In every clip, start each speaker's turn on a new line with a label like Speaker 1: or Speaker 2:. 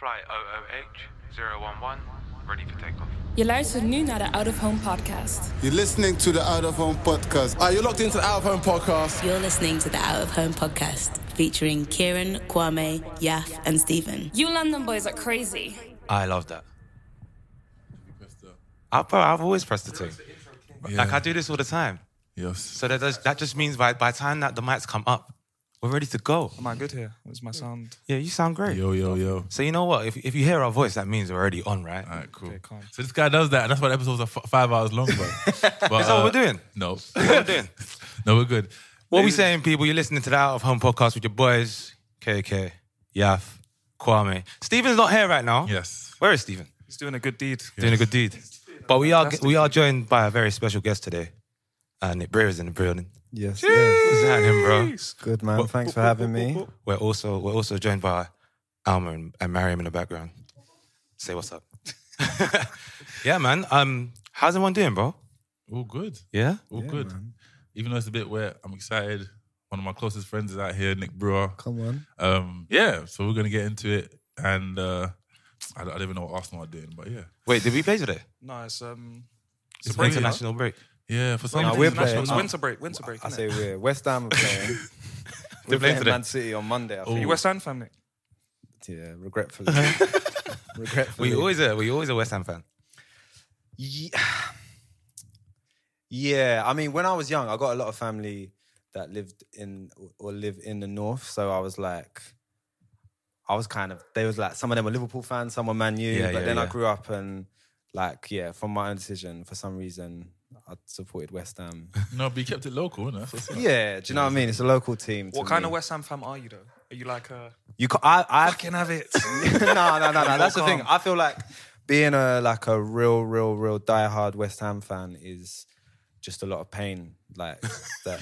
Speaker 1: Flight OOH 011, ready for takeoff.
Speaker 2: Je luistert nu naar de Out of Home podcast.
Speaker 3: You're listening to the Out of Home podcast.
Speaker 4: All right, you're locked into the Out of Home podcast.
Speaker 5: You're listening to the Out of Home podcast featuring Kieran, Kwame, Yaf, and Stephen.
Speaker 2: You London boys are crazy.
Speaker 1: I love that. I, bro, I've always pressed the thing. Like I do this all the time.
Speaker 3: Yes.
Speaker 1: So that, does, that just means by, by the time that the mics come up, we're ready to go.
Speaker 6: Am I good here? Was my sound?
Speaker 1: Yeah, you sound great.
Speaker 3: Yo, yo, yo.
Speaker 1: So you know what? If, if you hear our voice, that means we're already on, right?
Speaker 3: All right, cool.
Speaker 6: calm.
Speaker 3: So this guy does that, and that's why the episodes are f- five hours long, bro. But,
Speaker 1: Is that what we're doing?
Speaker 3: No.
Speaker 1: What we doing?
Speaker 3: no, we're good.
Speaker 1: What we saying, people? You're listening to the Out of Home podcast with your boys, KK, Yaf, Kwame. Stephen's not here right now.
Speaker 3: Yes.
Speaker 1: Where is Stephen?
Speaker 6: He's doing a good deed.
Speaker 1: Doing a good deed. But we are we are joined by a very special guest today. Uh, Nick Breer is in the building.
Speaker 7: Yes.
Speaker 1: What's happening, bro?
Speaker 7: Good man. Thanks for having me.
Speaker 1: We're also we're also joined by Alma and, and Mariam in the background. Say what's up. yeah, man. Um, how's everyone doing, bro?
Speaker 3: All good.
Speaker 1: Yeah.
Speaker 3: All good. Even though it's a bit wet, I'm excited. One of my closest friends is out here, Nick Brewer.
Speaker 7: Come on.
Speaker 3: Um, yeah, so we're going to get into it. And uh, I, don't, I don't even know what Arsenal are doing, but yeah.
Speaker 1: Wait, did we play today?
Speaker 6: No, it's um,
Speaker 1: It's, an
Speaker 3: break,
Speaker 1: international break.
Speaker 3: Yeah, for some
Speaker 7: Nah,
Speaker 3: reason.
Speaker 7: we're
Speaker 6: international-
Speaker 7: playing.
Speaker 6: It's winter break. Winter break.
Speaker 7: I
Speaker 6: innit?
Speaker 7: say we're West Ham are playing.
Speaker 1: They're
Speaker 7: we're
Speaker 1: playing
Speaker 7: playing
Speaker 1: today.
Speaker 7: Man City on Monday. I think.
Speaker 6: You West Ham fan, Nick?
Speaker 7: Yeah, regretfully. regretfully.
Speaker 1: We always a we always a West Ham fan.
Speaker 7: Ye- Yeah, I mean, when I was young, I got a lot of family that lived in or live in the north, so I was like, I was kind of. They was like, some of them were Liverpool fans, some were Man U,
Speaker 1: Yeah,
Speaker 7: but
Speaker 1: yeah,
Speaker 7: then I
Speaker 1: yeah.
Speaker 7: grew up and, like, yeah, from my own decision, for some reason, I supported West Ham.
Speaker 3: No, but you kept it local, innit? That's what's up.
Speaker 7: yeah, do you know what I mean? It's a local team. to
Speaker 6: What kind
Speaker 7: me.
Speaker 6: of West Ham fan are you though? Are you like a
Speaker 7: You, ca- I, I
Speaker 6: fucking have it?
Speaker 7: no, no, no, no. That's the
Speaker 6: calm.
Speaker 7: thing. I feel like being a like a real, real, real diehard West Ham fan is just a lot of pain. Like that.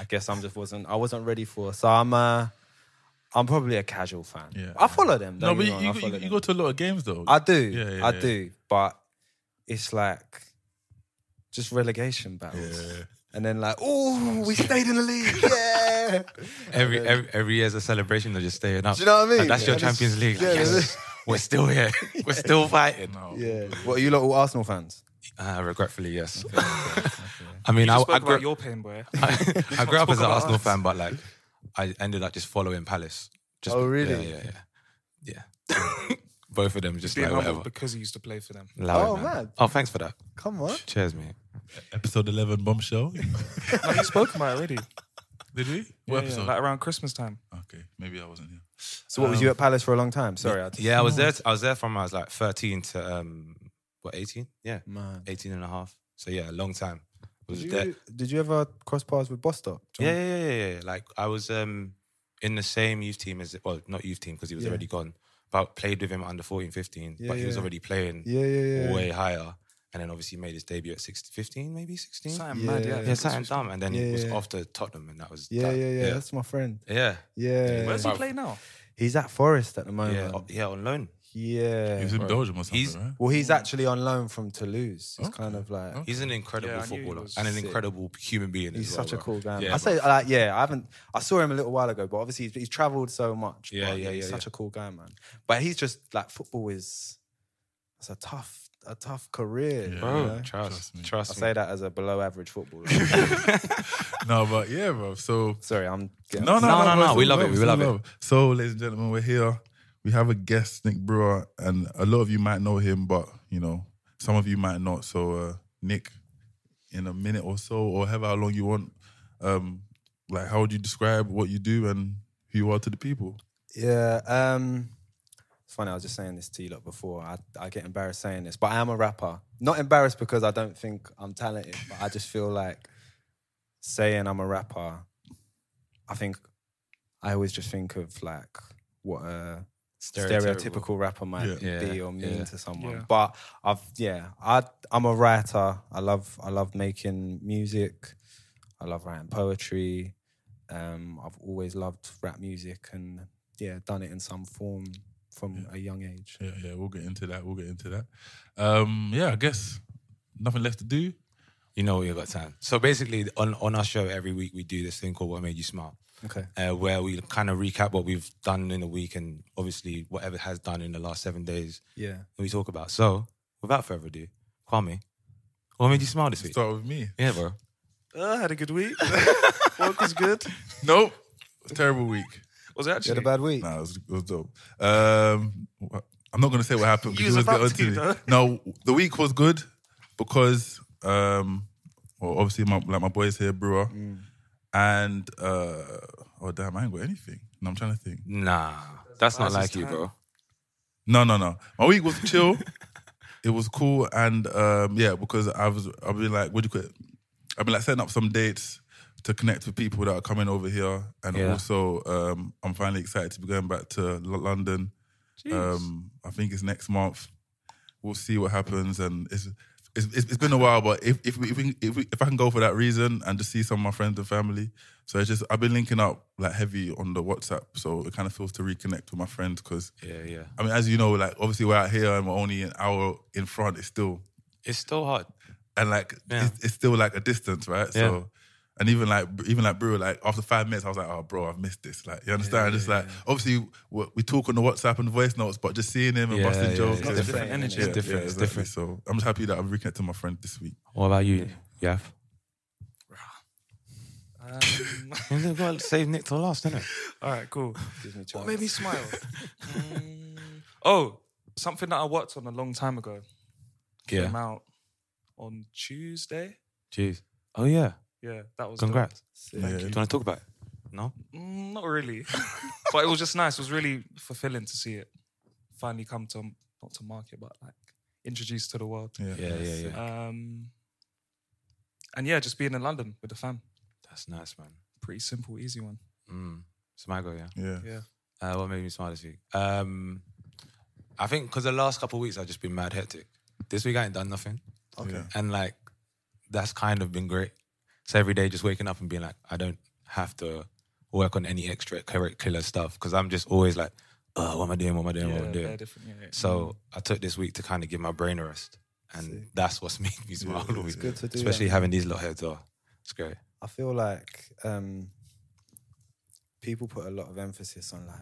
Speaker 7: I guess I'm just wasn't. I wasn't ready for. So I'm. Uh, I'm probably a casual fan.
Speaker 3: Yeah.
Speaker 7: I follow them.
Speaker 3: No,
Speaker 7: don't
Speaker 3: but
Speaker 7: get
Speaker 3: you,
Speaker 7: me
Speaker 3: you,
Speaker 7: wrong, I
Speaker 3: you,
Speaker 7: follow
Speaker 3: you
Speaker 7: them.
Speaker 3: go to a lot of games, though.
Speaker 7: I do.
Speaker 3: Yeah, yeah,
Speaker 7: I
Speaker 3: yeah.
Speaker 7: do. But it's like just relegation battles. And then like, oh, we stayed in the league. Yeah.
Speaker 1: Every every, every year is a celebration of just staying up.
Speaker 7: Do you know what I mean?
Speaker 1: Like, that's your
Speaker 7: Yeah, just-
Speaker 1: Champions League. Like,
Speaker 7: yeah,
Speaker 1: yes, we're still here. We're still fighting.
Speaker 3: No.
Speaker 7: yeah. What are you lot all Arsenal fans?
Speaker 1: Uh, regretfully, yes. I mean, I,
Speaker 6: You spoke
Speaker 1: I grew
Speaker 6: about
Speaker 1: up,
Speaker 6: your pain, boy.
Speaker 1: I, I grew up
Speaker 6: Talk
Speaker 1: as an
Speaker 6: about
Speaker 1: Arsenal
Speaker 6: us.
Speaker 1: fan, but like, I ended up just following Palace. Just,
Speaker 7: Oh,
Speaker 1: yeah,
Speaker 7: really?
Speaker 1: Yeah, yeah, yeah. Both of them, just
Speaker 6: Being
Speaker 1: like
Speaker 6: humble
Speaker 1: whatever.
Speaker 6: because he used to play for them.
Speaker 1: Allow it,
Speaker 7: Oh,
Speaker 1: man.
Speaker 7: mad.
Speaker 1: Oh, thanks for that.
Speaker 7: Come on.
Speaker 1: Cheers, mate.
Speaker 3: Episode 11 bombshell.
Speaker 6: No, you spoke about it already.
Speaker 3: Did we? What
Speaker 6: Yeah, yeah,
Speaker 3: episode?
Speaker 6: like around Christmas time.
Speaker 3: Okay, maybe I wasn't here. Um,
Speaker 7: So what was you at Palace for a long time? Sorry, I just,
Speaker 1: Yeah, I was there. I was there from I was like 13 to um, what 18? Yeah,
Speaker 7: Man.
Speaker 1: 18 and a half. So yeah, a long time. Was
Speaker 7: Did
Speaker 1: there.
Speaker 7: you, did you ever cross paths with Bostock? John?
Speaker 1: Yeah, yeah, yeah, yeah, yeah. Like I was um in the same youth team as well, not youth team because he was
Speaker 7: Yeah.
Speaker 1: already gone, but played with him under 14, 15.
Speaker 7: Yeah,
Speaker 1: but he was
Speaker 7: yeah.
Speaker 1: already playing
Speaker 7: Yeah, yeah, yeah.
Speaker 1: way higher, and then obviously made his debut at 16, 15, maybe 16.
Speaker 6: Something mad,
Speaker 7: Yeah.
Speaker 6: yeah.
Speaker 1: yeah, something dumb, and then he
Speaker 7: Yeah,
Speaker 1: was
Speaker 7: yeah.
Speaker 1: off to Tottenham, and that was
Speaker 7: Yeah,
Speaker 1: that.
Speaker 7: yeah, yeah,
Speaker 1: yeah.
Speaker 7: That's my friend.
Speaker 1: Yeah,
Speaker 7: Yeah.
Speaker 6: Where's he
Speaker 1: Wow.
Speaker 6: play now?
Speaker 7: He's at Forest at the
Speaker 1: yeah,
Speaker 7: moment.
Speaker 1: o- yeah, on loan.
Speaker 7: Yeah.
Speaker 3: He was in Belgium or something,
Speaker 1: He's-
Speaker 3: right?
Speaker 7: Well, he's actually on loan from Toulouse. It's kind of like
Speaker 1: He's an incredible
Speaker 6: Yeah, I knew he
Speaker 1: footballer
Speaker 6: was
Speaker 1: and an
Speaker 7: sick.
Speaker 1: incredible human being.
Speaker 7: he's
Speaker 1: as well,
Speaker 7: such a
Speaker 1: bro.
Speaker 7: cool guy. man.
Speaker 1: Yeah,
Speaker 7: I
Speaker 1: bro.
Speaker 7: say like yeah, I haven't I saw him a little while ago, but obviously he's, he's traveled so much.
Speaker 1: Yeah,
Speaker 7: but
Speaker 1: yeah,
Speaker 7: He's
Speaker 1: yeah,
Speaker 7: such
Speaker 1: yeah.
Speaker 7: a cool guy, man. But he's just like football is it's a tough a tough career. you
Speaker 1: Bro,
Speaker 7: know?
Speaker 1: trust,
Speaker 3: Trust me.
Speaker 1: trust
Speaker 7: I
Speaker 1: me.
Speaker 7: say that as a below average footballer.
Speaker 3: no, but yeah, bro. So
Speaker 7: Sorry, I'm getting
Speaker 3: no, no,
Speaker 1: No,
Speaker 3: no,
Speaker 1: no,
Speaker 3: bro,
Speaker 1: no,
Speaker 3: it's
Speaker 1: we
Speaker 3: all
Speaker 1: love it,
Speaker 3: love,
Speaker 1: we
Speaker 3: it's all
Speaker 1: love it.
Speaker 3: So, ladies and gentlemen, we're here. We have a guest, Nick Brewer, and a lot of you might know him, but you know, some of you might not. So, uh, Nick, in a minute or so, or however long you want, um, like, how would you describe what you do and who you are to the people?
Speaker 7: Yeah. Um, it's funny. I was just saying this to you lot before. I, I get embarrassed saying this, but I am a rapper. Not embarrassed because I don't think I'm talented, but I just feel like saying I'm a rapper. I think
Speaker 1: I always just think of like what a
Speaker 8: Stereotypical.
Speaker 1: stereotypical rapper might
Speaker 3: Yeah.
Speaker 1: be
Speaker 8: Yeah,
Speaker 1: or mean
Speaker 8: yeah.
Speaker 1: to someone.
Speaker 6: Yeah.
Speaker 1: But I've yeah, I I'm a writer. I love I love making music. I love writing poetry. Um, I've always loved rap music and yeah, done it in some form from a young age.
Speaker 3: Yeah, yeah, we'll get into that. We'll get into that. Um, yeah, I guess nothing left to do.
Speaker 8: You know you got time. So basically, on, on our show every week, we do this thing called What Made You Smile,
Speaker 1: Okay.
Speaker 8: uh, where we kind of recap what we've done in the week and obviously whatever has done in the last seven days
Speaker 1: Yeah.
Speaker 8: that we talk about. So without further ado, Kwame, what made you smile this week?
Speaker 3: Start with me.
Speaker 8: Yeah, bro.
Speaker 6: Uh, I had a good week. Work was good.
Speaker 3: Nope. It was a terrible week.
Speaker 6: Was it
Speaker 1: You
Speaker 6: actually?
Speaker 1: had a bad week.
Speaker 3: Nah, it was, it was dope. Um, wha- I'm not gonna say what happened
Speaker 6: You
Speaker 3: because
Speaker 6: was
Speaker 3: it
Speaker 6: about to,
Speaker 3: was good. No, the week was good because um, well, obviously my like my boys here, Brewer, and uh, oh damn, I ain't got anything. And I'm trying to think.
Speaker 8: Nah, that's not like you, bro.
Speaker 3: No, no, no. My week was chill. it was cool, and um, yeah, because I was, I've been like, what do you call it? I've been like setting up some dates to connect with people that are coming over here, and
Speaker 8: Yeah.
Speaker 3: also um, I'm finally excited to be going back to L- London. Um, I think it's next month. We'll see what happens, and it's. It's, it's it's been a while, but if if we, if, we, if, we, if I can go for that reason and just see some of my friends and family, so it's just I've been linking up like heavy on the WhatsApp, so it kind of feels to reconnect with my friends because
Speaker 8: Yeah, yeah.
Speaker 3: I mean, as you know, like obviously we're out here and we're only an hour in front. It's still
Speaker 8: It's still hard.
Speaker 3: and like
Speaker 8: Yeah.
Speaker 3: it's, it's still like a distance, right? So and even like even like bro, like after five minutes, I was like, oh bro, I've missed this. Like you understand? It's like obviously we we talk on the WhatsApp and voice notes, but just seeing him and
Speaker 8: Yeah,
Speaker 3: busting
Speaker 8: yeah,
Speaker 3: jokes,
Speaker 8: yeah.
Speaker 3: is
Speaker 8: It's
Speaker 3: different.
Speaker 6: different energy.
Speaker 3: Yeah,
Speaker 8: It's different,
Speaker 3: yeah,
Speaker 8: it's
Speaker 3: exactly.
Speaker 8: different.
Speaker 3: So I'm just happy that I'm reconnecting my friend this week.
Speaker 8: What about you, Yav?
Speaker 6: Um,
Speaker 8: You've got to save Nick till last, innit?
Speaker 6: all right, cool. what made me smile? Mm, oh, something that I worked on a long time ago came
Speaker 8: Yeah.
Speaker 6: out on Tuesday.
Speaker 8: Jeez. Oh, yeah.
Speaker 6: Yeah, that was dope.
Speaker 8: Congrats.
Speaker 3: Yeah.
Speaker 8: Do you want to talk about it? No?
Speaker 6: Mm, not really, but it was just nice. It was really fulfilling to see it finally come to not to market, but like introduced to the world.
Speaker 3: Yeah.
Speaker 8: yeah, yeah.
Speaker 6: Um, and yeah, just being in London with the fam.
Speaker 8: That's nice, man.
Speaker 6: Pretty simple, easy one.
Speaker 8: Mm. It's my go, yeah.
Speaker 3: Yeah.
Speaker 6: Yeah.
Speaker 8: Uh, what made me smile this week? Um, I think because the last couple of weeks I've just been mad hectic. This week I ain't done nothing,
Speaker 3: Okay.
Speaker 8: and like that's kind of been great. So every day just waking up and being like, I don't have to work on any extra curricular stuff because I'm just always like, uh, what am I doing? What am I doing? what am I
Speaker 6: they're
Speaker 8: doing?
Speaker 6: different. Yeah, yeah.
Speaker 8: So I took this week to kind of give my brain a rest, and that's what's made me smile. all week.
Speaker 1: good to do
Speaker 8: Especially
Speaker 1: that.
Speaker 8: having these little heads off. It's great.
Speaker 1: I feel like um, people put a lot of emphasis on like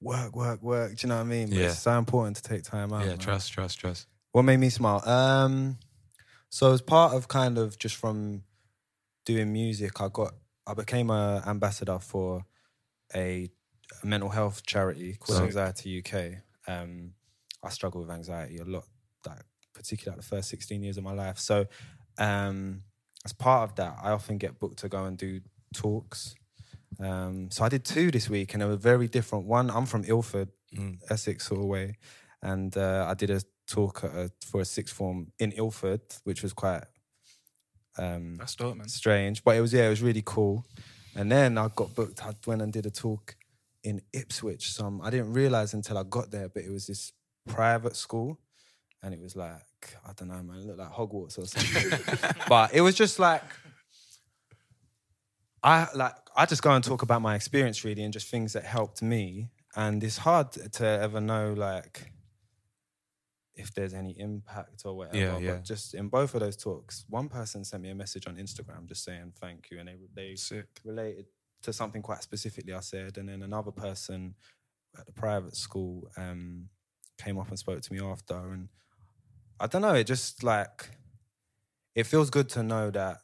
Speaker 1: work, work, work. Do you know what I mean? But
Speaker 8: Yeah.
Speaker 1: It's so important to take time out.
Speaker 8: yeah,
Speaker 1: man.
Speaker 8: trust, trust, trust.
Speaker 1: What made me smile? Um, so as part of kind of just from doing music, I got I became a ambassador for a mental health charity called
Speaker 8: Sick.
Speaker 1: Anxiety UK. Um, I struggle with anxiety a lot, like particularly like the first sixteen years of my life. So um, as part of that, I often get booked to go and do talks. Um, so I did two this week, and they were very different. One, I'm from Ilford, Essex sort of way, and uh, I did a talk at a, for a sixth form in Ilford, which was quite um,
Speaker 6: Mm-hmm. that's dope, man.
Speaker 1: strange, but it was yeah, it was really cool. And then I got booked. I went and did a talk in Ipswich. Some I didn't realize until I got there, but it was this private school, and it was like I don't know, man, it looked like Hogwarts or something. but it was just like I like I just go and talk about my experience really, and just things that helped me. And it's hard to ever know like if there's any impact or whatever.
Speaker 8: Yeah, yeah.
Speaker 1: But just in both of those talks, one person sent me a message on Instagram just saying thank you, and they they
Speaker 6: Sick.
Speaker 1: related to something quite specifically I said, and then another person at the private school um, came up and spoke to me after, and I don't know, it just like it feels good to know that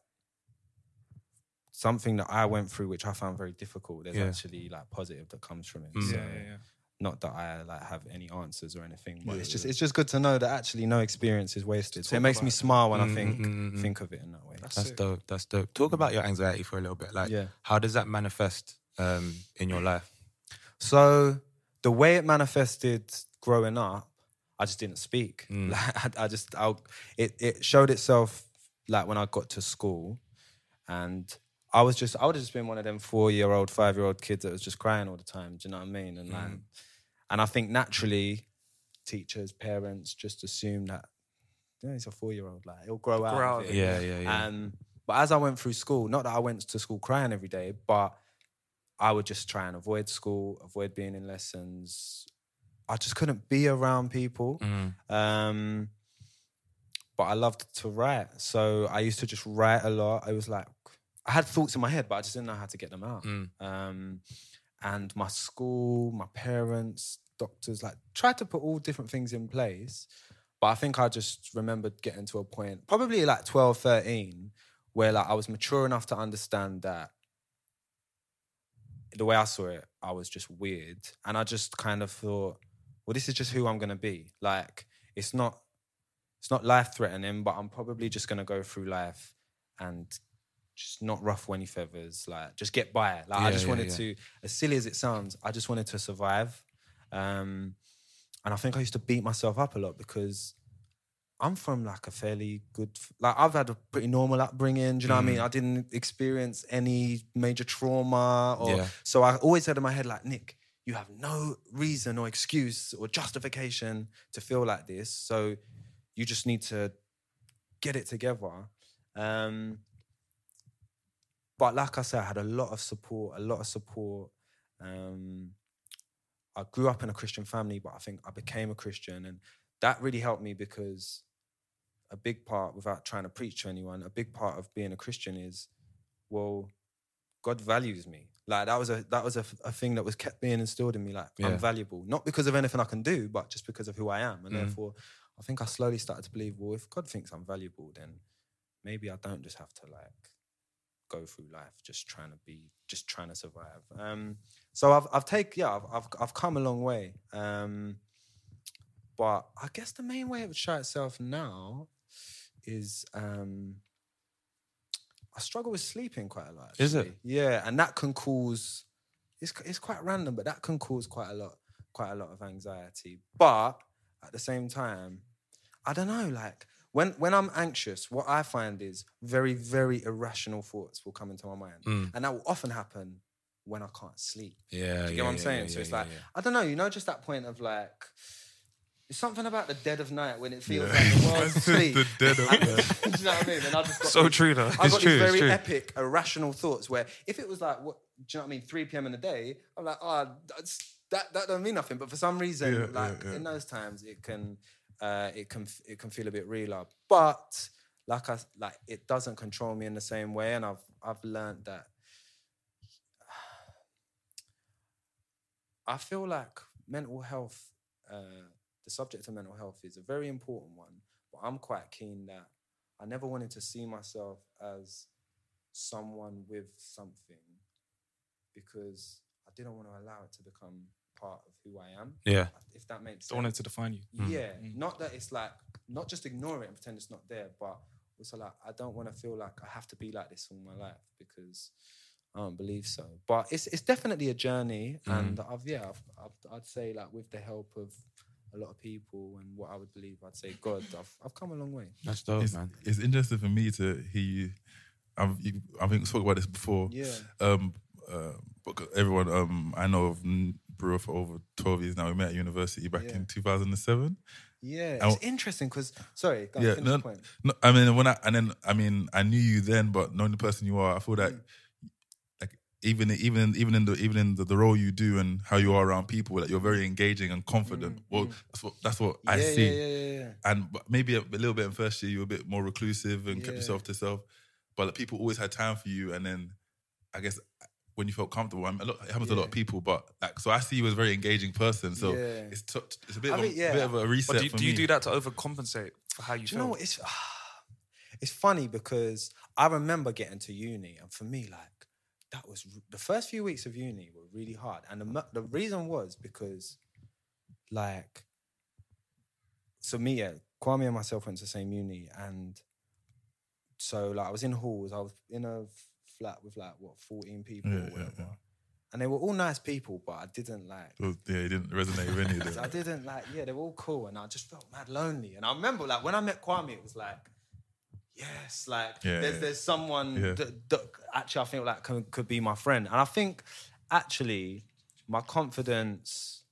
Speaker 1: something that I went through, which I found very difficult, there's
Speaker 8: Yeah.
Speaker 1: actually like positive that comes from it.
Speaker 8: Mm.
Speaker 1: So
Speaker 6: Yeah, yeah, yeah.
Speaker 1: not that I like have any answers or anything, but it's just it's just good to know that actually no experience is wasted. So it
Speaker 6: talk
Speaker 1: makes
Speaker 6: about
Speaker 1: me
Speaker 6: it.
Speaker 1: smile when I
Speaker 8: Mm,
Speaker 1: think
Speaker 8: mm, mm, mm.
Speaker 1: think of it in that way.
Speaker 8: That's dope. That's dope. Talk about your anxiety for a little bit. Like,
Speaker 1: Yeah.
Speaker 8: how does that manifest um, in your life?
Speaker 1: So the way it manifested growing up, I just didn't speak.
Speaker 8: Mm.
Speaker 1: Like, I, I just, I, it, it showed itself like when I got to school, and I was just I would have just been one of them four year old, five year old kids that was just crying all the time. Do you know what I mean?
Speaker 8: Mm.
Speaker 1: And like, and I think naturally, teachers, parents just assume that yeah, he's a four year old. Like he'll grow, out.
Speaker 6: out
Speaker 1: of
Speaker 6: of
Speaker 1: it.
Speaker 6: it.
Speaker 9: Yeah, yeah, yeah.
Speaker 1: Um, but as I went through school, not that I went to school crying every day, but I would just try and avoid school, avoid being in lessons. I just couldn't be around people. Um, but I loved to write. So I used to just write a lot. I was like, I had thoughts in my head, but I just didn't know how to get them out. Um, and my school, my parents, doctors, like tried to put all different things in place. But I think I just remembered getting to a point, probably like 12, 13, where like I was mature enough to understand that the way I saw it, I was just weird. And I just kind of thought, well, this is just who I'm gonna be. Like, it's not it's not life threatening, but I'm probably just gonna go through life and just not ruffle any feathers. Like, just get by it. Like, I
Speaker 9: Yeah,
Speaker 1: just
Speaker 9: yeah,
Speaker 1: wanted
Speaker 9: yeah.
Speaker 1: to, as silly as it sounds, I just wanted to survive. Um, and I think I used to beat myself up a lot because I'm from like a fairly good, like I've had a pretty normal upbringing. Do you know what I mean?
Speaker 9: Mm.
Speaker 1: I didn't experience any major trauma, or
Speaker 9: Yeah.
Speaker 1: so I always had in my head like Nick, you have no reason or excuse or justification to feel like this. So you just need to get it together. Um, but like I said, I had a lot of support, a lot of support. Um, I grew up in a Christian family, but I think I became a Christian. And that really helped me because a big part, without trying to preach to anyone, a big part of being a Christian is, well, God values me. Like that was a that was a, a thing that was kept being instilled in me. Like
Speaker 9: Yeah.
Speaker 1: I'm valuable, not because of anything I can do, but just because of who I am. And
Speaker 9: Mm.
Speaker 1: therefore, I think I slowly started to believe, well, if God thinks I'm valuable, then maybe I don't just have to like go through life just trying to be just trying to survive. Um, so I've I've taken yeah I've, I've I've come a long way. Um, but I guess the main way it would show itself now is um, I struggle with sleeping quite a lot. Actually.
Speaker 9: Is it?
Speaker 1: Yeah, and that can cause it's it's quite random, but that can cause quite a lot quite a lot of anxiety. But at the same time, I don't know. Like when when I'm anxious, what I find is very very irrational thoughts will come into my mind, and that will often happen when I can't sleep.
Speaker 9: Yeah,
Speaker 1: Do you get
Speaker 9: yeah,
Speaker 1: what I'm
Speaker 9: yeah,
Speaker 1: saying?
Speaker 9: yeah,
Speaker 1: so it's
Speaker 9: yeah,
Speaker 1: like
Speaker 9: yeah.
Speaker 1: I don't know. You know, just that point of like. It's something about the dead of night when it feels like the world's asleep.
Speaker 3: the dead of night.
Speaker 1: Do you know what I mean? And I just got
Speaker 6: So
Speaker 1: these-
Speaker 6: true, though.
Speaker 1: I
Speaker 6: It's
Speaker 1: got
Speaker 6: true,
Speaker 1: these
Speaker 6: it's
Speaker 1: very
Speaker 6: true.
Speaker 1: epic, irrational thoughts where if it was like, what, do you know what I mean? 3 p.m. in the day, I'm like, oh, that's, that that don't mean nothing. But for some reason,
Speaker 3: Yeah,
Speaker 1: like
Speaker 3: yeah, yeah.
Speaker 1: in those times, it can uh, it can f- it can feel a bit realer. But like I s- like it doesn't control me in the same way, and I've I've learned that. I feel like mental health, uh, the subject of mental health, is a very important one. But I'm quite keen that I never wanted to see myself as someone with something because I didn't want to allow it to become part of who I am.
Speaker 9: Yeah.
Speaker 1: If that makes sense.
Speaker 6: Don't want it to define you. Mm.
Speaker 1: Yeah, not that it's like not just ignore it and pretend it's not there, but also like I don't want to feel like I have to be like this all my life because I don't believe so. But it's it's definitely a journey,
Speaker 6: Mm.
Speaker 1: and I've yeah, I've, I've, I'd say like with the help of a lot of people and what I would believe, I'd say God, I've I've come a long way.
Speaker 9: That's dope,
Speaker 3: it's,
Speaker 9: man.
Speaker 3: it's interesting for me to hear you. I've, you, I think we spoke about this before.
Speaker 1: Yeah.
Speaker 3: Um, uh, because everyone um, I know of mm, Brewer for over 12 years now. We met at university back
Speaker 1: Yeah.
Speaker 3: in 2007.
Speaker 1: Yeah,
Speaker 3: I
Speaker 1: it's
Speaker 3: w-
Speaker 1: interesting because sorry, go on,
Speaker 3: yeah.
Speaker 1: finish
Speaker 3: No,
Speaker 1: your point.
Speaker 3: no, I mean, when I, and then, I mean, I knew you then, but knowing the person you are, I feel
Speaker 1: Mm.
Speaker 3: like, like even, even, even in the, even in the, the role you do and how you are around people, like you're very engaging and confident. Well, that's what, that's what I
Speaker 1: Mm, yeah,
Speaker 3: see.
Speaker 1: yeah, yeah, yeah, yeah.
Speaker 3: and but maybe a, a little bit in first year you were a bit more reclusive and kept
Speaker 1: Yeah.
Speaker 3: yourself to yourself but like, people always had time for you and then i guess when you felt comfortable I mean, a lot, it happens to a lot of people but like so i see you as a very engaging person so
Speaker 1: Yeah.
Speaker 3: it's t- it's a bit,
Speaker 1: I
Speaker 3: of, a,
Speaker 1: mean, yeah.
Speaker 3: bit of a reset
Speaker 6: But do you,
Speaker 3: for
Speaker 6: do, you
Speaker 3: me.
Speaker 6: do that to overcompensate for how you
Speaker 1: Do you
Speaker 6: feel?
Speaker 1: know what? It's ah, it's funny because I remember getting to uni, and for me, like that was the first few weeks of uni were really hard, and the mo- the reason was because, like, so me, yeah, Kwame and myself went to the same uni, and so like I was in halls, I was in a flat with like what fourteen people
Speaker 3: Yeah,
Speaker 1: or
Speaker 3: yeah,
Speaker 1: whatever,
Speaker 3: yeah.
Speaker 1: and they were all nice people, but I didn't like.
Speaker 3: Well, yeah it didn't resonate with any of
Speaker 1: I
Speaker 3: them
Speaker 1: didn't like, yeah, they were all cool, and I just felt mad lonely. And I remember, like, when I met Kwame, it was like,
Speaker 6: yes, like
Speaker 3: Yeah,
Speaker 6: there's
Speaker 3: yeah.
Speaker 6: there's someone
Speaker 3: Yeah.
Speaker 6: that, that actually I think like could, could be my friend, and I think actually my confidence,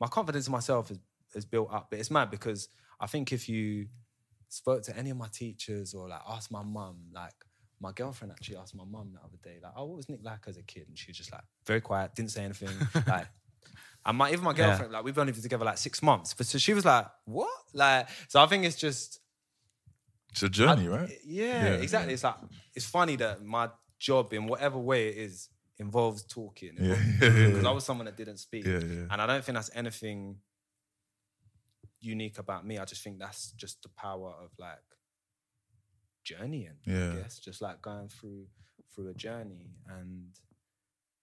Speaker 6: my confidence in myself is is built up, but it's mad because I think if you spoke to any of my teachers or like asked my mum, like my girlfriend actually asked my mum the other day, like, oh, what was Nick like as a kid? And she was just like very quiet, didn't say anything. like, and my even my girlfriend, like, we've only been together like six months, but so she was like, what? Like, so I think it's just
Speaker 3: It's a journey, right?
Speaker 6: yeah,
Speaker 3: Yeah.
Speaker 6: exactly. It's like it's funny that my job, in whatever way it is, involves talking.
Speaker 3: Yeah,
Speaker 6: involves-
Speaker 3: yeah, yeah,
Speaker 6: Because
Speaker 3: yeah.
Speaker 6: I was someone that didn't speak,
Speaker 3: Yeah, yeah.
Speaker 6: and I don't think that's anything unique about me. I just think that's just the power of like journeying.
Speaker 3: Yeah.
Speaker 6: I guess just like going through through a journey, and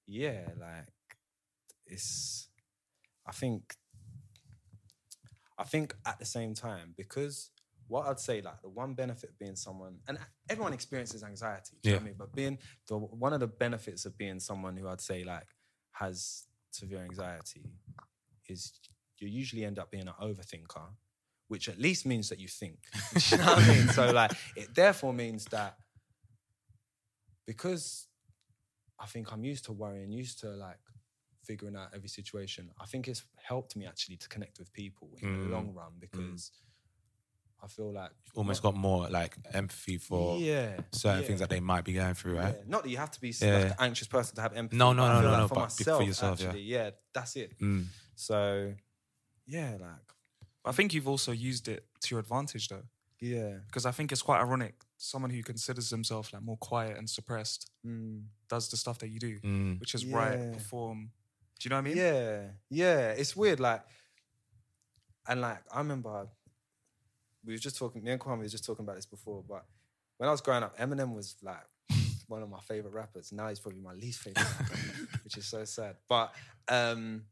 Speaker 6: yeah, like it's. I think I think at the same time, because what I'd say, like the one benefit of being someone, and everyone experiences anxiety, do you know what I
Speaker 1: Yeah.
Speaker 6: mean? But being the one of the benefits of being someone who I'd say like has severe anxiety is you usually end up being an overthinker, which at least means that you think. Do you know what I mean? So like it therefore means that because I think I'm used to worrying, used to like figuring out every situation. I think it's helped me actually to connect with people in
Speaker 1: Mm.
Speaker 6: the long run because I feel like
Speaker 1: Almost got more like empathy for
Speaker 6: yeah
Speaker 1: certain
Speaker 6: yeah,
Speaker 1: things that they might be going through, right?
Speaker 6: yeah. Not that you have to be
Speaker 1: Yeah.
Speaker 6: like an anxious person to have empathy.
Speaker 1: No, no,
Speaker 6: but
Speaker 1: no,
Speaker 6: I feel
Speaker 1: no,
Speaker 6: like
Speaker 1: no,
Speaker 6: For
Speaker 1: but be- for
Speaker 6: myself,
Speaker 1: yourself, yeah.
Speaker 6: actually, yeah. that's it.
Speaker 1: Mm.
Speaker 6: So, yeah, like
Speaker 7: I think you've also used it to your advantage though,
Speaker 6: yeah,
Speaker 7: because I think it's quite ironic. Someone who considers himself like more quiet and suppressed
Speaker 6: mm.
Speaker 7: does the stuff that you do,
Speaker 1: Mm.
Speaker 7: which is right
Speaker 6: Yeah.
Speaker 7: perform. Do you know what I mean?
Speaker 6: yeah, yeah. It's weird, like, and like I remember we were just talking. Me and Kwame were just talking about this before, but when I was growing up, Eminem was like one of my favorite rappers. Now he's probably my least favorite, rapper, which is so sad. But um,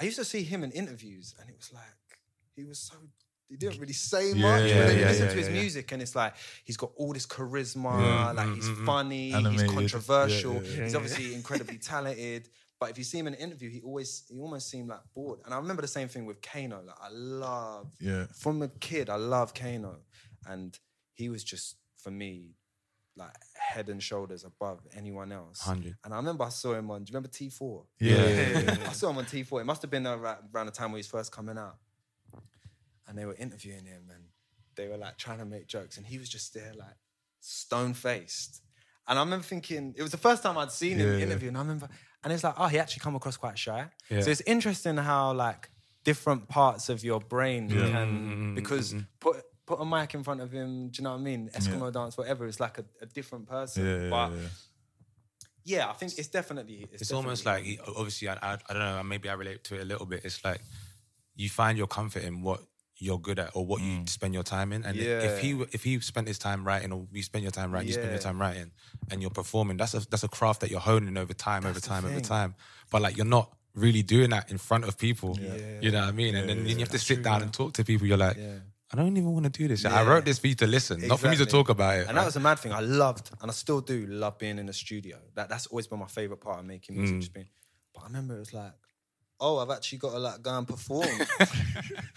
Speaker 6: I used to see him in interviews, and it was like he was so he didn't really say much. but
Speaker 3: yeah,
Speaker 6: then you
Speaker 3: yeah,
Speaker 6: listen
Speaker 3: yeah,
Speaker 6: to his
Speaker 3: yeah, yeah.
Speaker 6: music, and it's like he's got all this charisma.
Speaker 3: Yeah. mm,
Speaker 6: Like he's funny,
Speaker 3: Animated.
Speaker 6: he's
Speaker 3: Yeah,
Speaker 6: controversial,
Speaker 3: yeah, yeah.
Speaker 6: he's obviously incredibly talented. But if you see him in an interview, he always he almost seemed like bored. And I remember the same thing with Kano. Like I love
Speaker 3: Yeah.
Speaker 6: from a kid, I love Kano, and he was just for me like head and shoulders above anyone else.
Speaker 1: 100.
Speaker 6: And I remember I saw him on. Do you remember T Four?
Speaker 3: Yeah. yeah, yeah.
Speaker 6: I saw him on T4. It must have been ar- around the time when he was first coming out. And they were interviewing him and they were like trying to make jokes. And he was just there, like stone faced. And I remember thinking, it was the first time I'd seen him
Speaker 3: Yeah.
Speaker 6: interview. And I remember, and it's like, oh, he actually come across quite shy.
Speaker 1: Yeah.
Speaker 6: So it's interesting how, like, different parts of your brain
Speaker 1: Mm-hmm,
Speaker 6: can, because put, put a mic in front of him, do you know what I mean? Eskimo dance, whatever, it's like a, a different person.
Speaker 3: Yeah, yeah,
Speaker 6: but
Speaker 3: yeah.
Speaker 6: yeah. I think it's definitely.
Speaker 1: it's almost
Speaker 6: definitely-
Speaker 1: like he- obviously I, I, I don't know maybe i relate to it a little bit it's like you find your comfort in what you're good at or what you spend your time in and
Speaker 6: Yeah.
Speaker 1: if he if he spent his time writing or you spend your time writing you spend your
Speaker 6: Yeah.
Speaker 1: time writing and you're performing that's a that's a craft that you're honing over time over
Speaker 6: the
Speaker 1: time over
Speaker 6: thing.
Speaker 1: time but like you're not really doing that in front of people you know what i mean and then, you have to sit down and talk to people you're like i don't even want to do this i
Speaker 6: Yeah.
Speaker 1: wrote this for you to listen not for me to
Speaker 6: Exactly.
Speaker 1: talk about it
Speaker 6: And that was a mad thing. I loved, and I still do love being in the studio. That that's always been my favorite part of making music. Just being, but I remember it was like, oh, I've actually got to like go and perform.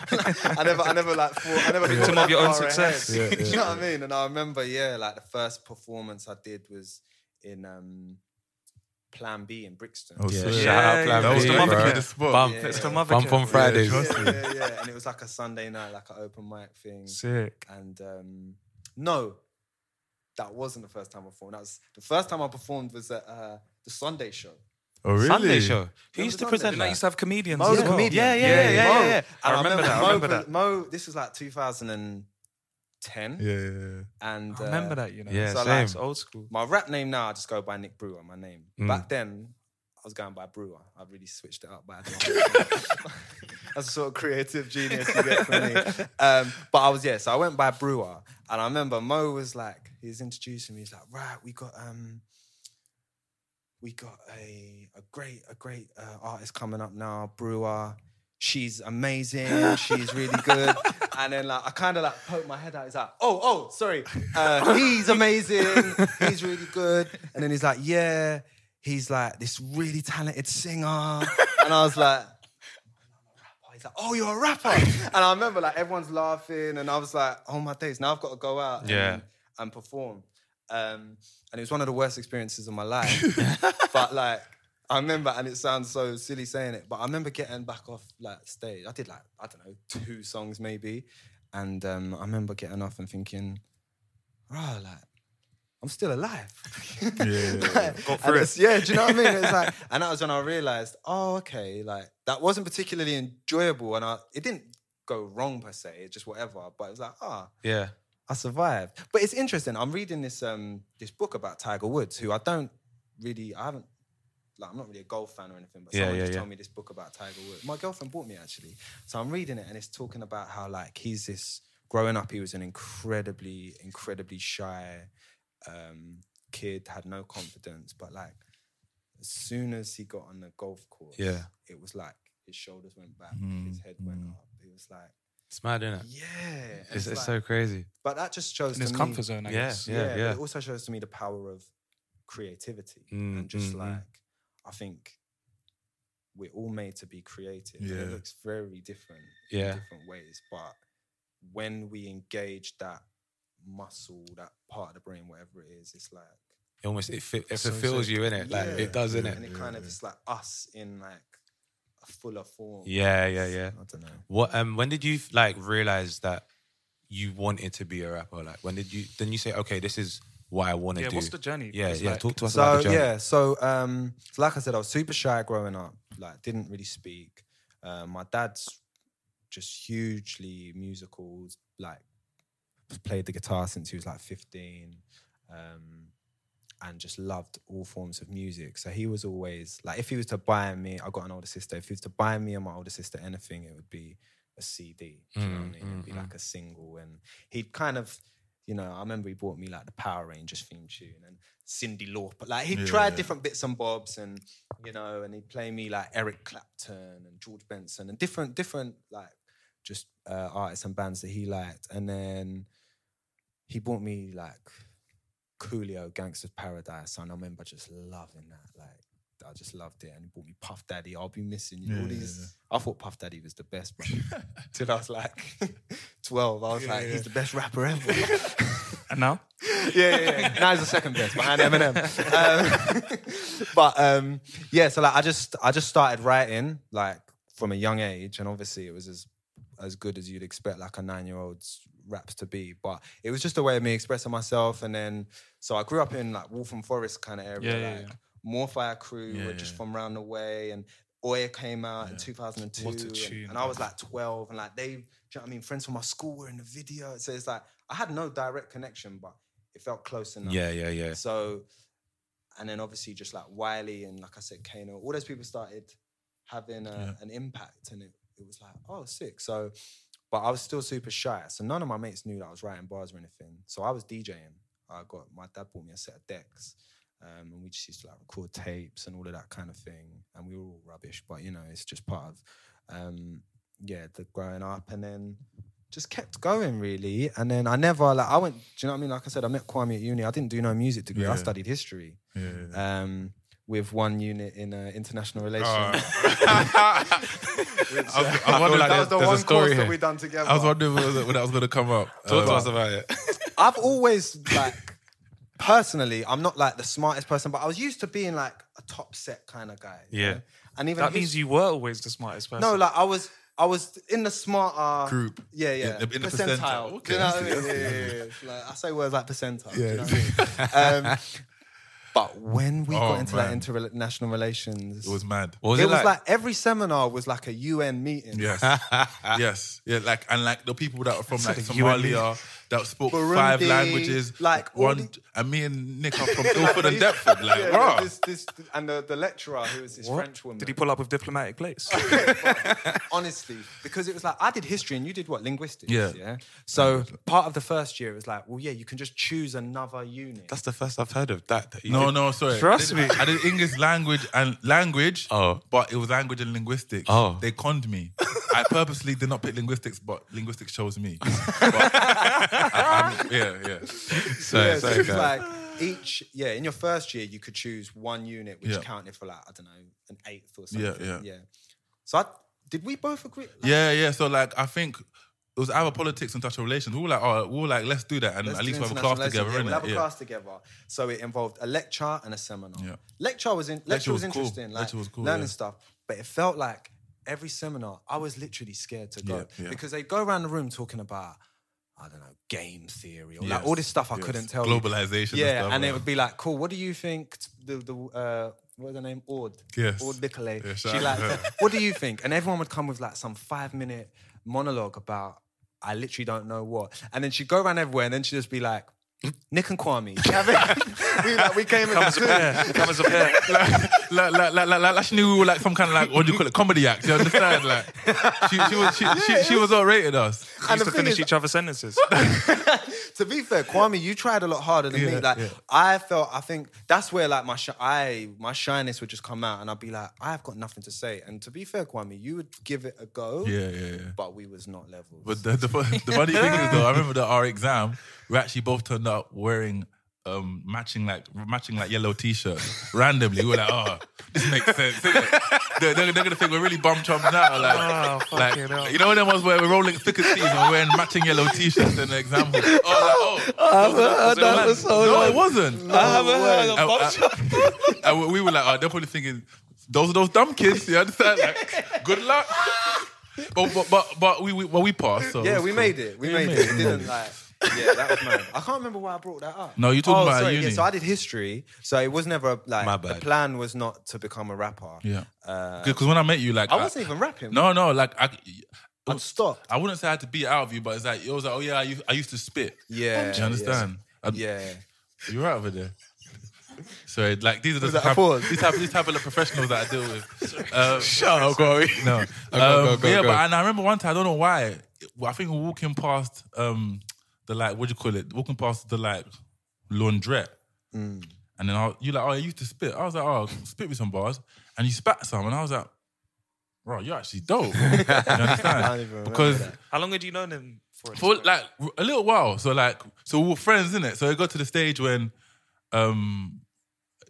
Speaker 6: I never, I never like, thought, I never thought
Speaker 7: Victim of
Speaker 6: that
Speaker 7: your own
Speaker 6: far ahead.
Speaker 7: success.
Speaker 6: Do you know what I mean? And I remember, yeah, like the first performance I did was in um, Plan B in Brixton.
Speaker 3: Oh,
Speaker 1: yeah,
Speaker 3: so-
Speaker 1: shout
Speaker 7: yeah,
Speaker 1: out Plan
Speaker 7: that was
Speaker 1: B,
Speaker 7: the mother
Speaker 1: bro.
Speaker 7: kid.
Speaker 3: The spot.
Speaker 1: Bump,
Speaker 6: Yeah. It's
Speaker 7: the mother
Speaker 1: Bump
Speaker 7: kid.
Speaker 1: on
Speaker 7: Yeah,
Speaker 1: Fridays.
Speaker 3: trust
Speaker 6: yeah, yeah, yeah. And it was like a Sunday night, like an open mic thing.
Speaker 7: Sick.
Speaker 6: And um, no, that wasn't the first time I performed. That was the first time I performed was at uh, the Sunday show.
Speaker 3: Oh, really?
Speaker 1: Sunday show. Who
Speaker 6: Yeah,
Speaker 1: used
Speaker 6: the
Speaker 1: to
Speaker 6: Sunday.
Speaker 1: present
Speaker 7: And I
Speaker 1: that?
Speaker 7: used to have comedians.
Speaker 6: Mo's
Speaker 7: as
Speaker 6: a
Speaker 7: well.
Speaker 6: comedian.
Speaker 1: Yeah, yeah, yeah, yeah,
Speaker 6: Mo.
Speaker 1: yeah.
Speaker 7: I remember that. I remember
Speaker 6: Mo,
Speaker 7: that.
Speaker 6: Mo, this was like 2010,
Speaker 3: Yeah, yeah, yeah.
Speaker 6: and
Speaker 7: I remember
Speaker 6: uh,
Speaker 7: that. You know.
Speaker 1: yeah,
Speaker 7: So, like,
Speaker 1: same.
Speaker 7: it's old school.
Speaker 6: My rap name now, I just go by Nick Brewer, my name.
Speaker 7: Mm.
Speaker 6: Back then, I was going by Brewer. I really switched it up. But I didn't. That's the sort of creative genius you get from me. Um, but I was, yeah, so I went by Brewer. And I remember Mo was like, he was introducing me. He's like, right, we got. um we got a a great a great uh, artist coming up now, Brewer. She's amazing. She's really good. And then like I kind of like poked my head out. He's like, oh oh sorry, uh, he's amazing. He's really good. And then he's like, yeah, he's like this really talented singer. And I was like. "Oh, He's like, oh, you're a rapper. And I remember like everyone's laughing, and I was like, oh my days, now I've got to go out.
Speaker 1: Yeah.
Speaker 6: And
Speaker 7: and perform. Um, and it was one of the worst experiences of my life. but like, I remember, and it sounds so silly saying it, but I remember getting back off like stage. I did like I don't know two songs maybe, and um, I remember getting off and thinking, "Rah, like." I'm still alive. yeah,
Speaker 6: Got through it.
Speaker 7: yeah, do you know what I mean? It's like, and that was when I realized, oh, okay, like that wasn't particularly enjoyable, and I it didn't go wrong per se. It's just whatever. But it was like, ah,
Speaker 10: Yeah.
Speaker 7: I survived. But it's interesting. I'm reading this um this book about Tiger Woods, who I don't really I haven't like I'm not really a golf fan or anything, but
Speaker 10: Yeah,
Speaker 7: someone
Speaker 10: yeah,
Speaker 7: just
Speaker 10: yeah.
Speaker 7: told me this book about Tiger Woods. My girlfriend bought me actually. So I'm reading it and it's talking about how like he's this growing up, he was an incredibly, incredibly shy um kid, had no confidence, but like as soon as he got on the golf course,
Speaker 10: Yeah. Hmm,
Speaker 7: it was like his shoulders went back, his head went up. It was like,
Speaker 10: It's mad, isn't it?
Speaker 7: yeah.
Speaker 10: It's, it's
Speaker 7: like-
Speaker 10: so crazy.
Speaker 7: but that just shows
Speaker 6: in
Speaker 7: to
Speaker 6: his
Speaker 7: me-
Speaker 6: comfort zone, I
Speaker 10: Yeah,
Speaker 6: guess.
Speaker 10: yeah.
Speaker 7: yeah, But it also shows to me the power of creativity
Speaker 10: Mm,
Speaker 7: and just
Speaker 10: mm, mm.
Speaker 7: like I think we're all made to be creative. and
Speaker 1: Yeah.
Speaker 7: it looks very different
Speaker 10: Yeah.
Speaker 7: in different ways, but when we engage that muscle, that part of the brain, whatever it is, it's like
Speaker 10: It almost it, fit, it
Speaker 6: So
Speaker 10: fulfills
Speaker 6: sick.
Speaker 10: you in it. Like
Speaker 7: Yeah.
Speaker 10: it does in
Speaker 7: and
Speaker 10: it.
Speaker 7: it kind of it's like us in like a fuller form.
Speaker 10: Yeah, yeah, yeah.
Speaker 7: I don't know.
Speaker 10: What um when did you like realize that you wanted to be a rapper? Like when did you then you say, okay, this is what I want to
Speaker 6: Yeah,
Speaker 10: do?
Speaker 6: what's the journey?
Speaker 10: Yeah,
Speaker 6: It's
Speaker 10: yeah.
Speaker 6: like-
Speaker 10: Talk to us about
Speaker 7: so
Speaker 10: the journey.
Speaker 7: yeah so um so like i said i was super shy growing up like didn't really speak uh, my dad's just hugely musical like played the guitar since he was like 15 um and just loved all forms of music. So he was always like, if he was to buy me, I got an older sister. If he was to buy me and my older sister anything, it would be a CD. Do you know what I mean? It'd be like a single, and he'd kind of, you know, I remember he bought me like the Power Rangers theme tune and Cindy Lauper. Like he tried different bits and bobs, and you know, and he'd play me like Eric Clapton and George Benson and different, different like just uh, artists and bands that he liked, and then he bought me like Coolio, Gangster's Paradise, and I remember just loving that. Like I just loved it, and he bought me Puff Daddy. I'll be missing you. All these. I thought Puff Daddy was the best, bro. Till I was like twelve, I was like, he's the best rapper ever.
Speaker 6: And now?
Speaker 7: yeah, yeah, yeah. Now he's the second best behind Eminem. Um, but um, yeah, so like I just I just started writing like from a young age, and obviously it was as as good as you'd expect like a nine year old's raps to be. But it was just a way of me expressing myself, and then so I grew up in like Waltham Forest kind of area.
Speaker 6: Yeah, yeah,
Speaker 7: like,
Speaker 6: yeah.
Speaker 7: More Fire Crew were just from round the way, and Oya came out in 2002,
Speaker 6: What a
Speaker 7: and-
Speaker 6: tune,
Speaker 7: and I was like 12, and like they, do you know what I mean? Friends from my school were in the video, so it's like I had no direct connection, but it felt close enough.
Speaker 10: Yeah, yeah, yeah.
Speaker 7: So, and then obviously just like Wiley and like I said, Kano, all those people started having a, an impact, and it, it was like, oh, sick. So, but I was still super shy. So none of my mates knew that I was writing bars or anything. So I was DJing. I got my dad bought me a set of decks, um, and we just used to like record tapes and all of that kind of thing. And we were all rubbish, but you know, it's just part of, um, yeah, the growing up, and then just kept going really. And then I never like I went. Do you know what I mean? Like I said, I met Kwame at uni. I didn't do no music degree. I studied history. Um, with one unit in uh, international relations.
Speaker 1: I
Speaker 10: I feel
Speaker 1: wondered-
Speaker 10: like there's,
Speaker 1: that was
Speaker 7: the
Speaker 10: there's
Speaker 7: one
Speaker 10: a story
Speaker 7: course
Speaker 10: here.
Speaker 7: that we done together.
Speaker 1: I was wondering when that- when that was going to come up.
Speaker 10: Talk to
Speaker 1: Uh,
Speaker 10: us about it.
Speaker 7: I've always like personally, I'm not like the smartest person, but I was used to being like a top set kind of guy. you
Speaker 10: Yeah.
Speaker 7: know? and even
Speaker 6: That
Speaker 7: his-
Speaker 6: means you were always the smartest person.
Speaker 7: No, like I was, I was in the smarter
Speaker 1: Group.
Speaker 7: Yeah, yeah.
Speaker 1: In the- in the
Speaker 7: percentile.
Speaker 1: percentile.
Speaker 7: Do you know what I
Speaker 1: Okay.
Speaker 7: mean? Yeah, yeah, yeah. It's Like, I say words like percentile. do you
Speaker 1: Yeah.
Speaker 7: know what I mean? um, but when we
Speaker 1: Oh,
Speaker 7: got into that
Speaker 1: man.
Speaker 7: international relations,
Speaker 1: It was mad.
Speaker 7: it was like? every seminar was like a UN meeting.
Speaker 1: Yes. yes. Yeah. Like and like the people that were from like
Speaker 6: like you
Speaker 10: E
Speaker 6: and me.
Speaker 1: Somalia that spoke
Speaker 7: Burundi,
Speaker 1: five languages.
Speaker 7: like, all
Speaker 1: one
Speaker 7: the-
Speaker 1: and me and Nick are from Ilford and Deptford. Like,
Speaker 7: Yeah,
Speaker 1: bruh.
Speaker 7: this, this, and the, the lecturer who was this French woman.
Speaker 6: Did he pull up with diplomatic plates?
Speaker 7: honestly, because it was like I did history and you did what linguistics.
Speaker 1: Yeah.
Speaker 7: So part of the first year was like, well, yeah, you can just choose another unit.
Speaker 10: That's the first I've heard of that. that you
Speaker 1: No,
Speaker 10: did.
Speaker 1: no, sorry.
Speaker 6: Trust
Speaker 1: I did,
Speaker 6: me.
Speaker 1: I did English language and language.
Speaker 10: Oh.
Speaker 1: But it was language and linguistics.
Speaker 10: Oh.
Speaker 1: They conned me. I purposely did not pick linguistics, but linguistics chose me. But I- I'm- yeah, yeah.
Speaker 10: Sorry,
Speaker 7: yeah, so
Speaker 10: sorry,
Speaker 7: it was
Speaker 10: guys.
Speaker 7: like each yeah in your first year you could choose one unit which
Speaker 1: Yeah.
Speaker 7: counted for like I don't know an eighth or something.
Speaker 1: yeah.
Speaker 7: So I, did we both agree? Like,
Speaker 1: Yeah, yeah. So like I think it was our politics and touch of relations. We were like, oh, we were like, let's do that, and
Speaker 7: Let's
Speaker 1: at
Speaker 7: do
Speaker 1: least we have a
Speaker 7: international
Speaker 1: class
Speaker 7: lessons.
Speaker 1: together.
Speaker 7: Yeah,
Speaker 1: innit?
Speaker 7: we'll have a
Speaker 1: Yeah.
Speaker 7: class together. So it involved a lecture and a seminar.
Speaker 1: Yeah.
Speaker 7: Lecture was in lecture,
Speaker 1: Lecture
Speaker 7: was,
Speaker 1: was cool.
Speaker 7: interesting. Like
Speaker 1: Lecture was cool,
Speaker 7: learning
Speaker 1: yeah.
Speaker 7: stuff, but it felt like every seminar I was literally scared to go
Speaker 1: Yeah, yeah.
Speaker 7: because they go around the room talking about I don't know game theory or like
Speaker 1: Yes,
Speaker 7: all this stuff I
Speaker 1: yes.
Speaker 7: couldn't tell. you.
Speaker 1: Globalization.
Speaker 7: Yeah,
Speaker 1: and, stuff,
Speaker 7: and
Speaker 1: man.
Speaker 7: it would be like, cool. What do you think? t- The the uh, what's her name? Ord.
Speaker 1: Yes.
Speaker 7: Ord Nicolay.
Speaker 1: Yeah, shout
Speaker 7: she
Speaker 1: out
Speaker 7: like,
Speaker 1: to her.
Speaker 7: what do you think? And everyone would come with like some five minute monologue about I literally don't know what, and then she'd go around everywhere, and then she'd just be like. Nick and Kwame. we, like, we came in
Speaker 6: Come as a pair. Come as a pair.
Speaker 1: like, like, like, like, like she knew we were like some kind of like what do you call it comedy act. You understand? Like she, she was she, she, she was outrated us.
Speaker 6: We used to
Speaker 7: the thing
Speaker 6: finish
Speaker 7: is-
Speaker 6: each other's sentences.
Speaker 7: to be fair, Kwame, you tried a lot harder than me.
Speaker 1: Yeah,
Speaker 7: Like
Speaker 1: yeah.
Speaker 7: I felt, I think that's where like my shi- I my shyness would just come out, and I'd be like, I've got nothing to say. And to be fair, Kwame, you would give it a go.
Speaker 1: Yeah, yeah, yeah.
Speaker 7: But we was not levels.
Speaker 1: But the, the, fu- the funny thing is though, I remember that our exam, we actually both turned up wearing um, matching like matching like yellow t-shirts randomly. We were like, oh, this makes sense. innit? They're, they're, they're gonna think we're really bum chumps now. Like,
Speaker 6: Oh,
Speaker 1: like
Speaker 6: fucking hell.
Speaker 1: you know them ones where we're rolling thick as thieves and wearing matching yellow t-shirts in the exam. hall? Oh, like, oh.
Speaker 7: that was so
Speaker 1: no, it wasn't.
Speaker 7: haven't heard
Speaker 1: And- and- and we- we were like, oh, they're probably thinking, those are those dumb kids. You understand? Like, good luck. But but but, but we, we well we passed. So
Speaker 7: Yeah,
Speaker 1: it's
Speaker 7: we
Speaker 1: Oh, cool.
Speaker 7: made it. We made, it.
Speaker 1: made it.
Speaker 7: We didn't like. Yeah, that was mad. I can't remember why I brought that up.
Speaker 1: No, you're talking
Speaker 7: Oh,
Speaker 1: about
Speaker 7: sorry,
Speaker 1: uni.
Speaker 7: Yeah, so I did history. So it was never like
Speaker 11: My
Speaker 7: the
Speaker 11: bad.
Speaker 7: plan was not to become a rapper. Uh,
Speaker 1: Yeah. Because when I met you, like
Speaker 7: I wasn't even rapping.
Speaker 1: No, no, like I,
Speaker 7: I stopped.
Speaker 1: I wouldn't say I had to beat out of you, but it's like it was like, oh yeah, I used, I used to spit.
Speaker 7: Yeah,
Speaker 1: Do you understand? I-
Speaker 7: Yeah.
Speaker 1: you're right over there. Sorry, like these are the
Speaker 7: that a
Speaker 1: type,
Speaker 7: pause?
Speaker 1: these type these type of professionals that I deal with. Um, Shut up, Corey. No, Um,
Speaker 11: go, go,
Speaker 1: yeah,
Speaker 11: go.
Speaker 1: but and I remember one time I don't know why. I think we were walking past um, the like what do you call it? Walking past the like laundrette.
Speaker 7: Mm.
Speaker 1: And then I, you like, oh, you used to spit. I was like, oh, spit me some bars. And you spat some. And I was like, bro, you're actually dope. you
Speaker 7: don't even
Speaker 1: understand?
Speaker 7: remember
Speaker 1: Because
Speaker 7: that.
Speaker 6: How long had you known him for?
Speaker 1: for like a little while. So like, so we were friends, innit? So it got to the stage when, um,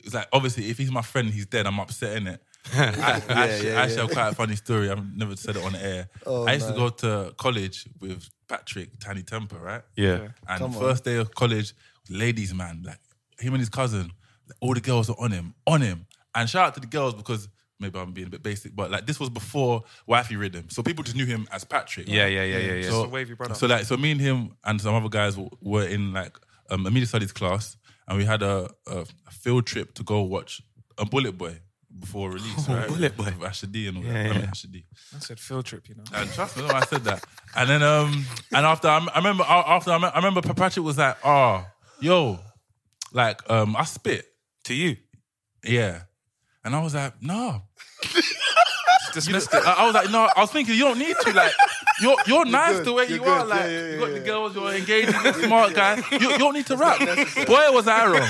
Speaker 1: it's like obviously if he's my friend, he's dead. I'm upset, innit? I, I actually, I actually have quite a funny story. I've never said it on air. I used to go to college with Patrick Tiny Temper, right?
Speaker 11: Yeah.
Speaker 1: And first day of college, ladies man, like him and his cousin, like, all the girls are on him, on him. And shout out to the girls because maybe I'm being a bit basic, but like this was before Wifey Rhythm, so people just knew him as Patrick.
Speaker 11: Yeah, yeah, yeah, yeah, yeah.
Speaker 6: So- Just a wavy brother.
Speaker 1: So like, so me and him and some other guys w- were in like um, a media studies class, and we had a, a field trip to go watch a Bullet Boy before release. right?
Speaker 11: Bullet Boy.
Speaker 1: With Asher D and all that. I mean, Asher D.
Speaker 6: I said field trip, you know.
Speaker 1: And trust me, no, I said that. And then, um, and after I, I remember, after I remember, Patrick was like, "Oh, yo, like, um, I spit,
Speaker 11: To you.
Speaker 1: yeah." And I was like, "No,
Speaker 6: Dismissed
Speaker 1: I, I was like, no, I was thinking you don't need to. Like, you're you're nice
Speaker 7: good,
Speaker 1: the way
Speaker 7: you're
Speaker 1: you are.
Speaker 7: good.
Speaker 1: Like,
Speaker 7: Yeah, yeah,
Speaker 1: you got
Speaker 7: yeah,
Speaker 1: the
Speaker 7: yeah.
Speaker 1: girls, you're engaging, you're smart guy. You, you don't need to rap. Boy, was I wrong.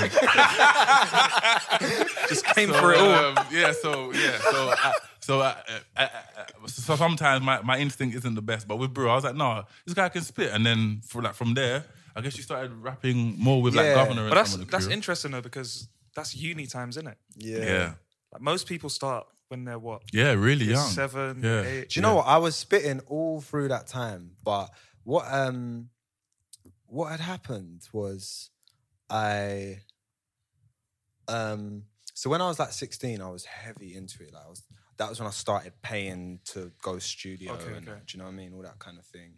Speaker 6: Just came
Speaker 1: So,
Speaker 6: for it all.
Speaker 7: uh,
Speaker 1: um, yeah, so yeah, so I, so, I, I, I, I- so sometimes my, my instinct isn't the best, but with Brew, I was like, no, this guy can spit, and then for like from there, I guess you started rapping more with
Speaker 7: Yeah.
Speaker 1: like Governor. And
Speaker 6: But that's
Speaker 1: some of the
Speaker 6: that's
Speaker 1: crew.
Speaker 6: interesting though because that's uni times, isn't it?
Speaker 7: Yeah.
Speaker 1: Yeah,
Speaker 6: Like most people start when they're what
Speaker 1: yeah, really young.
Speaker 6: seven,
Speaker 1: Yeah.
Speaker 6: eight.
Speaker 7: Do you know what? I was spitting all through that time, but what um what had happened was I um so when I was like 16, I was heavy into it. Like I was that was when I started paying to go studio
Speaker 6: Okay,
Speaker 7: and
Speaker 6: okay.
Speaker 7: do you know what I mean? All that kind of thing.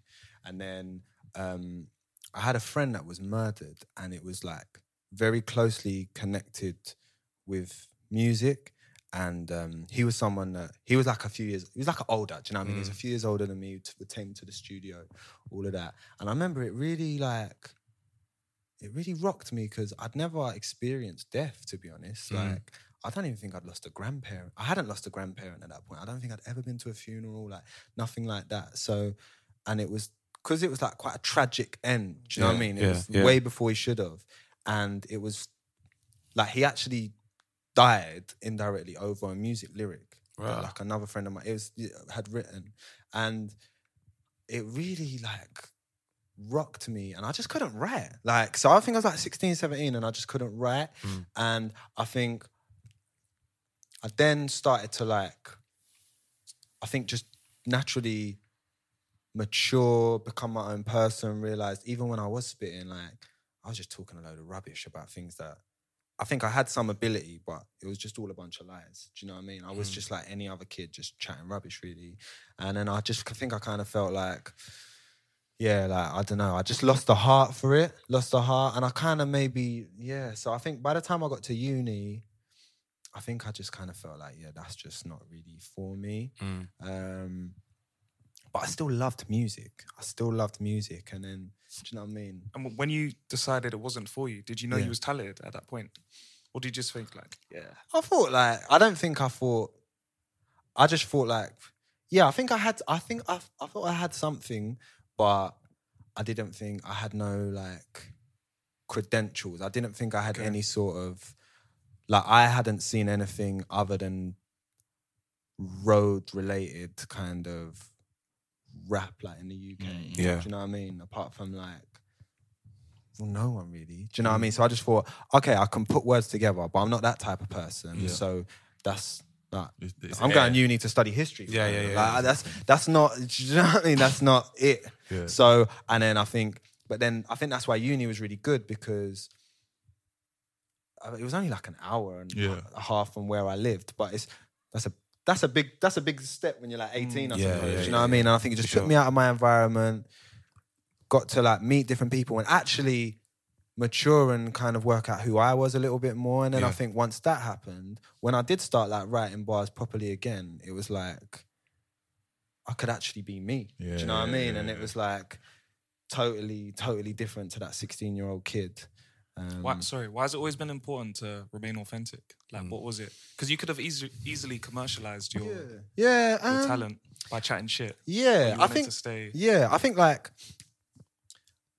Speaker 7: And then um I had a friend that was murdered and it was like very closely connected with music. And um, he was someone that he was like a few years, he was like an older, do you know what I mean? He
Speaker 11: Mm.
Speaker 7: was a few years older than me, t- would take me to the studio, all of that. And I remember it really like, it really rocked me because I'd never experienced death, to be honest.
Speaker 11: Mm.
Speaker 7: Like, I don't even think I'd lost a grandparent. I hadn't lost a grandparent at that point. I don't think I'd ever been to a funeral, like nothing like that. So, and it was because it was like quite a tragic end. Do you know what I mean? It
Speaker 11: yeah,
Speaker 7: was
Speaker 11: yeah.
Speaker 7: way before he should have. And it was like he actually died indirectly over a music lyric that, like another friend of mine it was it had written and it really like rocked me and i just couldn't write like so i think i was like 16 17 and i just couldn't write and i think i then started to like i think just naturally mature, become my own person, realized even when I was spitting, like I was just talking a load of rubbish about things that I think I had some ability, but it was just all a bunch of lies. Do you know what I mean? I was just like any other kid, just chatting rubbish, really. And then I just I think I kind of felt like, yeah, like I don't know, I just lost the heart for it, lost the heart, and I kind of maybe yeah. So I think by the time I got to uni, I think I just kind of felt like yeah, that's just not really for me. Um, but I still loved music. I still loved music, and then do you know what I mean?
Speaker 6: And when you decided it wasn't for you, did you know
Speaker 7: Yeah.
Speaker 6: you was talented at that point, or did you just think like, yeah,
Speaker 7: I thought like I don't think I thought. I just thought like, yeah, I think I had. I think I, I thought I had something, but I didn't think I had no like credentials. I didn't think I had any sort of like I hadn't seen anything other than road related kind of rap like in the UK.
Speaker 12: yeah.
Speaker 7: Do you know what I mean? Apart from like well, no one really. Do you know what I mean? So I just thought, okay, I can put words together, but I'm not that type of person. So that's that.
Speaker 1: It's- it's
Speaker 7: I'm going uni to study history.
Speaker 12: Yeah, yeah,
Speaker 7: Like,
Speaker 12: yeah.
Speaker 7: That's that's not. Do you know what I mean? That's not it.
Speaker 1: Yeah.
Speaker 7: So and then I think, but then I think that's why uni was really good because uh, it was only like an hour and
Speaker 1: Yeah.
Speaker 7: a half from where I lived. But it's that's a that's a big that's a big step when you're like 18. I
Speaker 12: Yeah,
Speaker 7: suppose.
Speaker 12: yeah,
Speaker 7: do you know
Speaker 12: yeah,
Speaker 7: what I mean? And I think it just
Speaker 12: For
Speaker 7: took
Speaker 12: sure.
Speaker 7: me out of my environment. Got to like meet different people and actually mature and kind of work out who I was a little bit more. And then I
Speaker 12: Yeah.
Speaker 7: think once that happened, when I did start like writing bars properly again, it was like I could actually be me. Do you know what I
Speaker 1: Yeah,
Speaker 7: mean?
Speaker 1: yeah,
Speaker 7: and it was like totally, totally different to that 16 year old kid. Um,
Speaker 6: why, sorry, why has it always been important to remain authentic?
Speaker 1: Mm.
Speaker 6: Like, what was it? Because you could have easily easily commercialized your, your
Speaker 7: Yeah. um,
Speaker 6: talent by chatting shit. Or
Speaker 7: Yeah,
Speaker 6: you
Speaker 7: I
Speaker 6: wanted
Speaker 7: think.
Speaker 6: to stay-
Speaker 7: Yeah, I think like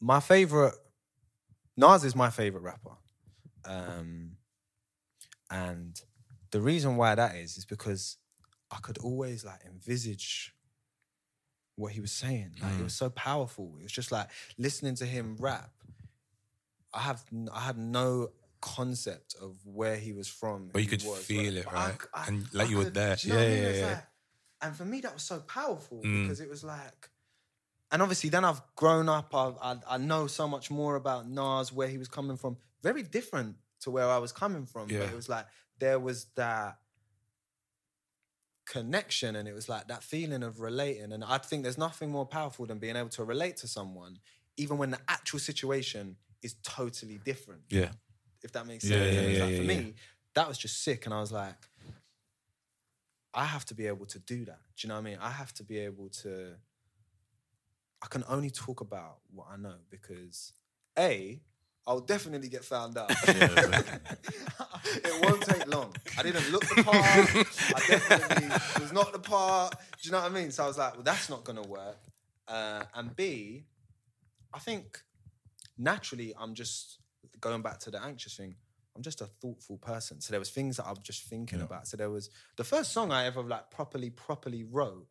Speaker 7: my favorite Nas is my favorite rapper, um, and the reason why that is is because I could always like envisage what he was saying. Like
Speaker 12: Mm.
Speaker 7: it was so powerful. It was just like listening to him rap. I have n- I had no concept of where he was from.
Speaker 12: But you
Speaker 7: who
Speaker 12: could
Speaker 7: he was,
Speaker 12: feel
Speaker 7: like,
Speaker 12: it,
Speaker 7: but I
Speaker 12: right?
Speaker 7: c- I-
Speaker 12: And, like,
Speaker 7: I
Speaker 12: you were
Speaker 7: could-
Speaker 12: there.
Speaker 7: do you know what I
Speaker 12: Yeah,
Speaker 7: mean?
Speaker 12: yeah,
Speaker 7: It's
Speaker 12: yeah.
Speaker 7: like- and for me, that was so powerful
Speaker 12: Mm.
Speaker 7: because it was like, and obviously, then I've grown up. I've, I I know so much more about Nas, where he was coming from. Very different to where I was coming from.
Speaker 12: Yeah.
Speaker 7: But it was like there was that connection, and it was like that feeling of relating. And I think there's nothing more powerful than being able to relate to someone, even when the actual situation is totally different
Speaker 12: Yeah.
Speaker 7: if that makes
Speaker 1: Yeah,
Speaker 7: sense.
Speaker 1: yeah,
Speaker 7: And it's
Speaker 12: yeah,
Speaker 7: like,
Speaker 12: yeah,
Speaker 7: for
Speaker 12: yeah.
Speaker 7: me, that was just sick. And I was like, I have to be able to do that. Do you know what I mean? I have to be able to. I can only talk about what I know because A, I'll definitely get found out. it won't take long. I didn't look the part. I definitely was not the part. Do you know what I mean? So I was like, well, that's not going to work. Uh, and B, I think naturally I'm just going back to the anxious thing. I'm just a thoughtful person. So there was things that I'm just thinking about. So there was the first song I ever like properly, properly wrote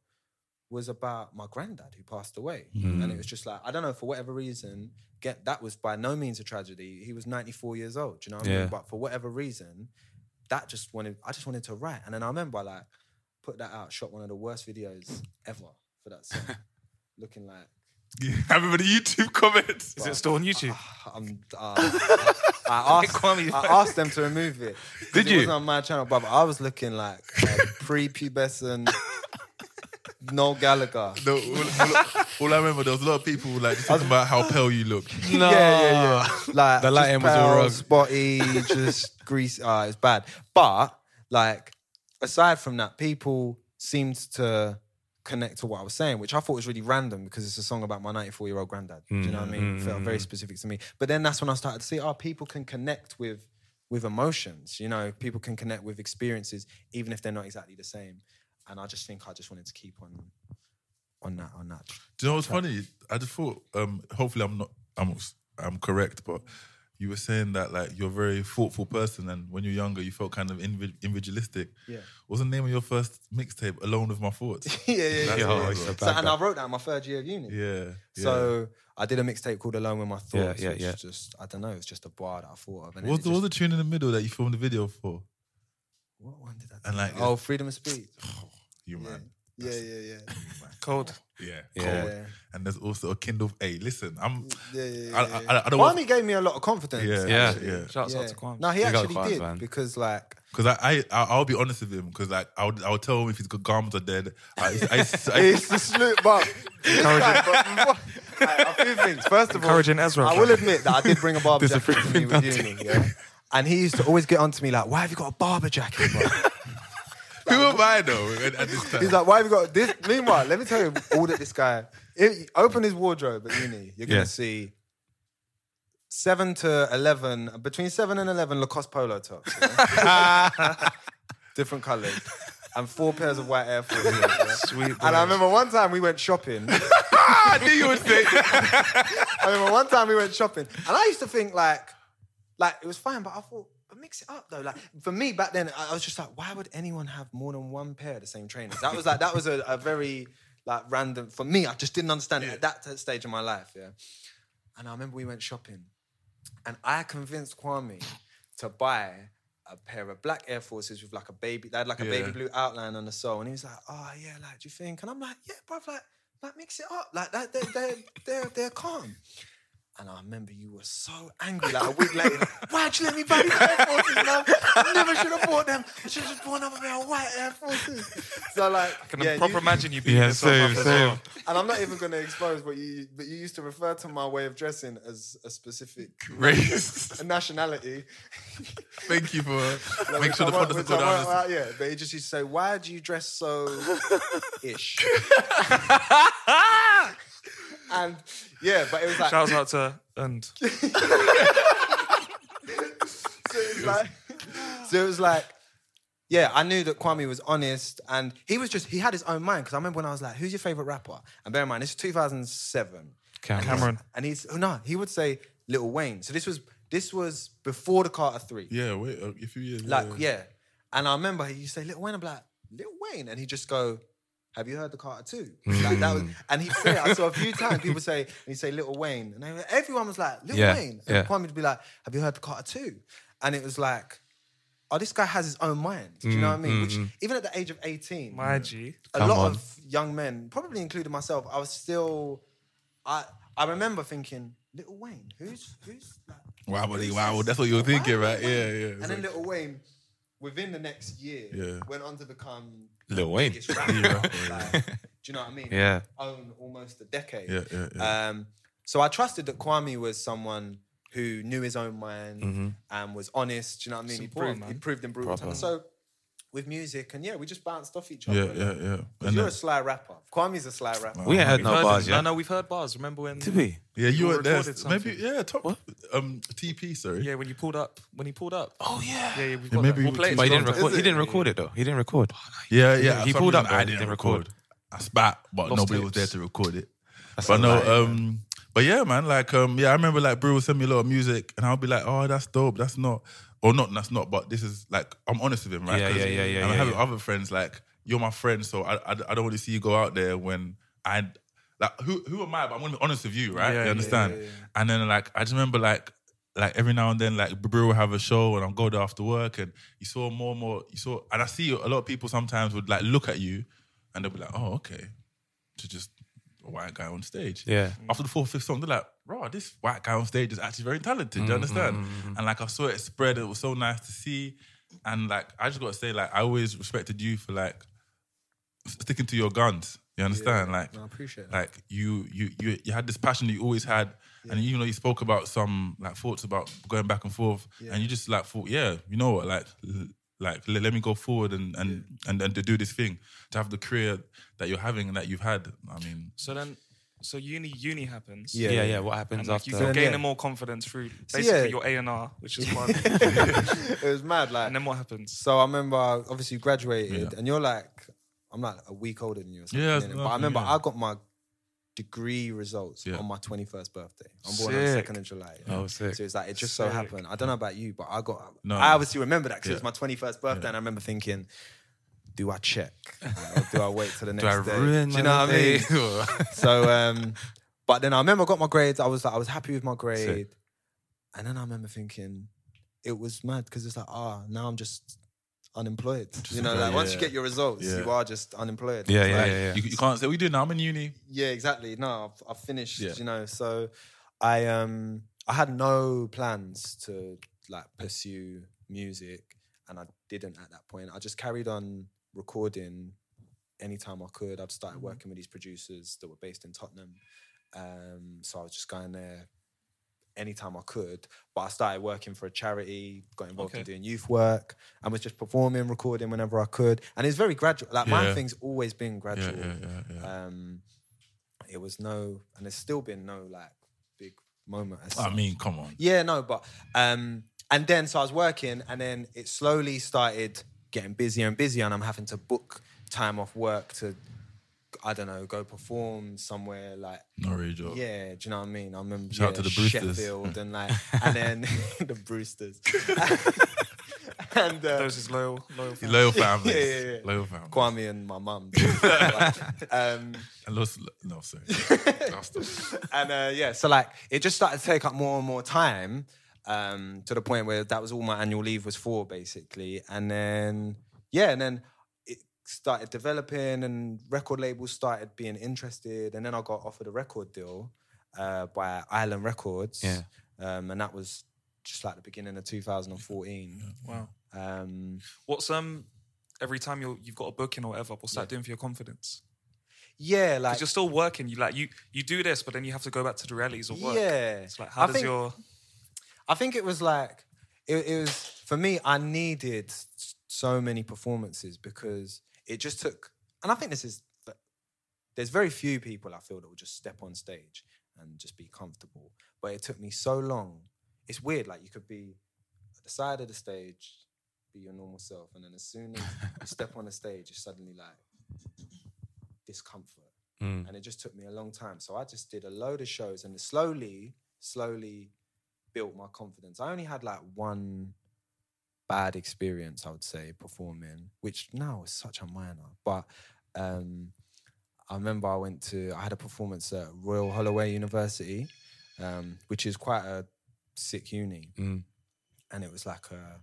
Speaker 7: was about my granddad who passed away. And it was just like, I don't know, for whatever reason, get that was by no means a tragedy. He was 94 years old, do you know what I
Speaker 12: Yeah.
Speaker 7: mean? But for whatever reason, that just wanted I just wanted to write. And then I remember I like put that out, shot one of the worst videos ever for that song. looking like
Speaker 1: Everybody YouTube comments.
Speaker 6: Is it still on YouTube?
Speaker 7: I'm, uh, I, I asked,
Speaker 6: Kwame,
Speaker 7: I
Speaker 6: man.
Speaker 7: asked them to remove it. 'Cause
Speaker 12: Did
Speaker 7: It
Speaker 12: you?
Speaker 7: wasn't on my channel, but I was looking like a prepubescent Noel Gallagher.
Speaker 1: No, all, all- all I remember, there was a lot of people like talking about how pale you look.
Speaker 12: No.
Speaker 7: Yeah, yeah, yeah. Like
Speaker 12: The
Speaker 7: just
Speaker 12: lighting was all
Speaker 7: pale,
Speaker 12: wrong.
Speaker 7: spotty, just grease. Ah, it's bad. But like, aside from that, people seemed to connect to what I was saying, which I thought was really random because it's a song about my 94 year old granddad. Do you know what I mean? It felt very specific to me. But then that's when I started to see, oh, people can connect with with emotions. You know, people can connect with experiences even if they're not exactly the same. And I just think I just wanted to keep on on that on that.
Speaker 1: Do you know what's funny? I just thought. Um, hopefully, I'm not. I'm. I'm correct, but you were saying that like you're a very thoughtful person, and when you're younger, you felt kind of invi- individualistic.
Speaker 7: Yeah.
Speaker 1: What was the name of your first mixtape? Alone with my thoughts.
Speaker 7: yeah, yeah, yeah.
Speaker 1: That's
Speaker 12: Yo,
Speaker 1: what it
Speaker 12: it's
Speaker 1: was.
Speaker 12: a
Speaker 7: So,
Speaker 12: bad
Speaker 7: and
Speaker 12: guy.
Speaker 7: I wrote that in my third year of uni.
Speaker 1: Yeah. yeah.
Speaker 7: So I did a mixtape called Alone with My Thoughts.
Speaker 12: yeah,
Speaker 7: which
Speaker 12: yeah.
Speaker 7: is just I don't know. It's just a bar that I thought of. And then
Speaker 1: what's
Speaker 7: it
Speaker 1: the,
Speaker 7: just,
Speaker 1: what's the tune in the middle that you filmed the video for?
Speaker 7: what one did I?
Speaker 1: And like,
Speaker 7: Oh, freedom of speech.
Speaker 1: you man. That's it.
Speaker 7: yeah, yeah.
Speaker 6: Cold.
Speaker 1: Yeah,
Speaker 13: Yeah.
Speaker 1: cold. And there's also a Kindle. Hey, listen, I'm.
Speaker 7: Mm, Yeah, yeah,
Speaker 1: I,
Speaker 7: yeah,
Speaker 1: I, I, I don't
Speaker 7: Kwame
Speaker 1: want
Speaker 7: gave me a lot of confidence.
Speaker 1: Yeah,
Speaker 13: Yeah.
Speaker 1: yeah, yeah.
Speaker 6: Shouts out
Speaker 7: Yeah.
Speaker 6: to Kwame.
Speaker 7: No, he
Speaker 13: Big up
Speaker 7: actually
Speaker 13: Kwame,
Speaker 7: did
Speaker 13: man.
Speaker 7: because like
Speaker 1: Because I, I, I'll be honest with him. Because like, I'll, I'll tell him if his gums are dead. I, I, I,
Speaker 7: it's the snoop bump. a few things. First of all,
Speaker 6: Encouraging Ezra,
Speaker 7: I
Speaker 6: bro.
Speaker 7: will admit that I did bring a barber jacket with me with uni, yeah. And he used to always get onto me like, "Why have you got a barber jacket?" Bro?
Speaker 1: who am I though? At, at this time,
Speaker 7: He's like, "Why have you got this?" Meanwhile, let me tell you all that this guy. If you open his wardrobe at uni, you're gonna
Speaker 13: Yeah.
Speaker 7: see seven to eleven, between seven and eleven Lacoste polo tops, yeah? different colours, and four pairs of white Air Force.
Speaker 6: Sweet.
Speaker 7: And I
Speaker 6: boy.
Speaker 7: remember one time we went shopping.
Speaker 1: I knew you would say.
Speaker 7: I remember one time we went shopping, and I used to think like, like it was fine, but I thought, but mix it up though. Like for me back then, I I was just like, why would anyone have more than one pair of the same trainers? That was like that was a, a very like random for me. I just didn't understand it at that t- stage of my life. Yeah, and I remember we went shopping, and I convinced Kwame to buy. A pair of black Air Forces with like a baby, they had like a baby blue outline on the sole, and he was like, "Oh yeah, like do you think?" And I'm like, "Yeah, bruv, like, like mix it up, like that, they're they're they're, they're calm." And I remember you were so angry, like a week later. like, Why'd you let me buy these Air Forces, man? I never should have bought them. I should have just bought another pair of white Air Forces. So like,
Speaker 6: I can
Speaker 7: yeah,
Speaker 6: proper
Speaker 7: you-
Speaker 6: imagine you being
Speaker 13: Yeah,
Speaker 6: yourself
Speaker 13: same,
Speaker 6: up as
Speaker 13: same.
Speaker 6: well.
Speaker 7: And I'm not even going to expose, but you, but you used to refer to my way of dressing as a specific
Speaker 1: Race.
Speaker 7: nationality.
Speaker 1: Thank you for make
Speaker 7: Which
Speaker 1: sure
Speaker 7: I
Speaker 1: the
Speaker 7: won't-
Speaker 1: pod doesn't
Speaker 7: which
Speaker 1: go
Speaker 7: I won't-
Speaker 1: down.
Speaker 7: well, Yeah, but he just used to say, "Why do you dress so ish?" and yeah, but it was like,
Speaker 6: Shouts out to and
Speaker 7: so it was like, so it was like, yeah, I knew that Kwame was honest, and he was just he had his own mind. Because I remember when I was like, "Who's your favorite rapper?" And bear in mind, this is 2007.
Speaker 13: Cameron.
Speaker 6: Cameron.
Speaker 7: and he's oh, no, he would say Little Wayne. So this was this was before the Carter Three.
Speaker 1: Yeah, wait a a few years.
Speaker 7: Like yeah, and I remember he used to say Little Wayne. I'm like Little Wayne, and he just go. Have you heard the Carter Two? Like that
Speaker 13: Hmm.
Speaker 7: was, and he said, I saw a few times people say, and he say Little Wayne, and they- everyone was like Little
Speaker 13: Yeah,
Speaker 7: Wayne. And
Speaker 13: yeah.
Speaker 7: Kwame would be like, Have you heard the Carter Two? And it was like, Oh, this guy has his own mind. Do you know what I mean? Which even at the age of eighteen,
Speaker 6: my G.
Speaker 13: Hmm,
Speaker 7: a
Speaker 13: Come
Speaker 7: lot
Speaker 13: on.
Speaker 7: of young men, probably including myself, I was still, I I remember thinking, Little Wayne, who's who's that?
Speaker 1: Wow, buddy, wow. That's what you were thinking,
Speaker 7: Wow,
Speaker 1: right? Yeah, yeah.
Speaker 7: And then Little Wayne, within the next year,
Speaker 1: Yeah.
Speaker 7: went on to become
Speaker 13: Lil Wayne.
Speaker 7: biggest rapper.
Speaker 1: Yeah.
Speaker 7: Like, do you know what I mean?
Speaker 13: Yeah.
Speaker 7: Own almost a decade.
Speaker 1: Yeah, yeah, yeah.
Speaker 7: Um, so I trusted that Kwame was someone who knew his own mind
Speaker 1: Mm-hmm.
Speaker 7: and was honest. Do you know what I mean? He
Speaker 6: Support,
Speaker 7: proved, he
Speaker 6: man.
Speaker 7: proved in brutal.
Speaker 13: Proper.
Speaker 7: times. So with music and yeah, we just bounced off each
Speaker 1: yeah,
Speaker 7: other.
Speaker 1: yeah, yeah.
Speaker 7: Because
Speaker 1: And
Speaker 7: You're a
Speaker 1: then,
Speaker 7: sly rapper. Kwame's a sly rapper.
Speaker 13: We ain't heard no
Speaker 6: Heard
Speaker 13: bars
Speaker 6: it.
Speaker 13: yet.
Speaker 6: No, no, we've heard bars. Remember when?
Speaker 13: Did we?
Speaker 1: yeah, you were there.
Speaker 6: recorded
Speaker 1: Maybe
Speaker 6: something.
Speaker 1: yeah. Top um TP. Sorry.
Speaker 6: Yeah, when you pulled up. When he pulled up.
Speaker 13: Oh, yeah.
Speaker 6: Yeah, yeah, we've got
Speaker 1: maybe
Speaker 6: that.
Speaker 1: you
Speaker 6: We'll play it.
Speaker 13: But he didn't
Speaker 6: tomorrow.
Speaker 13: record.
Speaker 6: Is
Speaker 13: He
Speaker 6: it?
Speaker 13: didn't record it though. He didn't record.
Speaker 1: Yeah, yeah.
Speaker 13: He
Speaker 1: for some
Speaker 13: pulled up, but
Speaker 1: reason I
Speaker 13: he
Speaker 1: didn't
Speaker 13: didn't
Speaker 1: record.
Speaker 13: record.
Speaker 1: I spat, but
Speaker 6: Lost
Speaker 1: nobody was
Speaker 6: tapes.
Speaker 1: there to record it.
Speaker 13: That's
Speaker 1: but
Speaker 13: a
Speaker 1: no,
Speaker 13: lie,
Speaker 1: um, but yeah, man. Like, um, yeah, I remember like Brew would send me a lot of music, and I'll be like, "Oh, that's dope. That's not, or not. That's not." But this is like, I'm honest with him, right?
Speaker 13: Yeah,
Speaker 1: 'Cause-
Speaker 13: yeah, yeah, yeah,
Speaker 1: And I
Speaker 13: yeah,
Speaker 1: have
Speaker 13: yeah.
Speaker 1: other friends like you're my friend, so I, I, I don't want to see you go out there when I like who who am I? But I'm gonna be honest with you, right?
Speaker 6: Yeah,
Speaker 1: you
Speaker 6: yeah,
Speaker 1: understand? And then like I just remember like like every now and then like Brew will have a show and I'll go there after work and you saw more and more you saw and I see a lot of people sometimes would like look at you and they'll be like, oh okay, to just a white guy on stage.
Speaker 13: Yeah.
Speaker 1: After the fourth, fifth song, they're like, "Raw, this white guy on stage is actually very talented." Do you understand? And like I saw it spread, it was so nice to see. And like I just gotta say, like I always respected you for like sticking to your guns. You understand? like
Speaker 7: I appreciate that.
Speaker 1: like you you you you had this passion that you always had, and you know you spoke about some like thoughts about going back and forth, and you just like thought, yeah, you know what, like l- like le- let me go forward and and and and to do this thing, to have the career that you're having and that you've had. I mean,
Speaker 6: So then, so uni uni happens.
Speaker 7: Yeah,
Speaker 13: Yeah, yeah.
Speaker 7: yeah.
Speaker 13: What happens
Speaker 6: And like you
Speaker 13: after?
Speaker 6: feel
Speaker 7: then, yeah.
Speaker 6: gaining more confidence through
Speaker 7: So,
Speaker 6: basically
Speaker 7: yeah.
Speaker 6: your A and R, which is fun.
Speaker 7: it was mad. Like,
Speaker 6: and then what happens?
Speaker 7: so I remember obviously you graduated,
Speaker 1: Yeah.
Speaker 7: and you're like, I'm like a week older than you or something.
Speaker 1: Yeah,
Speaker 7: innit? but I
Speaker 1: nothing,
Speaker 7: remember
Speaker 1: yeah.
Speaker 7: I got my degree results
Speaker 1: Yeah.
Speaker 7: on my 21st birthday. I'm born on the
Speaker 6: Sick.
Speaker 7: second of July.
Speaker 13: Oh, sick.
Speaker 7: So it's like it just so
Speaker 6: Sick.
Speaker 7: happened. I don't know about you, but I got.
Speaker 1: No.
Speaker 7: I obviously remember that because
Speaker 1: Yeah.
Speaker 7: it was my 21st birthday, and I remember thinking. Do I check? Or do I wait till the next
Speaker 13: I
Speaker 7: day?
Speaker 13: ruin
Speaker 7: Do you
Speaker 13: my
Speaker 7: know what I mean?
Speaker 13: birthday?
Speaker 7: so um but then I remember I got my grades. I was like, I was happy with my grade. And then I remember thinking, it was mad because it's like, ah, now I'm just unemployed. you know,
Speaker 1: go,
Speaker 7: like once you
Speaker 1: yeah.
Speaker 7: get your results,
Speaker 1: Yeah.
Speaker 7: you are just unemployed.
Speaker 1: Yeah,
Speaker 7: It's
Speaker 1: yeah,
Speaker 7: like-
Speaker 1: yeah, yeah. You- you can't say, "What you doing now? I'm in uni."
Speaker 7: Yeah, exactly. No, I've, I've finished.
Speaker 1: Yeah.
Speaker 7: You know, so I um I had no plans to like pursue music, and I didn't at that point. I just carried on recording anytime I could. I'd started
Speaker 1: Mm-hmm.
Speaker 7: working with these producers that were based in Tottenham, um, so I was just going there anytime I could. But I started working for a charity, got involved in
Speaker 3: Okay.
Speaker 7: doing youth work, and was just performing, recording whenever I could. And it's very gradual. Like my
Speaker 1: Yeah.
Speaker 7: thing's always been gradual.
Speaker 1: yeah, yeah,
Speaker 7: Um, it was no, and there's still been no like big moment. as
Speaker 1: I
Speaker 7: such.
Speaker 1: mean, come on.
Speaker 7: Yeah, no, but um, and then so I was working, and then it slowly started getting busier and busier, and I'm having to book time off work to, I don't know, go perform somewhere like
Speaker 1: Norwich or-
Speaker 7: Yeah, do you know what I mean? I remember
Speaker 1: Shout out
Speaker 7: yeah,
Speaker 1: to the Brewsters.
Speaker 7: Sheffield and like, and then the Brewsters. and uh,
Speaker 6: Those is loyal, loyal, fans.
Speaker 1: Loyal families.
Speaker 7: yeah, yeah, yeah.
Speaker 1: Loyal families.
Speaker 7: Kwame and my mum. um,
Speaker 1: I lost. No, sorry. Lost them.
Speaker 7: and uh, yeah, so like it just started to take up more and more time um, to the point where that was all my annual leave was for basically. And then yeah, and then it started developing, and record labels started being interested, and then I got offered a record deal uh, by Island Records,
Speaker 13: Yeah.
Speaker 7: um, and that was just like the beginning of 2014.
Speaker 6: Wow.
Speaker 7: Um,
Speaker 6: What's um every time you you've got a booking or whatever? What's that doing for your confidence?
Speaker 7: yeah,
Speaker 6: Because
Speaker 7: like
Speaker 6: you're still working. You like you you do this, but then you have to go back to the realities of work.
Speaker 7: Yeah.
Speaker 6: It's like how
Speaker 7: I
Speaker 6: does
Speaker 7: think-
Speaker 6: your
Speaker 7: I think it was like it, it was for me. I needed s- so many performances because it just took. And I think this is there's very few people I feel that will just step on stage and just be comfortable. But it took me so long. It's weird. Like you could be at the side of the stage, be your normal self, and then as soon as you step on the stage, it's suddenly like discomfort.
Speaker 13: Mm.
Speaker 7: And it just took me a long time. So I just did a load of shows and slowly, slowly built my confidence. I only had like one bad experience, I would say, performing, which now is such a minor. But um, I remember I went to, I had a performance at Royal Holloway University, um, which is quite a sick uni.
Speaker 13: Mm.
Speaker 7: And it was like a,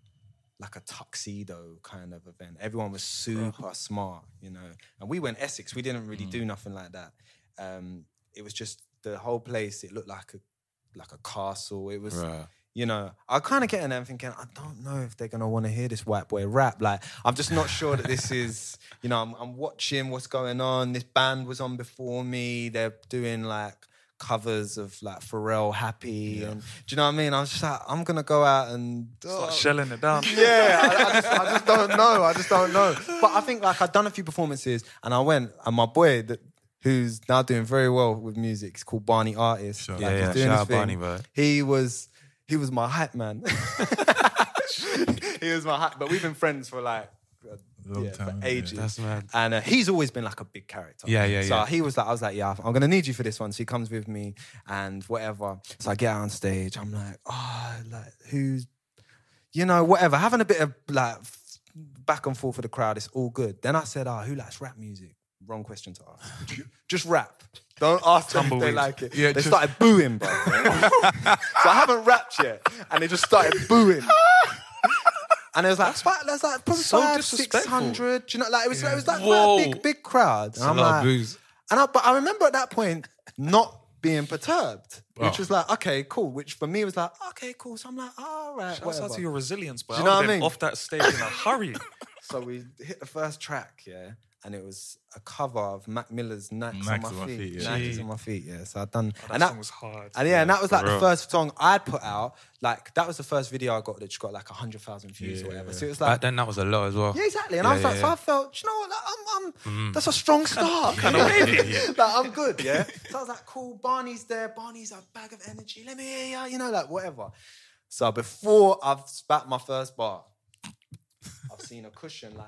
Speaker 7: like a tuxedo kind of event. Everyone was super smart, you know. And we went Essex. We didn't really do nothing like that. Um, it was just the whole place. It looked like a like a castle. It was,
Speaker 13: Right.
Speaker 7: you know. I kind of get in there and thinking, I don't know if they're gonna want to hear this white boy rap. Like, I'm just not sure that this is, you know. I'm, I'm watching what's going on. This band was on before me. They're doing like covers of like Pharrell Happy and do you know what I mean? I was just like, I'm gonna go out and
Speaker 6: start shelling it down?
Speaker 7: Oh. yeah, I, I, just, I just don't know. I just don't know. But I think like I've done a few performances, and I went, and my boy that who's now doing very well with music, it's called Barney Artist. Like,
Speaker 13: Yeah,
Speaker 7: he's
Speaker 13: yeah.
Speaker 7: doing
Speaker 13: Shout
Speaker 7: his
Speaker 13: out
Speaker 7: thing.
Speaker 13: Barney, bro.
Speaker 7: He was he was my hype man. he was my hype, but we've been friends for like. uh,
Speaker 1: Long
Speaker 7: yeah,
Speaker 1: time,
Speaker 7: for
Speaker 1: yeah.
Speaker 7: ages,
Speaker 13: That's mad.
Speaker 7: and uh, he's always been like a big character.
Speaker 13: Yeah, yeah,
Speaker 7: So
Speaker 13: yeah.
Speaker 7: he was like, I was like, yeah, I'm gonna need you for this one. So he comes with me and whatever. So I get out on stage. I'm like, oh, like who's you know, whatever, having a bit of like f- back and forth with the crowd, it's all good. Then I said, "Ah, who likes rap music?" Wrong question to ask. just rap. Don't ask them if they
Speaker 6: Tumbleweed.
Speaker 7: like it.
Speaker 1: Yeah,
Speaker 7: they
Speaker 1: just-
Speaker 7: started booing, bro. so I haven't rapped yet, and they just started booing. And it was like, fi- that's like probably
Speaker 6: So
Speaker 7: five,
Speaker 6: disrespectful.
Speaker 7: six hundred. Do you know, like it was, it was like
Speaker 13: Whoa.
Speaker 7: quite a big, big crowd. And
Speaker 13: a
Speaker 7: I'm
Speaker 13: lot of
Speaker 7: like,
Speaker 13: booze.
Speaker 7: and I, but I remember at that point not being perturbed, which was like, okay, cool. Which for me was like, okay, cool. So I'm like, all right,
Speaker 6: Shouts out
Speaker 7: whatever.
Speaker 6: to your resilience, but
Speaker 7: Do
Speaker 6: you
Speaker 7: you know
Speaker 6: know
Speaker 7: what I mean?
Speaker 6: off that stage in a hurry.
Speaker 7: So we hit the first track, yeah, and it was a cover of Mac Miller's "Knacks,
Speaker 1: Knacks
Speaker 7: on My Feet."
Speaker 1: yeah.
Speaker 7: Knacks on my feet, yeah. So I done,
Speaker 6: Oh, that
Speaker 7: and that
Speaker 6: song was hard.
Speaker 7: And yeah, and that was like
Speaker 13: real.
Speaker 7: the first song I put out. Like that was the first video I got that just got like hundred thousand views or whatever. So it was
Speaker 13: Back
Speaker 7: like.
Speaker 13: then, that was a lot as well.
Speaker 7: Yeah, exactly. And I
Speaker 13: Yeah,
Speaker 7: was
Speaker 13: yeah,
Speaker 7: like, so
Speaker 13: yeah. Mm.
Speaker 7: I felt, you know what, like, I'm, I'm, that's a strong start. like, I'm good, yeah? So I was like, cool, Barney's there. Barney's a bag of energy. Let me hear ya, you know, like, whatever. So before I've spat my first bar, I've seen a cushion, like,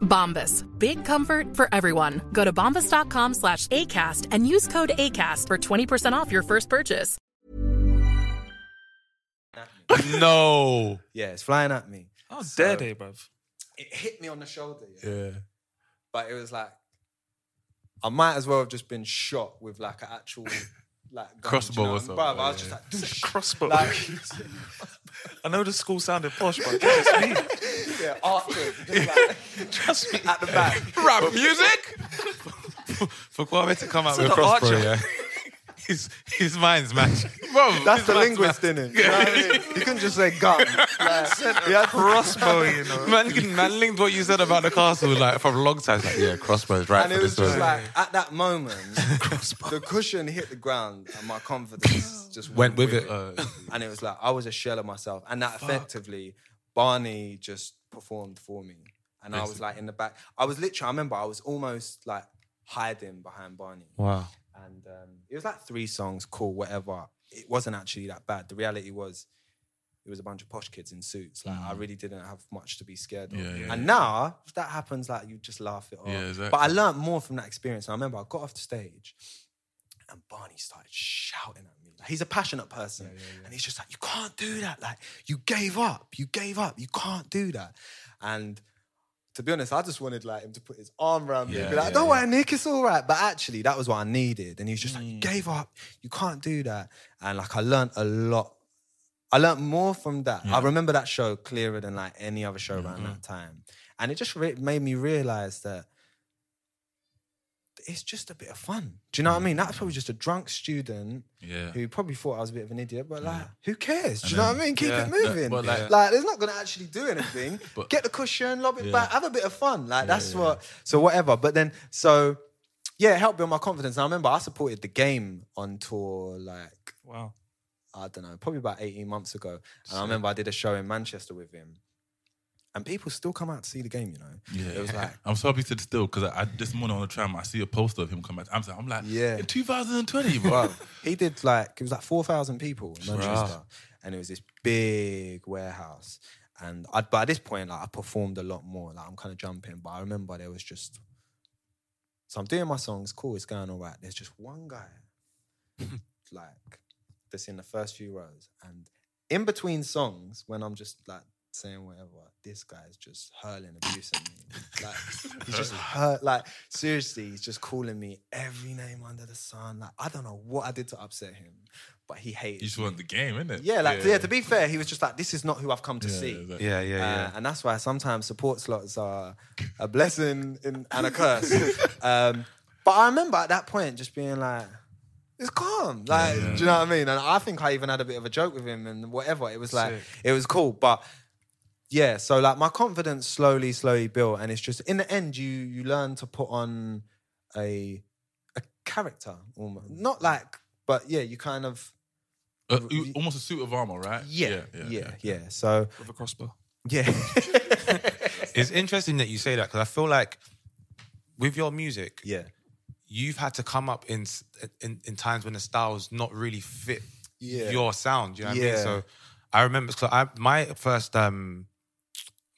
Speaker 2: Bombas. Big comfort for everyone. Go to bombas.com slash ACAST and use code ACAST for 20% off your first purchase.
Speaker 6: no.
Speaker 7: Yeah, it's flying at me.
Speaker 14: Oh, dare they, bruv?
Speaker 7: It hit me on the shoulder. Yeah.
Speaker 15: Yeah.
Speaker 7: But it was like, I might as well have just been shot with like an actual like gun,
Speaker 15: Crossbow
Speaker 7: do you
Speaker 15: or
Speaker 7: know?
Speaker 15: something,
Speaker 7: Bruv, I was
Speaker 15: yeah,
Speaker 7: just
Speaker 15: yeah.
Speaker 7: like, "Doosh."
Speaker 14: Crossbow.
Speaker 7: Like,
Speaker 14: I know the school sounded posh, but trust me.
Speaker 7: yeah, after, just like
Speaker 14: Trust me.
Speaker 7: at the back.
Speaker 6: Rap music? For Kwame to come out
Speaker 14: So
Speaker 6: with
Speaker 14: the
Speaker 6: crossbow,
Speaker 14: archer-
Speaker 6: yeah. His, his mind's matching. Bro,
Speaker 7: That's
Speaker 6: his
Speaker 7: the
Speaker 6: mind's
Speaker 7: linguist in it. You, know what I mean? you couldn't just say gun. Like, you had to-
Speaker 14: Crossbow, you know.
Speaker 6: Man, man linked what you said about the castle like from a long time. It's Like, yeah, crossbows, right?
Speaker 7: and
Speaker 6: for
Speaker 7: it was
Speaker 6: this
Speaker 7: just
Speaker 6: one.
Speaker 7: like at that moment, the cushion hit the ground, and my confidence just
Speaker 6: went with it. Uh,
Speaker 7: and it was like I was a shell of myself, and that effectively Barney just performed for me, and I was like in the back. I was literally, I remember, I was almost like hiding behind Barney,
Speaker 6: wow.
Speaker 7: and um, it was like three songs, cool, whatever. It wasn't actually that bad. The reality was, it was a bunch of posh kids in suits. Like I really didn't have much to be scared of.
Speaker 15: Mm. Yeah, yeah,
Speaker 7: and now if that happens, like you just laugh it off.
Speaker 15: Yeah, exactly.
Speaker 7: But I learned more from that experience. And I remember I got off the stage, and Barney started shouting at me. Like, he's a passionate person, and he's just like, "You can't do that! Like you gave up, you gave up, you can't do that." And to be honest, I just wanted like him to put his arm around me and be like, "Don't worry, Nick, it's all right." But actually, that was what I needed, and he was just like, "You gave up, you can't do that." And like I learned a lot. I learned more from that. I remember that show clearer than like any other show around that time, and it just re- made me realize that it's just a bit of fun. Do you know what I mean? That's probably just a drunk student
Speaker 15: Yeah.
Speaker 7: who probably thought I was a bit of an idiot, but like, who cares? Do you know what I mean? Keep
Speaker 15: yeah, that-
Speaker 7: it moving.
Speaker 15: but
Speaker 7: like,
Speaker 15: like-
Speaker 7: there's not gonna actually do anything.
Speaker 15: But-
Speaker 7: Get the cushion, lob it
Speaker 15: Yeah.
Speaker 7: back, have a bit of fun. Like that's what. So whatever. But then, so yeah, it helped build my confidence. And I remember I supported the game on tour, like
Speaker 14: Wow.
Speaker 7: I don't know, probably about 18 months ago. And I remember I did a show in Manchester with him. And people still come out to see the game, you know.
Speaker 15: Yeah.
Speaker 7: It was like
Speaker 15: I'm so happy to still because I, I this morning on the tram I see a poster of him come back. I'm, I'm like,
Speaker 7: Yeah.
Speaker 15: in 2020, bro.
Speaker 7: Bro, he did like it was like four thousand people in Manchester, and it was this big warehouse. And I, but at this point, like I performed a lot more. Like I'm kind of jumping, but I remember there was just. So I'm doing my songs, cool, it's going all right. There's just one guy, like, that's in the first few rows, and in between songs, when I'm just like saying whatever, this guy's just hurling abuse at me. Like he's just hurt. Like seriously, he's just calling me every name under the sun. Like I don't know what I did to upset him, but he
Speaker 15: You
Speaker 7: hates.
Speaker 15: just won the game, innit?
Speaker 7: Yeah, like yeah. To be fair, he was just like, this is not who I've come to see.
Speaker 15: exactly.
Speaker 6: Yeah, yeah, yeah.
Speaker 7: Uh, and that's why sometimes support slots are a blessing in, and a curse. um, but I remember at that point just being like, it's calm. Like, do you know what I mean? And I think I even had a bit of a joke with him and whatever. It was like, it was cool. But yeah, so like my confidence slowly, slowly built. And it's just in the end, you you learn to put on a a character almost. Not like, but yeah, you kind of
Speaker 15: Uh, you- almost a suit of armor, right?
Speaker 7: yeah, yeah, yeah. So
Speaker 14: With a crossbow.
Speaker 7: yeah.
Speaker 6: It's interesting that you say that because I feel like with your music,
Speaker 7: yeah.
Speaker 6: you've had to come up in s- in, in times when the styles not really fit
Speaker 7: Yeah.
Speaker 6: your sound. You know what I
Speaker 7: Yeah.
Speaker 6: mean? So I remember so I my first um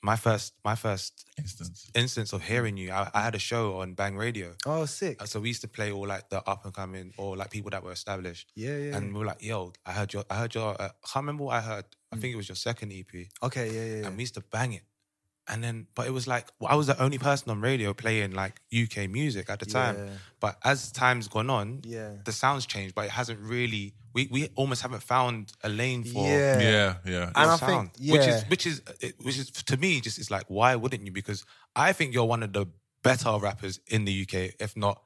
Speaker 6: my first my first
Speaker 15: Instance.
Speaker 6: instance of hearing you, I, I had a show on Bang Radio.
Speaker 7: Oh, sick.
Speaker 6: And so we used to play all like the up and coming or like people that were established.
Speaker 7: Yeah, yeah,
Speaker 6: And we were like, yo, I heard your I heard your uh, I can't remember what I heard.
Speaker 7: Mm.
Speaker 6: I think it was your second E EP.
Speaker 7: Okay, yeah, yeah, yeah.
Speaker 6: And we used to bang it. And then, but it was like well, I was the only person on radio playing like UK music at the time.
Speaker 7: Yeah.
Speaker 6: But as time's gone on,
Speaker 7: Yeah.
Speaker 6: the sound's changed, but it hasn't really. We we almost haven't found a lane for
Speaker 7: Yeah.
Speaker 15: Yeah, yeah.
Speaker 7: And
Speaker 6: your
Speaker 7: I think-
Speaker 6: sound, which is
Speaker 7: yeah.
Speaker 6: which is it- which is to me just it's like why wouldn't you? Because I think you're one of the better rappers in the UK, if not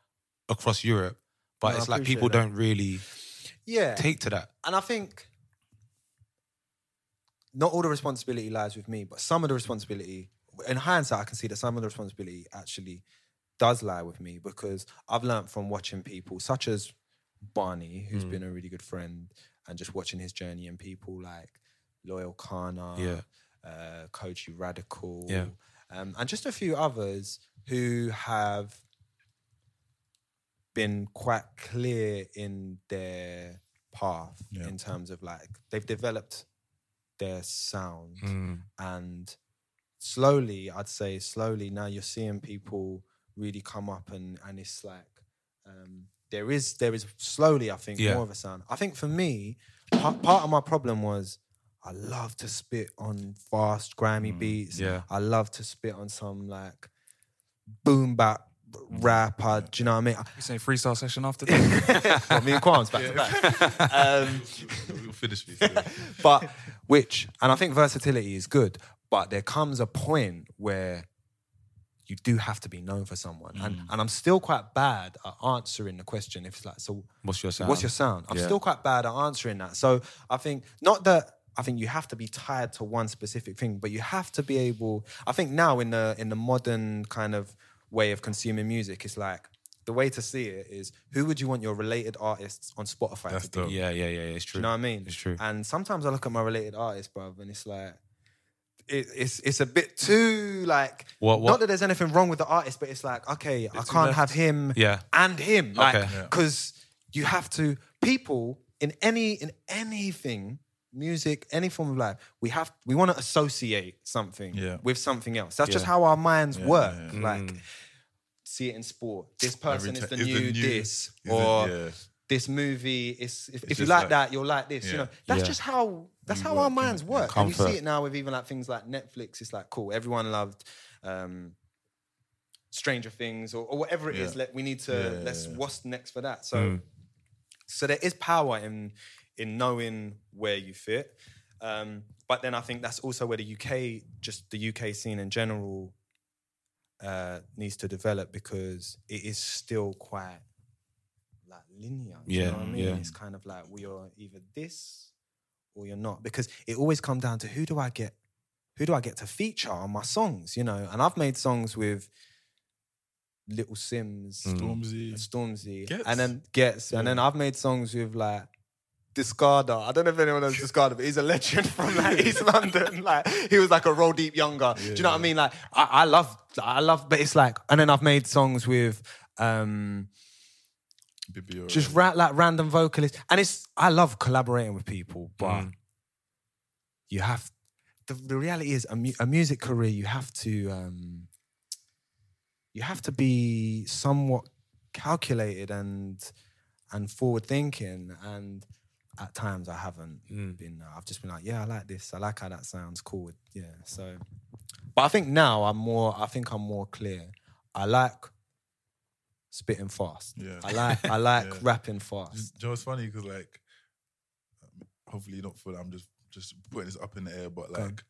Speaker 6: across Europe. But
Speaker 7: No, I
Speaker 6: it's like
Speaker 7: appreciate
Speaker 6: people
Speaker 7: that.
Speaker 6: don't really
Speaker 7: yeah.
Speaker 6: take to that.
Speaker 7: and I think not all the responsibility lies with me, but some of the responsibility, in hindsight, I can see that some of the responsibility actually does lie with me because I've learned from watching people such as Barney, who's
Speaker 13: Mm.
Speaker 7: been a really good friend, and just watching his journey, and people like Loyal Kana,
Speaker 13: Yeah.
Speaker 7: uh, Koji Radical,
Speaker 13: Yeah.
Speaker 7: um, and just a few others who have been quite clear in their path in terms of like they've developed their sound
Speaker 13: Mm.
Speaker 7: and slowly i'd say slowly now you're seeing people really come up and and it's like um there is there is slowly i think
Speaker 13: Yeah.
Speaker 7: more of a sound i think for me pa- part of my problem was i love to spit on fast grimy beats
Speaker 13: Mm, yeah.
Speaker 7: i love to spit on some like boom bap
Speaker 13: Mm.
Speaker 7: rap I, do you know what i mean
Speaker 6: You say freestyle session after that?
Speaker 7: Well, me and Quan's back to back. Um,
Speaker 1: We'll finish this.
Speaker 15: uh,
Speaker 7: but which, and I think versatility is good, but there comes a point where you do have to be known for someone.
Speaker 13: Mm.
Speaker 7: And, and I'm still quite bad at answering the question if it's like, so
Speaker 13: What's your sound?
Speaker 7: What's your sound? I'm
Speaker 13: Yeah.
Speaker 7: still quite bad at answering that. So I think, not that. I think you have to be tied to one specific thing, but you have to be able. I think now in the in the modern kind of way of consuming music, it's like the way to see it is who would you want your related artists on Spotify to be?
Speaker 13: Yeah, yeah, yeah. It's
Speaker 7: Do
Speaker 13: true.
Speaker 7: you know what I mean?
Speaker 13: It's true.
Speaker 7: And sometimes I look at my related artists, bruv, and it's like, it, it's it's a bit too like.
Speaker 13: What- what-
Speaker 7: Not that there's anything wrong with the artist, but it's like, okay, I
Speaker 13: too
Speaker 7: can't
Speaker 13: left.
Speaker 7: have him
Speaker 13: Yeah.
Speaker 7: and him, like,
Speaker 13: Okay. Yeah.
Speaker 7: because you have to. People in any in anything, music, any form of life, we have we want to associate something with something else. That's just
Speaker 13: Yeah.
Speaker 7: how our minds
Speaker 13: Yeah,
Speaker 7: work.
Speaker 13: yeah,
Speaker 7: Like,
Speaker 13: Mm.
Speaker 7: see it in sport. This person
Speaker 1: Every
Speaker 7: is,
Speaker 1: ti-
Speaker 7: the,
Speaker 1: is the
Speaker 7: new
Speaker 1: new-
Speaker 7: this,
Speaker 1: is the-
Speaker 7: or
Speaker 1: yeah.
Speaker 7: this movie. It's if,
Speaker 1: It's
Speaker 7: if you
Speaker 1: just
Speaker 7: like,
Speaker 1: like-
Speaker 7: that, you'll like this. You
Speaker 1: Yeah.
Speaker 7: know, that's
Speaker 13: Yeah.
Speaker 7: just how that's how our minds work. And you see
Speaker 13: Comfort.
Speaker 7: it now with even like things like Netflix. It's like cool. Everyone loved. Um, Stranger Things or, or whatever it is.
Speaker 1: Yeah.
Speaker 7: Let, we need to
Speaker 1: Yeah, yeah,
Speaker 7: let's
Speaker 1: yeah.
Speaker 7: what's next for that. So
Speaker 13: Mm.
Speaker 7: so there is power in in knowing where you fit. Um, but then I think that's also where the UK, just the UK scene in general, uh, needs to develop because it is still quite like linear. do you
Speaker 13: Yeah,
Speaker 7: know what I mean?
Speaker 13: yeah.
Speaker 7: It's kind of like we are either this or you're not because it always comes down to who do I get, who do I get to feature on my songs, you know? And I've made songs with Little Sims,
Speaker 1: Stormzy.
Speaker 7: Stormzy,
Speaker 1: Getz.
Speaker 7: and then Gets, and then I've made songs with like Discarder. I don't know if anyone knows Discarder, but he's a legend from like East London. Like he was like a roll deep younger. Do you know what I mean? Like I, I love, I love, but it's like, and then I've made songs with. um
Speaker 1: Bibi or-
Speaker 15: uh,
Speaker 7: just ra- like random vocalists. And it's I love collaborating with people, but you have the, the reality is a, mu- a music career. You have to um, you have to be somewhat calculated and and forward thinking. And at times I haven't been. uh, I've just been like, yeah, I like this. I like how that sounds. Cool. Yeah. So, but I think now I'm more. I think I'm more clear. I like spitting fast.
Speaker 1: Yeah.
Speaker 7: I like I like
Speaker 1: Yeah.
Speaker 7: rapping fast.
Speaker 1: Joe, it's funny because like, hopefully you don't feel I'm just just putting this up in the air, but
Speaker 7: Go on.
Speaker 1: like,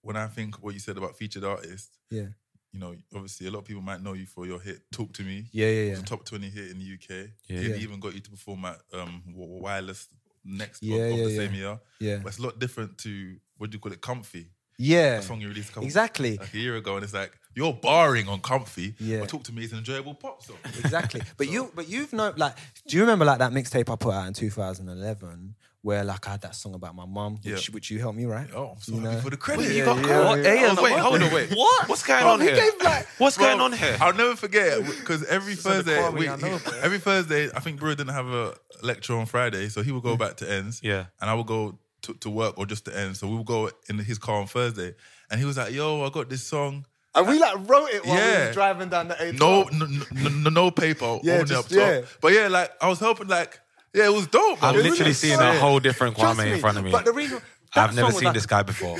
Speaker 1: when I think what you said about featured artists,
Speaker 7: Yeah.
Speaker 1: you know, obviously a lot of people might know you for your hit "Talk to Me."
Speaker 7: Yeah, yeah,
Speaker 1: It was
Speaker 7: yeah.
Speaker 1: a top twenty hit in the UK.
Speaker 13: Yeah.
Speaker 1: It
Speaker 7: Yeah.
Speaker 1: even got you to perform at um, Wi- Wi- Wireless next
Speaker 7: Yeah,
Speaker 1: of, of
Speaker 7: yeah,
Speaker 1: the
Speaker 7: yeah.
Speaker 1: same year.
Speaker 7: Yeah.
Speaker 1: but it's a lot different to what do you call it, "Comfy."
Speaker 7: Yeah.
Speaker 1: a song you released a couple
Speaker 7: Exactly.
Speaker 1: like a year ago, and it's like you're barring on "Comfy."
Speaker 7: Yeah.
Speaker 1: but "Talk to Me" is an enjoyable pop song.
Speaker 7: Exactly. But you but you've known like do you remember like that mixtape I put out in 2011 where like I had that song about my mum which,
Speaker 1: Yeah.
Speaker 7: which you helped me write?
Speaker 1: Oh, I'm so
Speaker 7: You
Speaker 1: happy
Speaker 7: know?
Speaker 1: for the credit.
Speaker 7: Yeah, yeah, yeah.
Speaker 1: Oh, wait, hold on, wait.
Speaker 13: What? What's going on
Speaker 1: he
Speaker 13: here?
Speaker 1: gave,
Speaker 13: What's
Speaker 1: Bro,
Speaker 13: going on here?
Speaker 1: I'll never forget because every
Speaker 7: on the
Speaker 1: Thursday,
Speaker 7: Kwame,
Speaker 1: we-
Speaker 7: I know,
Speaker 1: he-
Speaker 7: bro.
Speaker 1: every Thursday, I think Brewer didn't have a lecture on Friday, so he would
Speaker 7: Mm.
Speaker 1: go back to ends.
Speaker 13: Yeah.
Speaker 1: and I would go to, to work or just to ends. So we would go in his car on Thursday, and he was like, "Yo, I got this song."
Speaker 7: And we like wrote it while we
Speaker 1: Yeah.
Speaker 7: was driving down the A12.
Speaker 1: No, no, no, no, no paper.
Speaker 7: Yeah,
Speaker 1: only
Speaker 7: just-
Speaker 1: up top.
Speaker 7: yeah.
Speaker 1: But yeah, like I was helping, like yeah, it was dope.
Speaker 13: I'm
Speaker 1: bro. It was
Speaker 13: literally
Speaker 1: just
Speaker 13: seeing
Speaker 1: fire.
Speaker 13: a whole different
Speaker 7: Trust
Speaker 13: Kwame
Speaker 7: me,
Speaker 13: in front of me.
Speaker 7: But the reason that
Speaker 13: I've never
Speaker 7: song was
Speaker 13: seen
Speaker 7: like-
Speaker 13: this guy before.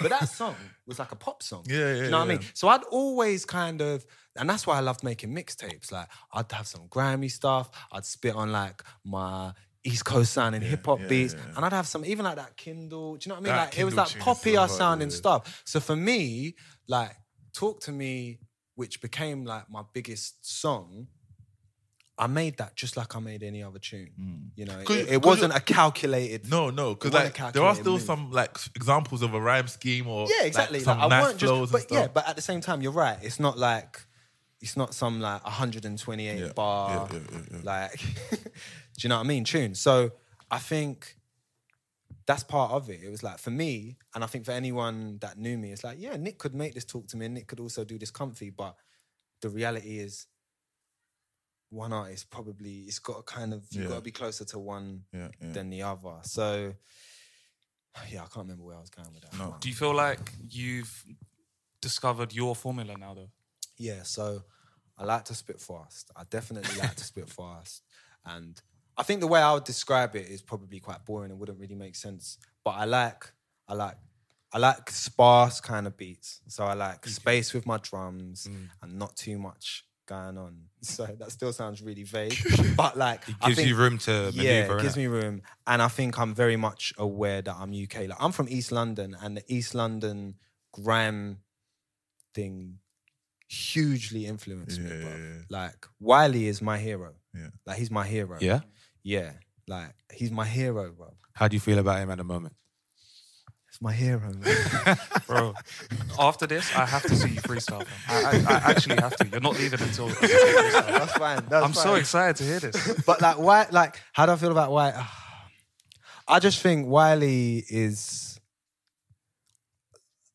Speaker 7: but that song was like a pop song.
Speaker 1: Yeah, yeah,
Speaker 7: Do you know what I
Speaker 1: yeah.
Speaker 7: mean? So I'd always kind of, and that's why I loved making mixtapes. Like I'd have some Grammy stuff. I'd spit on like my East Coast sounding hip hop
Speaker 1: yeah,
Speaker 7: beats,
Speaker 1: yeah, yeah.
Speaker 7: and I'd have some even like that Kindle. Do you know what I mean?
Speaker 1: That
Speaker 7: like it was
Speaker 1: Kindle
Speaker 7: like
Speaker 1: tune is
Speaker 7: poppier
Speaker 1: so hard,
Speaker 7: sounding
Speaker 1: yeah.
Speaker 7: stuff. So for me, like Talk to Me, which became like my biggest song. I made that just like I made any other tune. You know, it,
Speaker 1: 'Cause-
Speaker 7: it
Speaker 1: 'cause
Speaker 7: wasn't
Speaker 1: Mm. you-
Speaker 7: a calculated.
Speaker 1: No, no, because
Speaker 7: it wasn't a
Speaker 1: like, there are
Speaker 7: calculated
Speaker 1: still
Speaker 7: move.
Speaker 1: some like s- examples of a rhyme scheme or
Speaker 7: Yeah, exactly.
Speaker 1: like,
Speaker 7: Like,
Speaker 1: some
Speaker 7: I
Speaker 1: nice
Speaker 7: weren't just,
Speaker 1: flows
Speaker 7: but
Speaker 1: and stuff.
Speaker 7: yeah, but at the same time, you're right. It's not like it's not some like 128 bar like, do you know what I mean? Tune. So I think that's part of it. It was like for me, and I think for anyone that knew me, it's like yeah, Nick could make this talk to me, and Nick could also do this comfy. But the reality is, one artist probably it's got to kind of you've
Speaker 1: Yeah.
Speaker 7: got to be closer to one
Speaker 1: Yeah, yeah.
Speaker 7: than the other. So yeah, I can't remember where I was going with that.
Speaker 1: No.
Speaker 6: Do you feel like you've discovered your formula now, though?
Speaker 7: Yeah, so I like to spit fast. I definitely like to spit fast. And I think the way I would describe it is probably quite boring and wouldn't really make sense. But I like, I like, I like sparse kind of beats. So I like space with my drums
Speaker 13: Mm.
Speaker 7: and not too much going on. So that still sounds really vague. but like
Speaker 13: It
Speaker 7: I
Speaker 13: gives
Speaker 7: think-
Speaker 13: you room to
Speaker 7: Yeah,
Speaker 13: maneuver,
Speaker 7: it gives
Speaker 13: innit?
Speaker 7: me room. And I think I'm very much aware that I'm UK. Like I'm from East London and the East London grime thing hugely influenced me. Bro. Like Wiley is my hero.
Speaker 1: Yeah.
Speaker 7: Like he's my hero.
Speaker 13: Yeah?
Speaker 7: Yeah. Like he's my hero, bro.
Speaker 13: How do you feel about him at the moment?
Speaker 7: It's my hero, man.
Speaker 6: Bro, after this, I have to see you freestyle. fam. I, I, I actually have to. You're not leaving until.
Speaker 7: That's fine. That's
Speaker 6: I'm so
Speaker 7: fine.
Speaker 6: excited to hear this.
Speaker 7: but like why like how do I feel about why ah. I just think Wiley is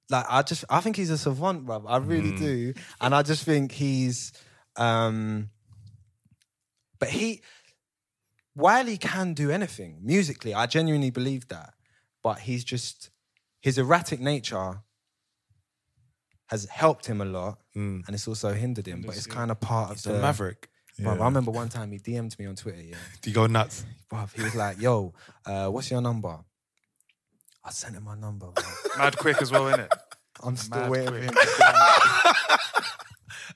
Speaker 7: like I just I think he's a savant, bruv. I really
Speaker 16: Mm.
Speaker 7: do. And I just think he's um but he Wiley can do anything musically. I genuinely believe that. But he's just his erratic nature has helped him a lot and it's also hindered him. But it's kind of part
Speaker 13: He's
Speaker 7: of
Speaker 13: a
Speaker 7: the
Speaker 13: maverick.
Speaker 7: Bruv,
Speaker 13: Yeah.
Speaker 7: I remember one time he DM'd me on Twitter, yeah.
Speaker 13: Do you go nuts?
Speaker 7: Bruv, he was like, yo, uh, what's your number? I sent him my number.
Speaker 6: Mad quick as well, innit?
Speaker 7: I'm still
Speaker 6: Mad
Speaker 7: waiting
Speaker 6: quick.
Speaker 7: for him.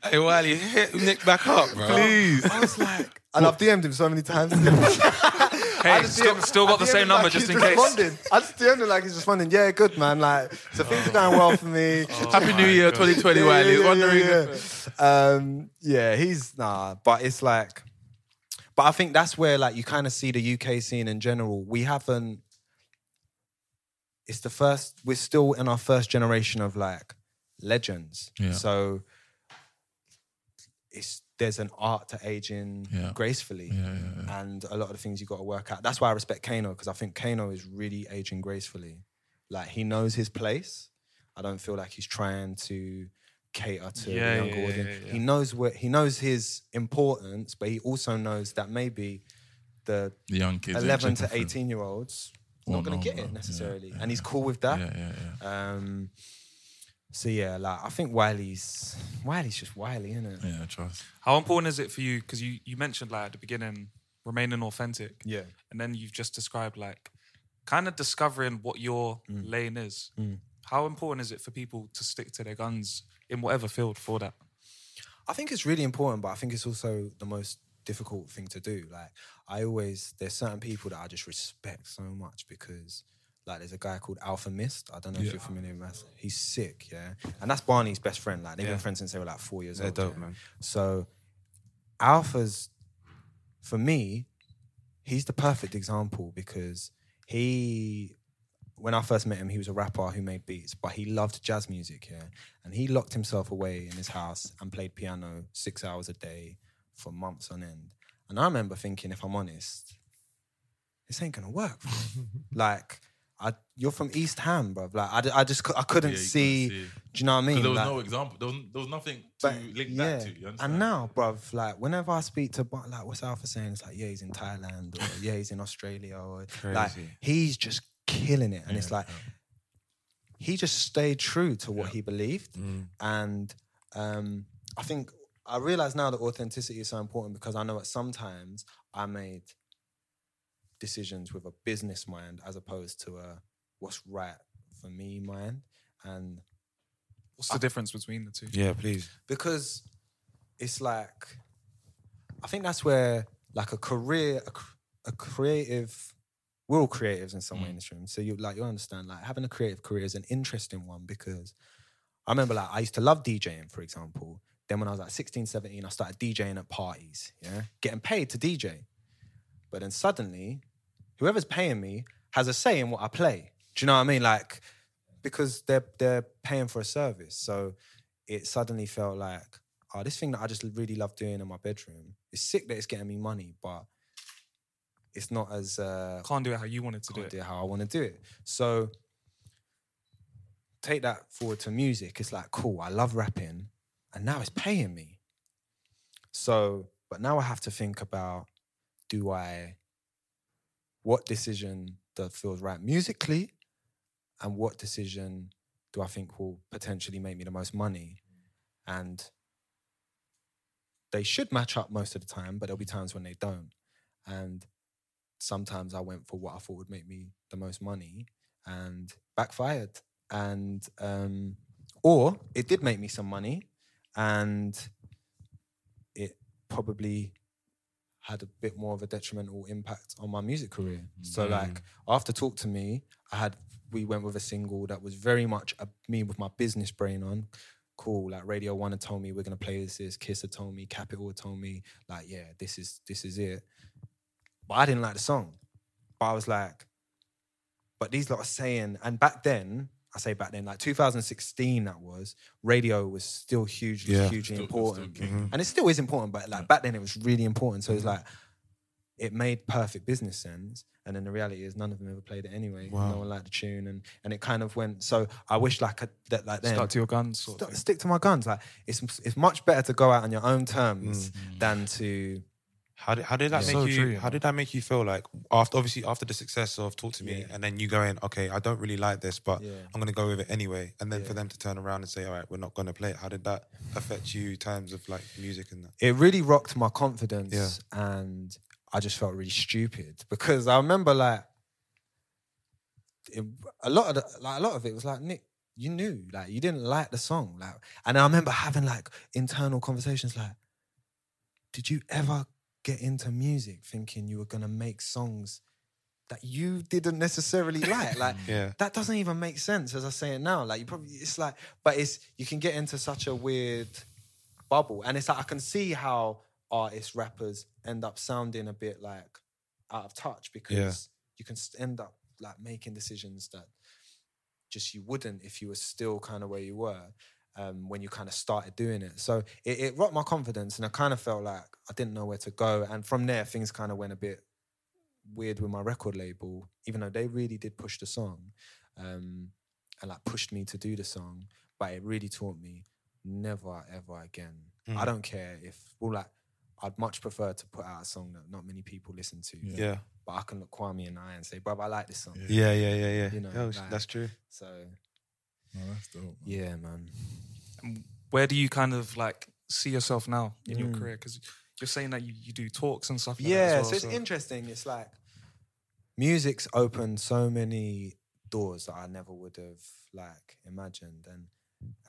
Speaker 13: Hey, Wiley, hit Nick back up, bro.
Speaker 7: Please. I was like, and I've DM'd him so many times.
Speaker 6: Hey, still, still got the same number just in case.
Speaker 7: Responding. I just DM'd him like he's responding. Yeah, good man. Like, so things are going well for me.
Speaker 6: Oh.
Speaker 1: Happy New Year 2020, Wiley. Wondering-
Speaker 7: yeah. Um, yeah, he's nah, but it's like, but I think that's where like you kind of see the UK scene in general. We haven't. It's the first. We're still in our first generation of like legends.
Speaker 1: Yeah.
Speaker 7: So it's there's an art to aging
Speaker 1: Yeah.
Speaker 7: gracefully, and a lot of the things you got to work out. That's why I respect Kano because I think Kano is really aging gracefully. Like he knows his place. I don't feel like he's trying to cater to
Speaker 6: Yeah,
Speaker 7: the younger
Speaker 6: yeah, yeah,
Speaker 7: audience.
Speaker 6: yeah, yeah.
Speaker 7: He knows where he knows his importance, but he also knows that maybe the,
Speaker 1: The young kids ain't
Speaker 7: eleven to
Speaker 1: checking for him.
Speaker 7: eighteen year olds
Speaker 1: Won't
Speaker 7: not going
Speaker 1: know
Speaker 7: to get
Speaker 1: about
Speaker 7: it
Speaker 1: it. Yeah,
Speaker 7: necessarily, and he's cool with that.
Speaker 1: Yeah, yeah,
Speaker 7: Um, so yeah, like I think Wiley's Wiley's just Wiley, isn't it?
Speaker 1: Yeah, trust.
Speaker 6: How important is it for you? Because you, you mentioned like at the beginning, remaining authentic.
Speaker 7: Yeah.
Speaker 6: And then you've just described like kind of discovering what your lane is.
Speaker 7: Mm.
Speaker 6: How important is it for people to stick to their guns in whatever field for that?
Speaker 7: I think it's really important, but I think it's also the most difficult thing to do. Like I always, there's certain people that I just respect so much because, like, there's a guy called Alpha Mist. I don't know
Speaker 13: Yeah.
Speaker 7: if you're familiar with him. He's sick, yeah, and that's Barney's best friend. Like they've
Speaker 13: Yeah.
Speaker 7: been friends since they were like four years
Speaker 13: They're
Speaker 7: old.
Speaker 13: dope,
Speaker 7: yeah.
Speaker 13: man.
Speaker 7: So Alpha's, for me, he's the perfect example because he when I first met him, he was a rapper who made beats, but he loved jazz music, yeah. And he locked himself away in his house and played piano six hours a day for months on end. And I remember thinking, if I'm honest, this ain't gonna work. bro. like, I, you're from East Ham, bro. Like, I, d- I just cou- I couldn't
Speaker 1: Yeah, you
Speaker 7: see,
Speaker 1: couldn't see.
Speaker 7: Do you know what I mean?
Speaker 1: Because there was
Speaker 7: Like-
Speaker 1: no example. There was, there was nothing to link that to. You understand?
Speaker 7: and now, bruv, like whenever I speak to Bar- like what's Alpha saying, it's like, yeah, he's in Thailand or yeah, he's in Australia or like
Speaker 13: Crazy.
Speaker 7: he's just killing it. And it's like he just stayed true to what he believed.
Speaker 1: Mm.
Speaker 7: And um, I think I realize now that authenticity is so important because I know that sometimes I made decisions with a business mind as opposed to a what's right for me mind. And
Speaker 6: What's
Speaker 7: Ah.
Speaker 6: the difference between the two?
Speaker 13: Yeah, please.
Speaker 7: because it's like I think that's where like a career, a, cr- a creative, we're all creatives in some way in this room. So you like you understand like having a creative career is an interesting one because I remember like I used to love DJing, for example. Then when I was like 16, 17, I started DJing at parties, yeah, getting paid to DJ. But then suddenly, whoever's paying me has a say in what I play. Do you know what I mean? Like, because they're they're paying for a service. So it suddenly felt like, oh, this thing that I just really love doing in my bedroom. It's sick that it's getting me money, but it's not as uh,
Speaker 6: can't do it how you wanted to do it.
Speaker 7: idea how I want to do it. So take that forward to music. It's like, cool, I love rapping, and now it's paying me. So, but now I have to think about do I, what decision that feels right musically, and what decision do I think will potentially make me the most money? And they should match up most of the time, but there'll be times when they don't. And sometimes I went for what I thought would make me the most money and backfired. And um, or it did make me some money and it probably had a bit more of a detrimental impact on my music career. So
Speaker 16: Mm.
Speaker 7: like after Talk to Me, I had we went with a single that was very much a, me with my business brain on. Cool, like Radio One had told me we're gonna play this, this Kiss had told me, Capital had told me, like yeah, this is this is it. But I didn't like the song. But I was like, but these lot are saying, and back then, I say back then, like 2016, that was radio was still hugely,
Speaker 13: Yeah.
Speaker 7: hugely
Speaker 13: Still-
Speaker 7: important,
Speaker 13: still
Speaker 6: Mm-hmm.
Speaker 13: king.
Speaker 7: and it still is important. But like back then, it was really important. So it's like it made perfect business sense. And then the reality is, none of them ever played it anyway.
Speaker 6: Wow.
Speaker 7: No one liked the tune, and and it kind of went. So I wish like I, that, like then
Speaker 6: Stuck to your guns. Sort
Speaker 7: St-
Speaker 6: of thing.
Speaker 7: stick to my guns. Like it's it's much better to go out on your own terms
Speaker 6: Mm.
Speaker 7: than to.
Speaker 13: How did, how did that make you? how did that make you feel? Like after obviously after the success of Talk to Me, and then you going, okay, I don't really like this, but
Speaker 7: Yeah.
Speaker 13: I'm gonna go with it anyway. And then for them to turn around and say, all right, we're not gonna play it. How did that affect you in terms of like music and that?
Speaker 7: it really rocked my confidence and I just felt really stupid because I remember like it, a lot of the, like a lot of it was like Nick you knew like you didn't like the song like and I remember having like internal conversations like did you ever get into music thinking you were going to make songs that you didn't necessarily like like
Speaker 13: Yeah.
Speaker 7: that doesn't even make sense as I say it now. Like you probably it's like, but it's you can get into such a weird bubble. And it's like I can see how artists, rappers end up sounding a bit like out of touch because you can s- end up like making decisions that just you wouldn't if you were still kind of where you were um, when you kind of started doing it. So it, it rocked my confidence and I kind of felt like I didn't know where to go. And from there, things kind of went a bit weird with my record label, even though they really did push the song um, and like pushed me to do the song. But it really taught me never ever again. I
Speaker 13: Mm.
Speaker 7: don't care if well, like I'd much prefer to put out a song that not many people listen to.
Speaker 13: Yeah. Yeah.
Speaker 7: But I can look Kwame in the eye and say, "Bruv, I like this song."
Speaker 13: Yeah, yeah, yeah, yeah.
Speaker 7: You know,
Speaker 13: Oh, sh-
Speaker 7: like,
Speaker 13: that's true.
Speaker 7: So
Speaker 1: No, that's dope.
Speaker 7: yeah, man.
Speaker 6: Where do you kind of like see yourself now in your
Speaker 7: Mm.
Speaker 6: career? Because you're saying that you, you do talks and stuff. Like that as
Speaker 7: Yeah,
Speaker 6: well,
Speaker 7: so it's interesting. It's like music's opened so many doors that I never would have like imagined, and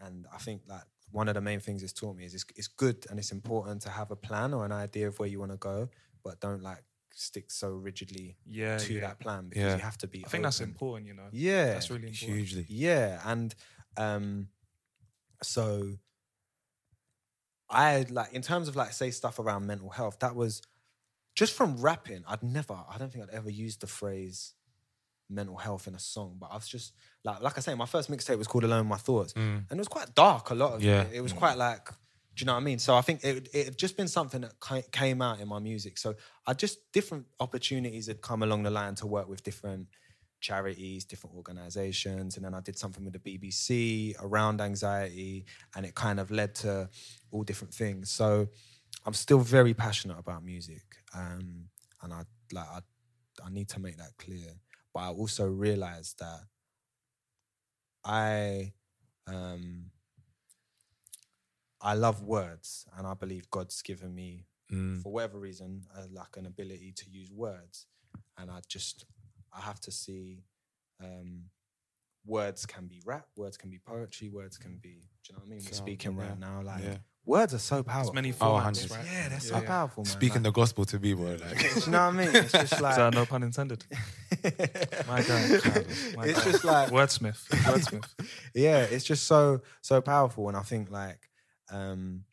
Speaker 7: and I think like one of the main things it's taught me is it's, it's good and it's important to have a plan or an idea of where you want to go, but don't like stick so rigidly
Speaker 6: yeah,
Speaker 7: to
Speaker 6: yeah.
Speaker 7: that plan because you have to be.
Speaker 6: I think that's
Speaker 7: open.
Speaker 6: important. You know,
Speaker 7: Yeah,
Speaker 6: that's really important.
Speaker 7: Yeah, and um, so I like in terms of like say stuff around mental health. That was just from rapping. I'd never. I don't think I'd ever used the phrase mental health in a song, but I was just like like I say, my first mixtape was called Alone My Thoughts,
Speaker 13: Mm.
Speaker 7: and it was quite dark. A lot of
Speaker 13: Yeah.
Speaker 7: it. It was quite like. Do you know what I mean? So I think it it had just been something that ki- came out in my music. So I just different opportunities had come along the line to work with different charities, different organizations. And then I did something with the BBC around anxiety, and it kind of led to all different things. So I'm still very passionate about music. Um, and I like I, I need to make that clear. But I also realized that I um I love words and I believe God's given me
Speaker 13: Mm.
Speaker 7: for whatever reason uh, like an ability to use words and I just I have to see um words can be rap words can be poetry words can be do you know what I mean we're
Speaker 13: Sound,
Speaker 7: speaking right
Speaker 13: yeah,
Speaker 7: now like
Speaker 13: yeah.
Speaker 7: words are so powerful
Speaker 6: many
Speaker 13: Oh, formats, 100%. right?
Speaker 7: yeah they're so
Speaker 6: Yeah, yeah.
Speaker 7: powerful man.
Speaker 13: Speaking
Speaker 7: Like,
Speaker 13: the gospel to me, bro. Like,
Speaker 7: do you know what I mean it's just like
Speaker 6: So, no pun intended. My guy, my
Speaker 7: It's
Speaker 6: guy.
Speaker 7: just like-
Speaker 6: wordsmith, wordsmith.
Speaker 7: yeah, it's just so so powerful, and I think like um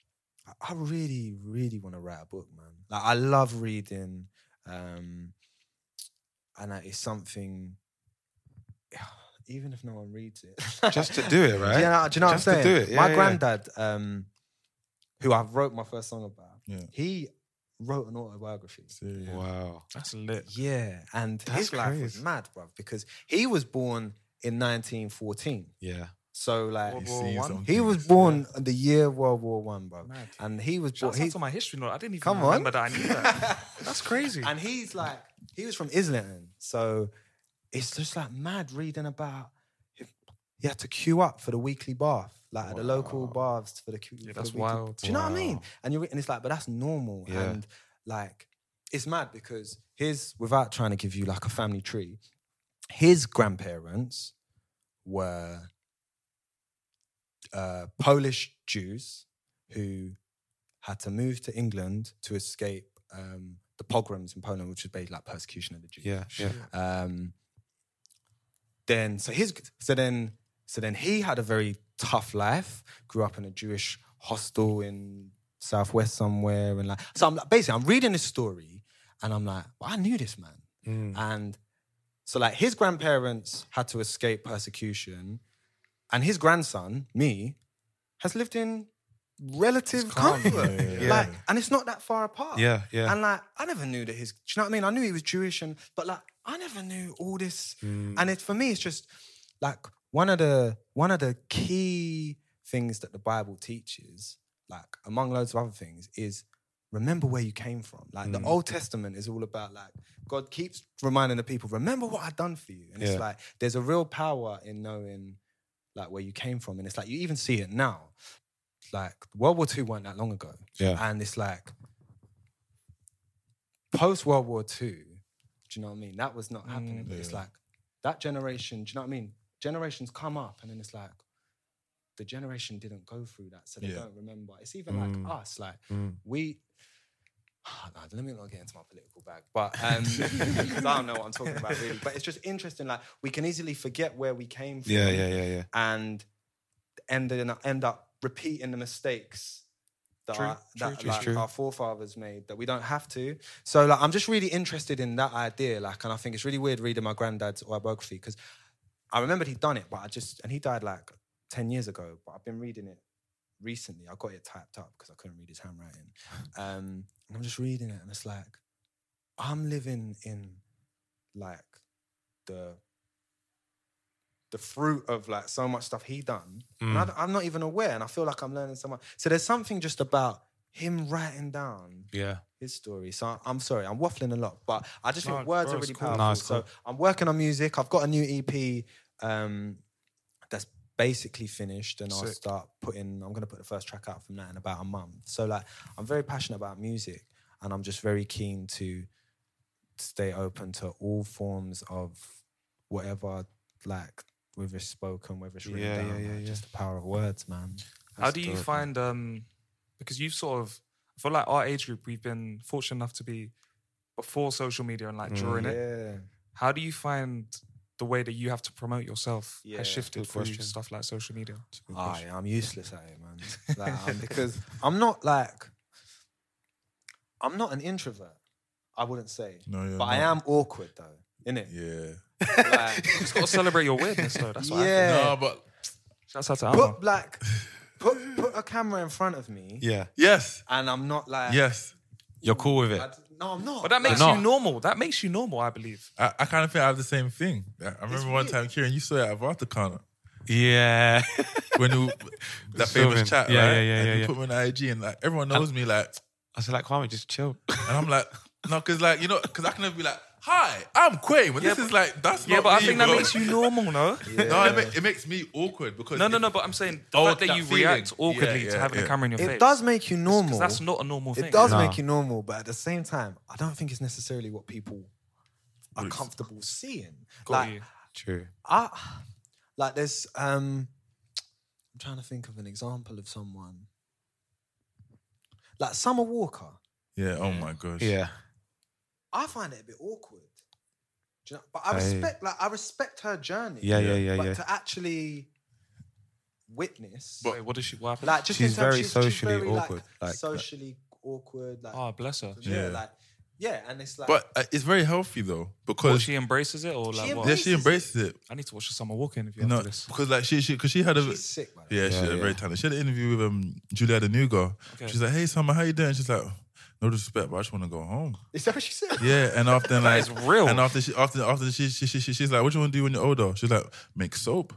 Speaker 7: I really, really want to write a book, man. Like I love reading, um, and I- it's something. Even if no one reads it,
Speaker 13: Just to do it, right?
Speaker 7: Do you know, do you know
Speaker 13: Just
Speaker 7: what
Speaker 13: to
Speaker 7: I'm saying?
Speaker 13: do it. Yeah,
Speaker 7: my
Speaker 13: yeah.
Speaker 7: granddad, um, who I wrote my first song about,
Speaker 1: Yeah.
Speaker 7: he wrote an autobiography.
Speaker 13: Wow.
Speaker 6: That's lit.
Speaker 7: Yeah, and
Speaker 13: That's
Speaker 7: his life was
Speaker 13: crazy.
Speaker 7: mad, bruv, because he was born in 1914.
Speaker 13: Yeah.
Speaker 7: So like
Speaker 6: World He War sees One? them
Speaker 7: he was
Speaker 6: things,
Speaker 7: born in the year World War One, bro.
Speaker 6: Mad.
Speaker 7: And he was born.
Speaker 6: Shouts out
Speaker 7: He,
Speaker 6: to my history note. I didn't even
Speaker 7: Come on.
Speaker 6: remember that I knew that. That's crazy.
Speaker 7: and he's like, he was from Islington, so it's just like mad reading about. He had to queue up for the weekly bath, like at the local baths for the. queue- for the
Speaker 6: that's
Speaker 7: weekly-
Speaker 6: wild.
Speaker 7: Do you know what I mean? And you are and it's like, but that's normal,
Speaker 13: Yeah.
Speaker 7: and like it's mad because his without trying to give you like a family tree, his grandparents were uh, Polish Jews who had to move to England to escape um, the pogroms in Poland, which was basically like persecution of the Jews.
Speaker 13: Yeah, yeah.
Speaker 7: Um, then so his so then so then he had a very tough life. Grew up in a Jewish hostel in Southwest somewhere, and like so. I'm like, basically I'm reading this story, and I'm like, well, I knew this man,
Speaker 13: Mm.
Speaker 7: and so like his grandparents had to escape persecution, and his grandson, me, has lived in relative comfort. Like, and it's not that far apart.
Speaker 13: Yeah, yeah.
Speaker 7: And like, I never knew that his. Do you know what I mean? I knew he was Jewish, and but like, I never knew all this.
Speaker 13: Mm.
Speaker 7: And it for me, it's just like one of the one of the key things that the Bible teaches, like among loads of other things, is remember where you came from. Like
Speaker 13: Mm.
Speaker 7: the Old Testament is all about like God keeps reminding the people, remember what I've done for you. And
Speaker 13: Yeah.
Speaker 7: it's like there's a real power in knowing like where you came from. And it's like you even see it now. Like World War II weren't that long ago.
Speaker 13: Yeah.
Speaker 7: And it's like post World War II, do you know what I mean? That was not happening.
Speaker 13: Mm.
Speaker 7: but It's like that generation, do you know what I mean? Generations come up and then it's like the generation didn't go through that, so they
Speaker 1: Yeah.
Speaker 7: don't remember. It's even
Speaker 13: Mm.
Speaker 7: like us, like we. Ah, Nah, let me not get into my political bag, but um, 'cause I don't know what I'm talking about really. But it's just interesting. Like we can easily forget where we came from.
Speaker 13: Yeah, yeah, yeah, yeah.
Speaker 7: And end end up repeating the mistakes that,
Speaker 13: True,
Speaker 7: our,
Speaker 13: true,
Speaker 7: that
Speaker 13: true,
Speaker 7: like,
Speaker 13: true.
Speaker 7: our forefathers made that we don't have to. So like I'm just really interested in that idea. Like, and I think it's really weird reading my granddad's autobiography because I remembered he'd done it, but I just and he died like ten years ago. But I've been reading it recently. I got it typed up because I couldn't read his handwriting. Um, and I'm just reading it, and it's like I'm living in like the the fruit of like so much stuff he done. And I, am not even aware, and I feel like I'm learning so much. So there's something just about him writing down
Speaker 13: Yeah.
Speaker 7: his story. So I- I'm sorry, I'm waffling a lot, but I just
Speaker 13: No,
Speaker 7: think words
Speaker 13: bro,
Speaker 7: are
Speaker 13: it's
Speaker 7: really
Speaker 13: cool. No,
Speaker 7: powerful.
Speaker 13: it's
Speaker 7: so
Speaker 13: cool.
Speaker 7: I'm working on music. I've got a new EP um, that's basically finished, and I'll
Speaker 6: Sick.
Speaker 7: start putting. I'm going to put the first track out from that in about a month. So like, I'm very passionate about music, and I'm just very keen to stay open to all forms of whatever, like whether it's spoken, whether it's written
Speaker 13: Yeah,
Speaker 7: down,
Speaker 13: yeah, yeah,
Speaker 7: like,
Speaker 13: yeah.
Speaker 7: just the power of words, man.
Speaker 6: How do you find um because you've sort of I feel like our age group we've been fortunate enough to be before social media and
Speaker 13: Mm.
Speaker 6: like during it.
Speaker 7: Yeah.
Speaker 6: How do you find the way that you have to promote yourself
Speaker 7: Yeah,
Speaker 6: has shifted
Speaker 13: good
Speaker 6: through
Speaker 13: question.
Speaker 6: stuff like social media?
Speaker 7: I, I'm useless at it, man. Like, I'm- because I'm not like, I'm not an introvert. I wouldn't say,
Speaker 1: No, you're
Speaker 7: but I
Speaker 1: not.
Speaker 7: am awkward though, innit?
Speaker 1: Yeah.
Speaker 7: Like,
Speaker 6: You just gotta celebrate your weirdness though. That's what I
Speaker 7: yeah.
Speaker 1: No, but
Speaker 6: think. Shouts out to Amma.
Speaker 7: Put like, put put a camera in front of me,
Speaker 13: Yeah.
Speaker 1: yes,
Speaker 7: and I'm not like,
Speaker 1: yes.
Speaker 13: You're cool with it.
Speaker 7: I d- no, I'm not.
Speaker 6: But that
Speaker 7: Like,
Speaker 6: makes
Speaker 13: Not.
Speaker 6: you normal. That makes you normal, I believe.
Speaker 1: I, I kind of think I have the same thing. I, I remember one
Speaker 7: weird.
Speaker 1: time, Kieran, you saw it at Vartakana
Speaker 13: Yeah.
Speaker 1: when you that
Speaker 13: Filming.
Speaker 1: famous chat,
Speaker 13: Yeah,
Speaker 1: right?
Speaker 13: yeah, yeah,
Speaker 1: And
Speaker 13: yeah,
Speaker 1: you
Speaker 13: yeah.
Speaker 1: put me on the IG, and like everyone knows me, like,
Speaker 13: I said, like, Kwame, just chill.
Speaker 1: and I'm like, no, because like you know, because I can never be like, hi, I'm Quay, but this is like that's
Speaker 6: Yeah,
Speaker 1: not
Speaker 6: but I
Speaker 1: me,
Speaker 6: think that
Speaker 1: bro.
Speaker 6: makes you normal, no?
Speaker 1: No, it, make, it makes me awkward because
Speaker 6: No, no,
Speaker 1: if-
Speaker 6: no, but I'm saying the
Speaker 1: Oh,
Speaker 6: fact that,
Speaker 1: that
Speaker 6: you
Speaker 1: feeling.
Speaker 6: react awkwardly
Speaker 1: Yeah,
Speaker 6: to
Speaker 1: yeah,
Speaker 6: having a
Speaker 1: yeah.
Speaker 6: camera in your face.
Speaker 7: it does make you normal.
Speaker 6: Because that's not a normal thing.
Speaker 7: It does
Speaker 13: No.
Speaker 7: make you normal, but at the same time, I don't think it's necessarily what people are comfortable seeing.
Speaker 6: Got
Speaker 7: like,
Speaker 6: you.
Speaker 13: True.
Speaker 7: I like there's um I'm trying to think of an example of someone. Like Summer Walker.
Speaker 1: yeah, oh my gosh,
Speaker 13: Yeah.
Speaker 7: I find it a bit awkward. Do you know? But I
Speaker 13: Aye.
Speaker 7: respect like I respect her journey.
Speaker 13: Yeah, yeah, yeah,
Speaker 7: But
Speaker 13: yeah.
Speaker 7: to actually witness.
Speaker 6: But what does she? What happened?
Speaker 7: Like just in terms- she's, she's very, Like, socially awkward. Like
Speaker 6: oh, bless her.
Speaker 7: Yeah. Like yeah, and it's like.
Speaker 1: Ah, But uh, it's very healthy though because
Speaker 6: Well, she embraces it or like
Speaker 7: She
Speaker 6: what?
Speaker 1: yeah, she embraces it.
Speaker 6: I need to watch the summer walking if you
Speaker 1: No,
Speaker 6: have this.
Speaker 1: because like she, she, because she had a
Speaker 6: She's sick, by the
Speaker 1: yeah,
Speaker 6: way.
Speaker 1: she
Speaker 6: Yeah,
Speaker 1: had a
Speaker 6: yeah.
Speaker 1: very talented. She had an interview with um Julia the new girl.
Speaker 6: Okay.
Speaker 1: She's like, "Hey, Summer, how you doing?" She's like, "No disrespect, but I just want to go home."
Speaker 7: Is that what she said?
Speaker 1: Yeah, and often like
Speaker 6: is real.
Speaker 1: And after she, after after she, she, she, she- she's like, "What you want to do when you're older?" She's like, "Make soap."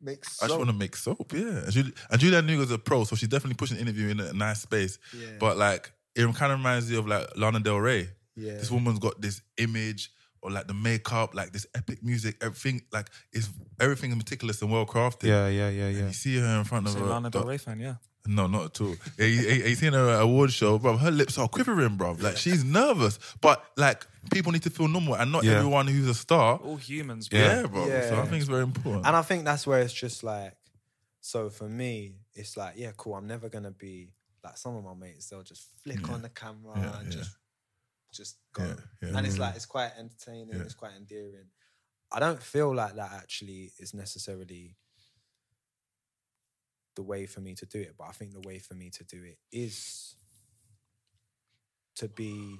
Speaker 7: Makes
Speaker 1: I just want to make soap, yeah. And, Julie, and Julia Newgar's a pro, so she's definitely pushing the interview in a nice space.
Speaker 7: Yeah.
Speaker 1: But like, it kind of reminds you of like Lana Del Rey.
Speaker 7: Yeah.
Speaker 1: This woman's got this image or like the makeup, like this epic music, everything like it's everything is meticulous and well crafted.
Speaker 13: Yeah, yeah, yeah, yeah.
Speaker 1: You see her in front of
Speaker 6: Say
Speaker 1: her.
Speaker 6: Lana Del Rey fan, yeah.
Speaker 1: No, not at all. yeah, you, you- you seen her at an award show, bro. Her lips are quivering, bro. Like she's nervous, but like people need to feel normal, and not
Speaker 13: Yeah.
Speaker 1: everyone who's a star.
Speaker 6: All humans, bro.
Speaker 1: Oh. Yeah, bro.
Speaker 7: Yeah.
Speaker 1: So I think it's very important.
Speaker 7: And I think that's where it's just like, so for me, it's like, yeah, cool. I'm never gonna be like some of my mates. They'll just flick
Speaker 1: Yeah.
Speaker 7: on the camera
Speaker 1: Yeah,
Speaker 7: and
Speaker 1: yeah.
Speaker 7: just, just go.
Speaker 1: Yeah, yeah.
Speaker 7: And it's
Speaker 1: Mhm.
Speaker 7: like it's quite entertaining.
Speaker 1: Yeah.
Speaker 7: It's quite endearing. I don't feel like that actually is necessarily the way for me to do it. But I think the way for me to do it is to be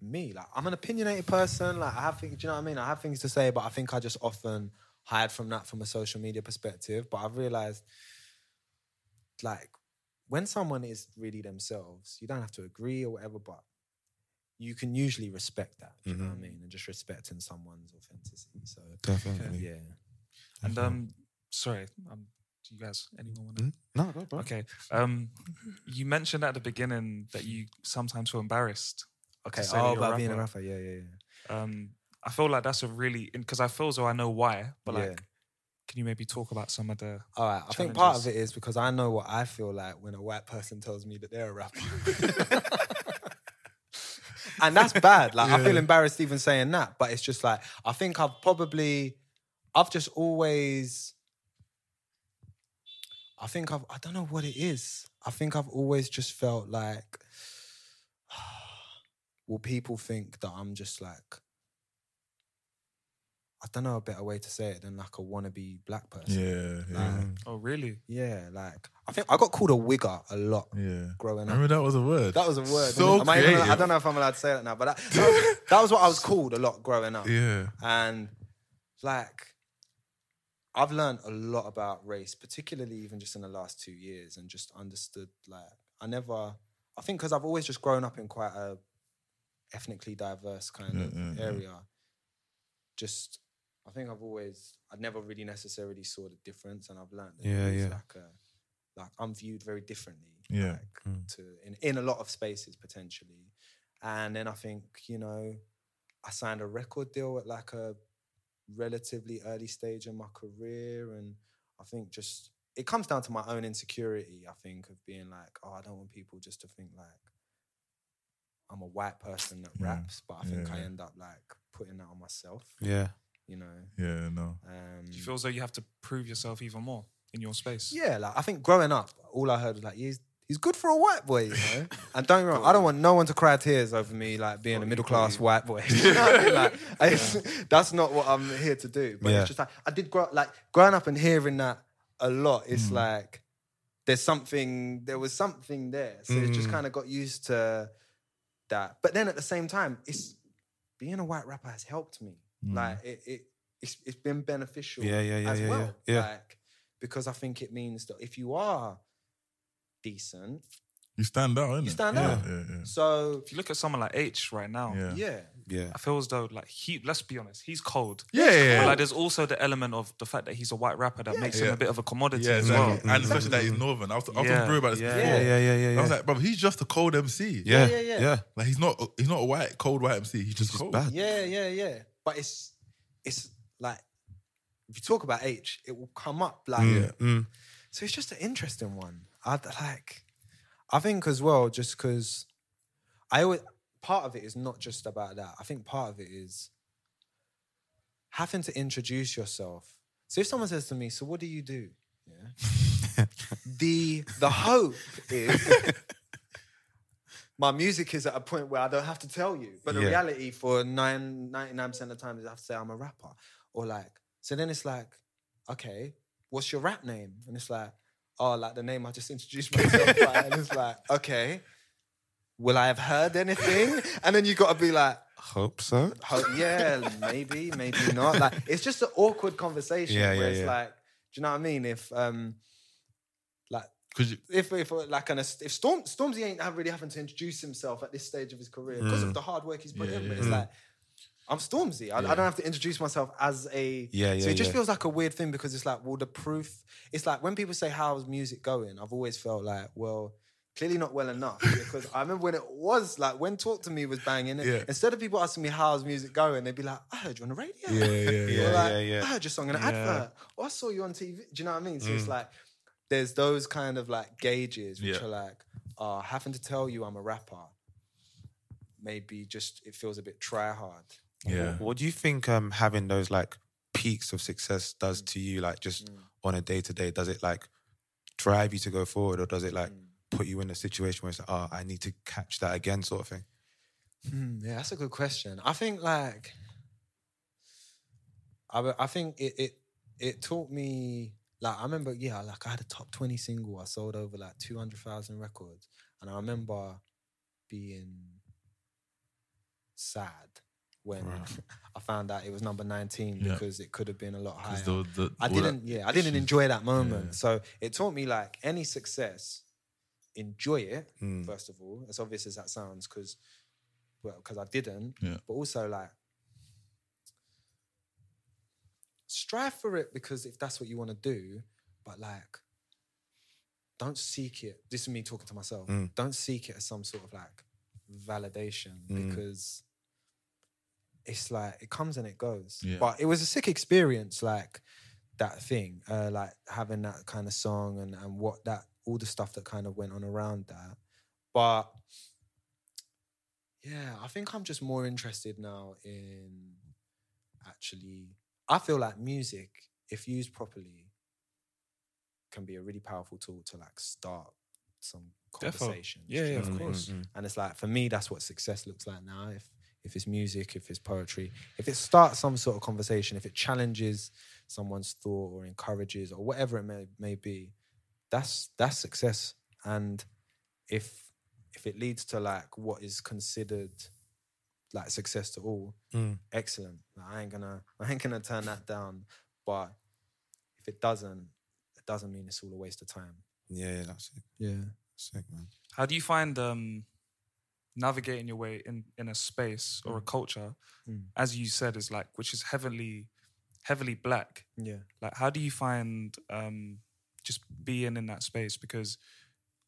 Speaker 7: me. Like I'm an opinionated person. Like I have things. Do you know what I mean? I have things to say, but I think I just often hide from that from a social media perspective. But I've realized, like, when someone is really themselves, you don't have to agree or whatever, but you can usually respect that. Do you know what I mean? And just respecting someone's authenticity. So
Speaker 13: Definitely.
Speaker 7: yeah.
Speaker 6: And um, sorry, um, do you guys anyone want to?
Speaker 13: No, go, bro.
Speaker 6: Okay. Um, you mentioned at the beginning that you sometimes feel embarrassed.
Speaker 7: Okay.
Speaker 6: to say that
Speaker 7: Oh,
Speaker 6: you're
Speaker 7: about being a rapper. Yeah, yeah, yeah.
Speaker 6: Um, I feel like that's a really because I feel as though I know why, but
Speaker 7: Yeah.
Speaker 6: like, can you maybe talk about some of the?
Speaker 7: All right. I think part of it
Speaker 6: challenges?
Speaker 7: is because I know what I feel like when a white person tells me that they're a rapper. and that's bad. Like I feel embarrassed even saying that, but it's just like I think I've probably I've just always I think I've I don't know what it is. I think I've always just felt like will people think that I'm just like I don't know a better way to say it than like a wannabe black person.
Speaker 1: yeah, yeah,
Speaker 7: Like,
Speaker 6: Oh, really?
Speaker 7: yeah, like I think I got called a wigger a lot
Speaker 1: yeah.
Speaker 7: growing up.
Speaker 1: Remember that was a word.
Speaker 7: That was a word. wasn't
Speaker 1: So
Speaker 7: it? Am I, even allowed- I
Speaker 1: creative.
Speaker 7: don't know if I'm allowed to say that now, but that, that, was, that was what I was called a lot growing up.
Speaker 1: Yeah.
Speaker 7: And like, I've learned a lot about race, particularly even just in the last two years, and just understood like I never. I think because I've always just grown up in quite a ethnically diverse kind
Speaker 1: Yeah,
Speaker 7: of
Speaker 1: yeah, yeah.
Speaker 7: area. Just, I think I've always, I never really necessarily saw the difference, and I've learned that
Speaker 13: Yeah,
Speaker 7: it's
Speaker 13: yeah.
Speaker 7: like a, like I'm viewed very differently.
Speaker 1: Yeah. Hmm.
Speaker 7: Like, to in, in a lot of spaces potentially. And then I think, you know, I signed a record deal at like a relatively early stage in my career. And I think just it comes down to my own insecurity, I think, of being like, oh, I don't want people just to think like I'm a white person that
Speaker 1: Yeah.
Speaker 7: raps, but I think I
Speaker 1: Yeah.
Speaker 7: end up like putting that on myself.
Speaker 13: Yeah.
Speaker 7: You know.
Speaker 1: Yeah, no.
Speaker 7: Um,
Speaker 6: Do you feel as though you have to prove yourself even more in your space?
Speaker 7: Yeah, like I think growing up, all I heard was like he's he's good for a white boy, you know. and don't get me wrong, I don't want no one to cry tears over me like being a middle class white boy. You know what I mean? Like, I- it's- that's not what I'm here to do. But
Speaker 13: Yeah.
Speaker 7: it's just like I did grow like growing up and hearing that a lot. It's
Speaker 13: Mm.
Speaker 7: like there's something there was something there, so it just
Speaker 13: Mm.
Speaker 7: kind of got used to that. But then at the same time, it's being a white rapper has helped me.
Speaker 1: Mm.
Speaker 7: Like it, it it's, it's been beneficial
Speaker 13: Yeah, yeah, yeah,
Speaker 7: as
Speaker 13: yeah, yeah.
Speaker 7: well.
Speaker 13: Yeah.
Speaker 7: Like, because I think it means that if you are decent,
Speaker 1: You stand out, innit?
Speaker 7: you stand
Speaker 1: yeah,
Speaker 7: out.
Speaker 1: Yeah, yeah.
Speaker 7: So
Speaker 6: If you look at someone like H right now,
Speaker 1: Yeah.
Speaker 7: yeah.
Speaker 13: Yeah.
Speaker 6: I feel as though like he. Let's be honest, he's cold.
Speaker 1: Yeah, yeah,
Speaker 6: But
Speaker 1: yeah.
Speaker 6: like, there's also the element of the fact that he's a white rapper that makes him
Speaker 1: Yeah.
Speaker 6: a bit of a commodity
Speaker 1: Yeah,
Speaker 6: as
Speaker 1: exactly.
Speaker 6: well.
Speaker 1: And especially that he's northern. I was, I was
Speaker 6: Yeah,
Speaker 1: talking to Bro about this
Speaker 6: yeah.
Speaker 1: before.
Speaker 13: Yeah, yeah, yeah, yeah,
Speaker 1: I was
Speaker 13: yeah.
Speaker 1: like, bro, he's just a cold MC.
Speaker 13: Yeah.
Speaker 7: Yeah, yeah, yeah.
Speaker 1: Like he's not he's not a white, cold white MC. He's just,
Speaker 13: just
Speaker 1: cold.
Speaker 13: bad.
Speaker 7: Yeah, yeah, yeah. But it's it's like if you talk about H, it will come up like
Speaker 1: Yeah.
Speaker 13: Mm.
Speaker 7: so it's just an interesting one. I like I think as well, just because I always part of it is not just about that. I think part of it is having to introduce yourself. So if someone says to me, "So what do you do?" Yeah. the the hope is my music is at a point where I don't have to tell you. But the
Speaker 13: Yeah.
Speaker 7: reality for nine, 99% of the time is I have to say I'm a rapper. Or like, so then it's like, okay, what's your rap name? And it's like, oh, like the name I just introduced myself by. And it's like, okay, will I have heard anything? And then you got to be like,
Speaker 13: Hope so.
Speaker 7: hope, yeah, maybe, maybe not. Like, it's just an awkward conversation
Speaker 13: Yeah,
Speaker 7: where
Speaker 13: yeah,
Speaker 7: it's
Speaker 13: yeah.
Speaker 7: like, do you know what I mean? If, um, like,
Speaker 1: Cause you,
Speaker 7: if if uh, like an, if Storm Stormzy ain't have- really having to introduce himself at this stage of his career because
Speaker 13: Mm.
Speaker 7: of the hard work he's put
Speaker 13: Yeah,
Speaker 7: in,
Speaker 13: yeah.
Speaker 7: but it's
Speaker 13: Mm.
Speaker 7: like I'm Stormzy. I, I
Speaker 13: Yeah.
Speaker 7: don't have to introduce myself as a
Speaker 13: Yeah,
Speaker 7: So
Speaker 13: yeah,
Speaker 7: it just
Speaker 13: yeah.
Speaker 7: feels like a weird thing because it's like, well, the proof. It's like when people say how's music going, I've always felt like, well. Clearly not well enough because I remember when it was like when Talk to Me was banging.
Speaker 13: Yeah.
Speaker 7: Instead of people asking me how's music going, they'd be like, "I heard you on the radio."
Speaker 13: Yeah, yeah,
Speaker 7: Or
Speaker 13: yeah,
Speaker 7: like,
Speaker 13: yeah, yeah.
Speaker 7: I heard your song in an
Speaker 13: Yeah.
Speaker 7: advert. Or I saw you on TV. Do you know what I mean? So it's
Speaker 13: Mm.
Speaker 7: like there's those kind of like gauges which
Speaker 13: Yeah.
Speaker 7: are like, uh, having to tell you I'm a rapper, maybe just it feels a bit try hard.
Speaker 13: Yeah. What, do you think um, having those like peaks of success does to you, like
Speaker 1: Mm.
Speaker 13: just on a day to day? Does it like drive you to go forward, or does it
Speaker 1: Mm.
Speaker 13: like put you in a situation where it's like, oh, I need to catch that again, sort of thing?
Speaker 7: Hmm, yeah, that's a good question. I think like, I be- I think it it it taught me like I remember yeah like I had a top twenty single I sold over like two hundred thousand records and I remember being sad when I found out it was number nineteen
Speaker 1: Yeah.
Speaker 7: because it could have been a lot higher.
Speaker 1: 'Cause the- the-
Speaker 7: I
Speaker 1: all that-
Speaker 7: didn't yeah I didn't enjoy that moment so it taught me like any success enjoy it
Speaker 13: Mm.
Speaker 7: first of all as obvious as that sounds because well because I didn't
Speaker 1: Yeah.
Speaker 7: but also like strive for it because if that's what you want to do, but like, don't seek it. This is me talking to myself.
Speaker 13: Mm.
Speaker 7: Don't seek it as some sort of like validation
Speaker 13: Mm.
Speaker 7: because it's like it comes and it goes.
Speaker 13: Yeah.
Speaker 7: But it was a sick experience, like that thing, uh, like having that kind of song and and what that all the stuff that kind of went on around that. But yeah, I think I'm just more interested now in actually. I feel like music, if used properly, can be a really powerful tool to like start some
Speaker 6: Defo.
Speaker 7: conversations.
Speaker 6: Yeah,
Speaker 7: do you
Speaker 6: yeah,
Speaker 7: know what
Speaker 6: of
Speaker 7: I mean?
Speaker 6: course. Mm, mm, mm.
Speaker 7: And it's like for me, that's what success looks like now. If if it's music, if it's poetry, if it starts some sort of conversation, if it challenges someone's thought or encourages or whatever it may may be, that's that's success. And if if it leads to like what is considered like success to all,
Speaker 13: Mm.
Speaker 7: excellent. Like, I ain't gonna I ain't gonna turn that down. But if it doesn't, it doesn't mean it's all a waste of time.
Speaker 13: Yeah, yeah, that's it.
Speaker 7: Yeah.
Speaker 13: Sick, man.
Speaker 6: How do you find um, navigating your way in, in a space or a culture,
Speaker 7: Mm.
Speaker 6: as you said, is like which is heavily, heavily black?
Speaker 7: Yeah.
Speaker 6: Like, how do you find um, just being in that space? Because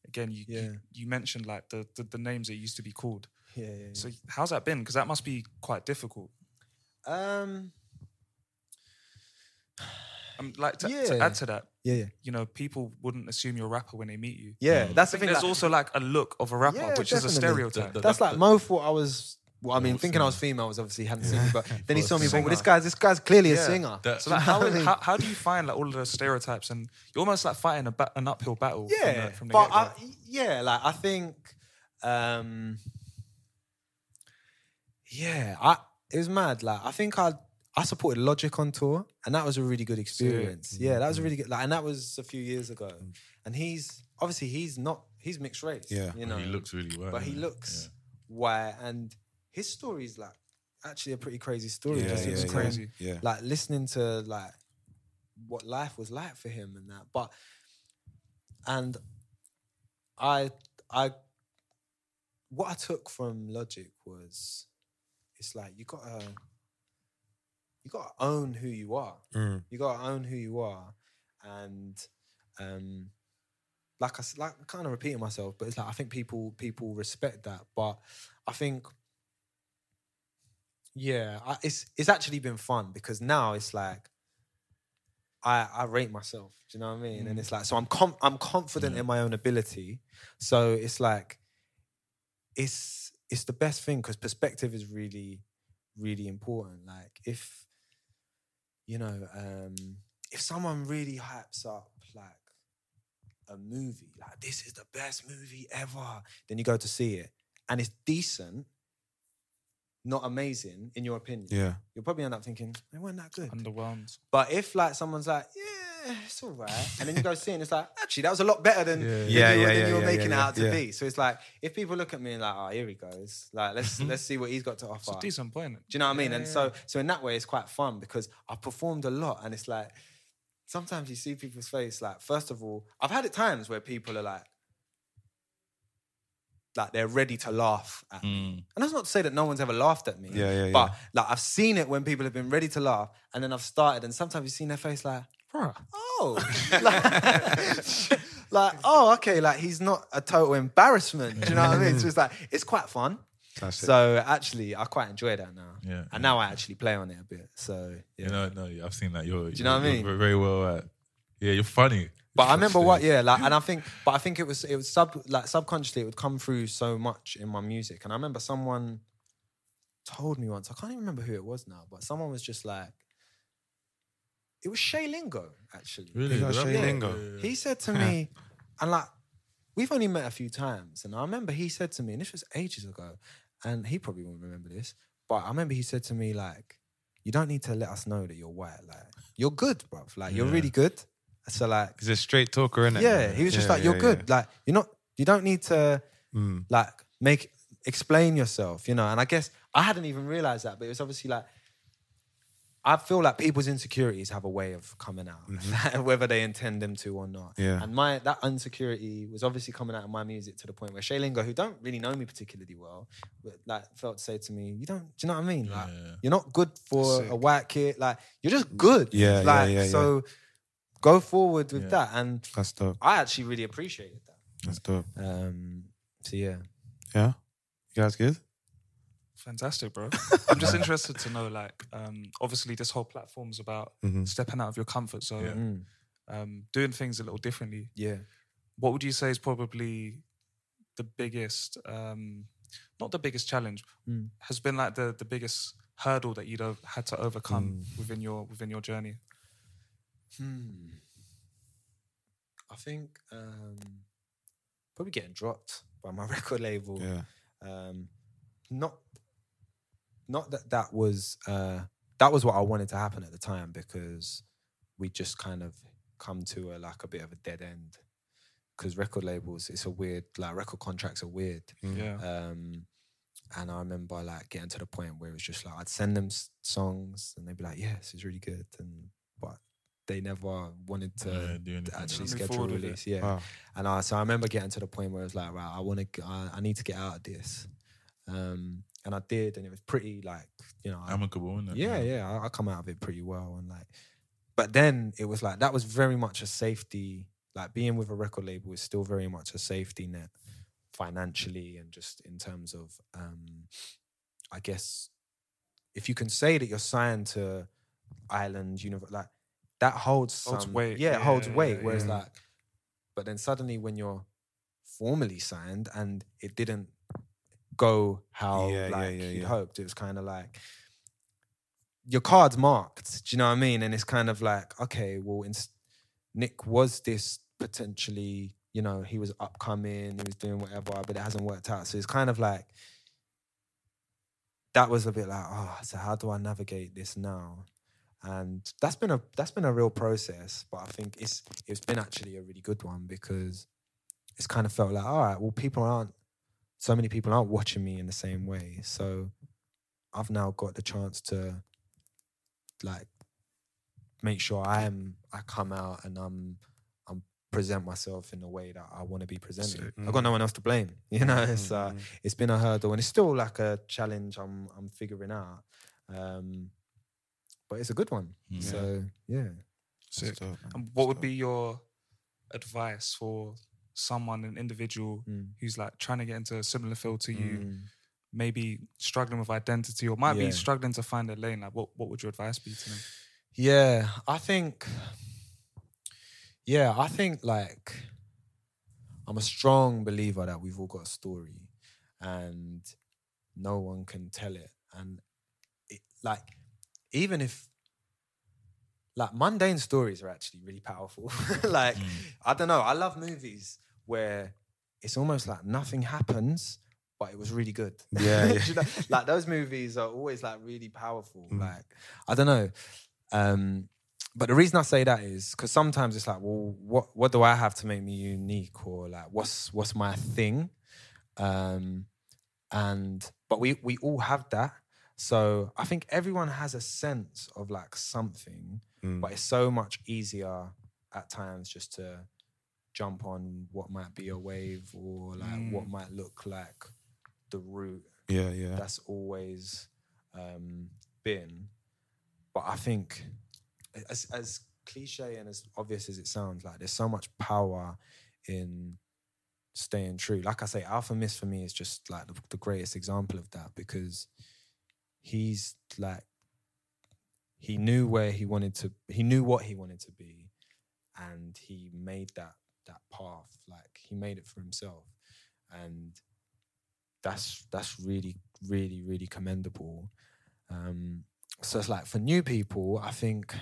Speaker 6: again, you
Speaker 7: Yeah.
Speaker 6: you, you mentioned like the, the the names that used to be called.
Speaker 7: Yeah, yeah, yeah.
Speaker 6: So how's that been? Because that must be quite difficult.
Speaker 7: Um
Speaker 6: Um, like to, to add to that,
Speaker 7: Yeah, yeah.
Speaker 6: you know, people wouldn't assume you're a rapper when they meet you.
Speaker 7: Yeah, Mm. that's the
Speaker 6: I think
Speaker 7: thing,
Speaker 6: There's
Speaker 7: like-
Speaker 6: also like a look of a rapper,
Speaker 7: Yeah,
Speaker 6: which is a
Speaker 7: definitely.
Speaker 6: stereotype.
Speaker 7: That's like Mo thought I was. Well, I mean, thinking I was female was obviously hadn't seen me, but then he saw me. Well, this guy's this guy's clearly a
Speaker 6: Yeah.
Speaker 7: singer.
Speaker 6: so like, how, how, how do you find like all of those stereotypes, and you're almost like fighting a ba- an uphill battle? from the-
Speaker 7: yeah,
Speaker 6: from the
Speaker 7: but
Speaker 6: get-go?
Speaker 7: I, yeah, like I think, um, yeah, I it was mad. Like I think I I supported Logic on tour, and that was a really good experience.
Speaker 6: Mm-hmm.
Speaker 7: Yeah, that was a really good. Like, and that was a few years ago,
Speaker 6: Mm.
Speaker 7: and he's obviously he's not he's mixed race.
Speaker 1: Yeah.
Speaker 7: you
Speaker 1: But
Speaker 7: know,
Speaker 1: he looks really white,
Speaker 7: but he
Speaker 1: yeah.
Speaker 7: looks white, and his story is like actually a pretty crazy story.
Speaker 13: Yeah,
Speaker 7: just
Speaker 13: yeah,
Speaker 7: in
Speaker 13: yeah.
Speaker 7: terms-
Speaker 13: Crazy. Yeah.
Speaker 7: Like listening to like what life was like for him and that, but and I I what I took from Logic was it's like you gotta you gotta own who you are.
Speaker 13: Mm.
Speaker 7: You gotta own who you are, and um, like I s- like I'm kind of repeating myself, but it's like I think people people respect that, but I think yeah, I, it's it's actually been fun because now it's like. I, I rate myself, do you know what I mean? And it's like so I'm com- I'm confident in my own ability. So it's like it's it's the best thing because perspective is really really important like if you know um if someone really hypes up like a movie like this is the best movie ever then you go to see it and it's decent not amazing, in your opinion,
Speaker 13: Yeah.
Speaker 7: you'll probably end up thinking they weren't that good.
Speaker 6: Underwhelmed.
Speaker 7: But if like someone's like, yeah, it's all right, and then you go see, it and it's like, actually, that was a lot better than
Speaker 13: Yeah,
Speaker 7: than
Speaker 13: yeah,
Speaker 7: you,
Speaker 13: yeah,
Speaker 7: than
Speaker 13: yeah,
Speaker 7: you were
Speaker 13: yeah,
Speaker 7: making
Speaker 13: yeah,
Speaker 7: it
Speaker 13: yeah,
Speaker 7: out to
Speaker 13: yeah.
Speaker 7: be. So it's like if people look at me and like, oh, here he goes, like let's let's see what he's got to offer.
Speaker 6: It's a decent point. innit?
Speaker 7: Do you know what I mean?
Speaker 6: Yeah,
Speaker 7: and
Speaker 6: yeah,
Speaker 7: so so in that way, it's quite fun because I performed a lot, and it's like sometimes you see people's face. Like first of all, I've had it times where people are like. Like they're ready to laugh at me, and that's not to say that no one's ever laughed at me.
Speaker 13: Yeah, Mm. yeah, yeah.
Speaker 7: But like I've seen it when people have been ready to laugh, and then I've started, and sometimes you've seen their face like, oh, like, like, oh, okay, like he's not a total embarrassment. Do you know what I mean? So it's like it's quite fun.
Speaker 13: That's it.
Speaker 7: so actually, I quite enjoy that now.
Speaker 1: Yeah,
Speaker 7: and now I actually play on it a bit. So yeah.
Speaker 1: You know, no, yeah, I've seen that. You're,
Speaker 7: Do you know what I mean?
Speaker 1: Very well. At, yeah, you're funny.
Speaker 7: But I remember what, yeah, like, and I think, but I think it was, it was sub, like, subconsciously, it would come through so much in my music. And I remember someone told me once, I can't even remember who it was now, but someone was just like, it was Shay Lingo, actually.
Speaker 1: Really?
Speaker 13: Big up
Speaker 1: The
Speaker 13: Shay
Speaker 1: rapper?
Speaker 13: Lingo.
Speaker 1: Yeah, yeah, yeah.
Speaker 7: He said to me, and like, we've only met a few times, and I remember he said to me, and this was ages ago, and he probably won't remember this, but I remember he said to me, like, you don't need to let us know that you're white. Like, you're good, bruv. Like, you're
Speaker 13: Yeah.
Speaker 7: really good. So, like,
Speaker 13: He's a straight talker, innit?
Speaker 7: yeah, he was just
Speaker 13: Yeah,
Speaker 7: like, "You're
Speaker 13: yeah,
Speaker 7: good. Like, you're not. You don't need to
Speaker 13: yeah. Mm.
Speaker 7: like make explain yourself, you know." And I guess I hadn't even realized that, but it was obviously like, I feel like people's insecurities have a way of coming out, whether they intend them to or not.
Speaker 13: Mm-hmm. Yeah.
Speaker 7: And my that insecurity was obviously coming out of my music to the point where Shay Lingo, who don't really know me particularly well, but like felt to say to me, "You don't. Do you know what I mean? Like, you're not good for
Speaker 13: Sick.
Speaker 7: a white kid. Like, you're just good.
Speaker 13: Yeah, yeah,
Speaker 7: Like,
Speaker 13: yeah, yeah.
Speaker 7: so." Go forward with
Speaker 1: Yeah.
Speaker 7: that, and
Speaker 13: That's dope.
Speaker 7: I actually really appreciated that.
Speaker 13: That's dope.
Speaker 7: Um, so yeah,
Speaker 13: Yeah. You guys good?
Speaker 6: Fantastic, bro. I'm just interested to know, like, um, obviously, this whole platform's about
Speaker 7: Mm-hmm.
Speaker 13: Mhm.
Speaker 6: stepping out of your comfort zone, um, doing things a little differently.
Speaker 7: yeah.
Speaker 6: What would you say is probably the biggest, um, not the biggest challenge,
Speaker 7: Mm.
Speaker 6: has been like the the biggest hurdle that you'd have had to overcome
Speaker 7: Mm.
Speaker 6: within your within your journey?
Speaker 7: Hmm. I think um, probably getting dropped by my record label.
Speaker 13: Yeah.
Speaker 7: Um, not, not that that was uh, that was what I wanted to happen at the time because we just kind of come to a like a bit of a dead end because record labels it's a weird like record contracts are weird
Speaker 6: Yeah.
Speaker 7: Um, and I remember like getting to the point where it was just like I'd send them s- songs and they'd be like, "Yeah, this is really good," and but they never wanted to
Speaker 1: Yeah, do anything.
Speaker 7: actually
Speaker 6: Move
Speaker 7: schedule a
Speaker 6: forward with
Speaker 7: release.
Speaker 6: it.
Speaker 7: Yeah,
Speaker 13: Wow.
Speaker 7: and I so I remember getting to the point where it was like, "Right, I want to, I, I need to get out of this," um, and I did, and it was pretty like you know, I,
Speaker 1: Amicable, isn't it?
Speaker 7: yeah, yeah, I, I come out of it pretty well, and like, but then it was like that was very much a safety. Like being with a record label is still very much a safety net financially and just in terms of, um, I guess, if you can say that you're signed to Ireland, you know, like that holds some
Speaker 6: Holds weight,
Speaker 7: Yeah, it
Speaker 6: yeah,
Speaker 7: holds weight.
Speaker 6: yeah,
Speaker 7: whereas
Speaker 6: yeah.
Speaker 7: like, but then suddenly when you're formally signed and it didn't go how
Speaker 13: Yeah, yeah,
Speaker 7: like
Speaker 13: yeah,
Speaker 7: you'd
Speaker 13: yeah.
Speaker 7: hoped, it was kind of like your card's marked. Do you know what I mean? And it's kind of like, okay, well, ins- Nick was this potentially, you know, he was upcoming, he was doing whatever, but it hasn't worked out. So it's kind of like that was a bit like, oh, so how do I navigate this now? And that's been a that's been a real process, but I think it's it's been actually a really good one because it's kind of felt like, all right, well, people aren't so many people aren't watching me in the same way. So I've now got the chance to like make sure I am I come out and I'm I'm present myself in the way that I want to be presented.
Speaker 6: Sick.
Speaker 7: I've got no one else to blame. You know, it's uh,
Speaker 13: Mhm.
Speaker 7: it's been a hurdle and it's still like a challenge I'm I'm figuring out. Um but it's a good one.
Speaker 1: Yeah.
Speaker 7: So yeah.
Speaker 13: That's dope, man.
Speaker 6: And what
Speaker 13: That's
Speaker 6: would be
Speaker 13: dope.
Speaker 6: your advice for someone, an individual
Speaker 7: Mm.
Speaker 6: who's like trying to get into a similar field to you?
Speaker 7: Mm.
Speaker 6: maybe struggling with identity or might
Speaker 7: Yeah.
Speaker 6: be struggling to find their lane, like what, what would your advice be to them?
Speaker 7: Yeah, I think. Yeah, I think like I'm a strong believer that we've all got a story, and no one can tell it. And it, like, even if like mundane stories are actually really powerful. like,
Speaker 13: Hmm.
Speaker 7: I don't know. I love movies where it's almost like nothing happens, but it was really good.
Speaker 13: Yeah,
Speaker 7: Do
Speaker 13: yeah.
Speaker 7: you know, like those movies are always like really powerful.
Speaker 13: Hmm.
Speaker 7: Like I don't know, um, but the reason I say that is because sometimes it's like, well, what what do I have to make me unique, or like what's what's my thing, um, and but we we all have that. So I think everyone has a sense of like something,
Speaker 13: Mm.
Speaker 7: but it's so much easier at times just to jump on what might be a wave or like what might look like the route
Speaker 13: Mm. Yeah, yeah.
Speaker 7: that's always um, been. But I think, as, as cliche and as obvious as it sounds, like there's so much power in staying true. Like I say, Alpha Miss for me is just like the, the greatest example of that because he's like, he knew where he wanted to, he knew what he wanted to be, and he made that that path. Like he made it for himself, and that's that's really really really commendable um so it's like for new people i think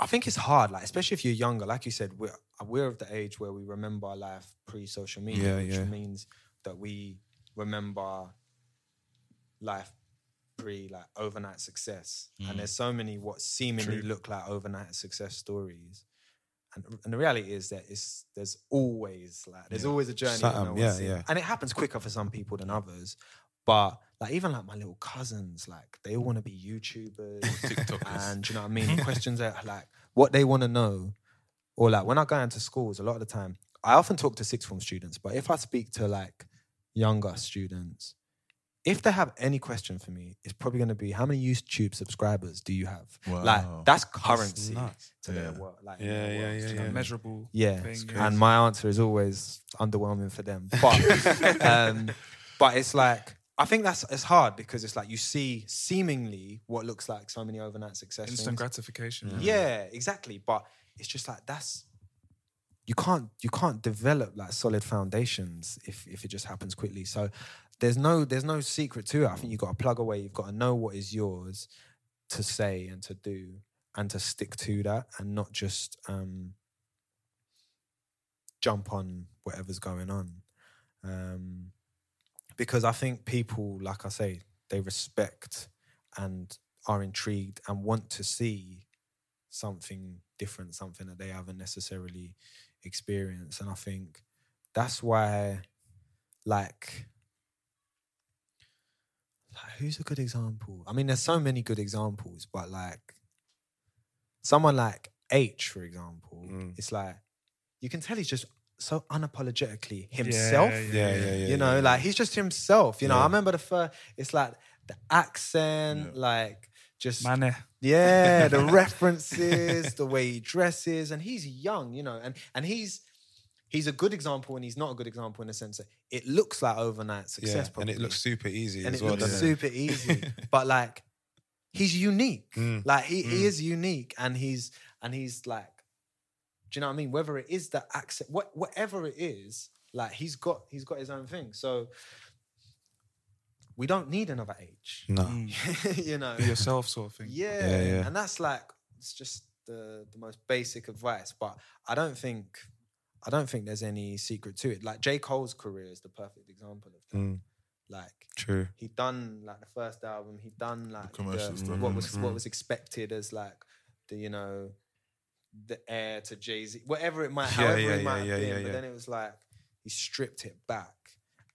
Speaker 7: i think it's hard like especially if you're younger like you said we're we're of the age where we remember our life pre-social media
Speaker 13: Yeah,
Speaker 7: which
Speaker 13: yeah.
Speaker 7: means that we remember life pre like overnight success
Speaker 13: Mm.
Speaker 7: and there's so many what seemingly
Speaker 13: True.
Speaker 7: look like overnight success stories and, and the reality is that it's there's always like there's
Speaker 13: Yeah.
Speaker 7: always a journey
Speaker 13: Something,
Speaker 7: you know,
Speaker 13: yeah,
Speaker 7: what's in-
Speaker 13: yeah.
Speaker 7: and it happens quicker for some people than others but like even like my little cousins like they all want to be youtubers and do you know what i mean questions that like what they want to know or like when i go into schools a lot of the time i often talk to sixth form students but if i speak to like younger students if they have any question for me it's probably going to be how many youtube subscribers do you have
Speaker 1: Wow.
Speaker 7: like that's
Speaker 1: That's
Speaker 7: currency
Speaker 1: nuts.
Speaker 7: to their
Speaker 1: Yeah.
Speaker 7: world like
Speaker 13: Yeah,
Speaker 7: their
Speaker 13: yeah,
Speaker 7: worlds,
Speaker 13: yeah,
Speaker 7: do you know what I
Speaker 13: yeah.
Speaker 7: mean?
Speaker 6: Measurable
Speaker 7: yeah
Speaker 6: thing, It's yeah.
Speaker 7: and my answer is always underwhelming for them but um but it's like I think that's it's hard because it's like you see seemingly what looks like so many overnight success
Speaker 6: Instant
Speaker 7: things.
Speaker 6: gratification.
Speaker 7: Yeah, exactly. But it's just like that's you can't you can't develop like solid foundations if if it just happens quickly. So there's no there's no secret to it. I think you've got to plug away. You've got to know what is yours to say and to do and to stick to that and not just um jump on whatever's going on. Um because I think people, like I say, they respect and are intrigued and want to see something different, something that they haven't necessarily experienced. And I think that's why, like, like, who's a good example? I mean, there's so many good examples, but like, someone like H, for example,
Speaker 13: Mm.
Speaker 7: it's like, you can tell he's just so unapologetically himself.
Speaker 13: yeah, yeah, yeah,
Speaker 7: You know,
Speaker 13: yeah,
Speaker 7: like he's just himself. You know, I
Speaker 13: Yeah.
Speaker 7: remember the first, it's like the accent, like just
Speaker 6: Mane.
Speaker 7: yeah, the references, the way he dresses, and he's young, you know, and and he's he's a good example, and he's not a good example in the sense that it looks like overnight
Speaker 13: Yeah,
Speaker 7: success,
Speaker 13: and it
Speaker 7: probably,
Speaker 13: looks super easy
Speaker 7: and
Speaker 13: as
Speaker 7: it
Speaker 13: well.
Speaker 7: looks
Speaker 13: doesn't it?
Speaker 7: super easy, but like he's unique,
Speaker 13: Mm.
Speaker 7: like he,
Speaker 13: Mm.
Speaker 7: he is unique, and he's and he's like, do you know what I mean? Whether it is the accent, what whatever it is, like he's got he's got his own thing, so. We don't need another age.
Speaker 13: No.
Speaker 7: you know.
Speaker 6: Be yourself, sort of thing.
Speaker 7: Yeah.
Speaker 13: Yeah, yeah.
Speaker 7: And that's like it's just the the most basic advice. But I don't think I don't think there's any secret to it. Like J. Cole's career is the perfect example of that.
Speaker 13: Mm,
Speaker 7: Like
Speaker 13: true.
Speaker 7: he done like the first album, he done like
Speaker 1: commercial
Speaker 7: the-
Speaker 1: stuff,
Speaker 7: what
Speaker 1: yeah.
Speaker 7: was
Speaker 1: Mm.
Speaker 7: what was expected as like the, you know, the heir to Jay Z, whatever it might,
Speaker 13: Yeah,
Speaker 7: however
Speaker 13: yeah,
Speaker 7: it
Speaker 13: yeah,
Speaker 7: might
Speaker 13: yeah,
Speaker 7: have been.
Speaker 13: yeah,
Speaker 7: But
Speaker 13: yeah.
Speaker 7: then it was like he stripped it back,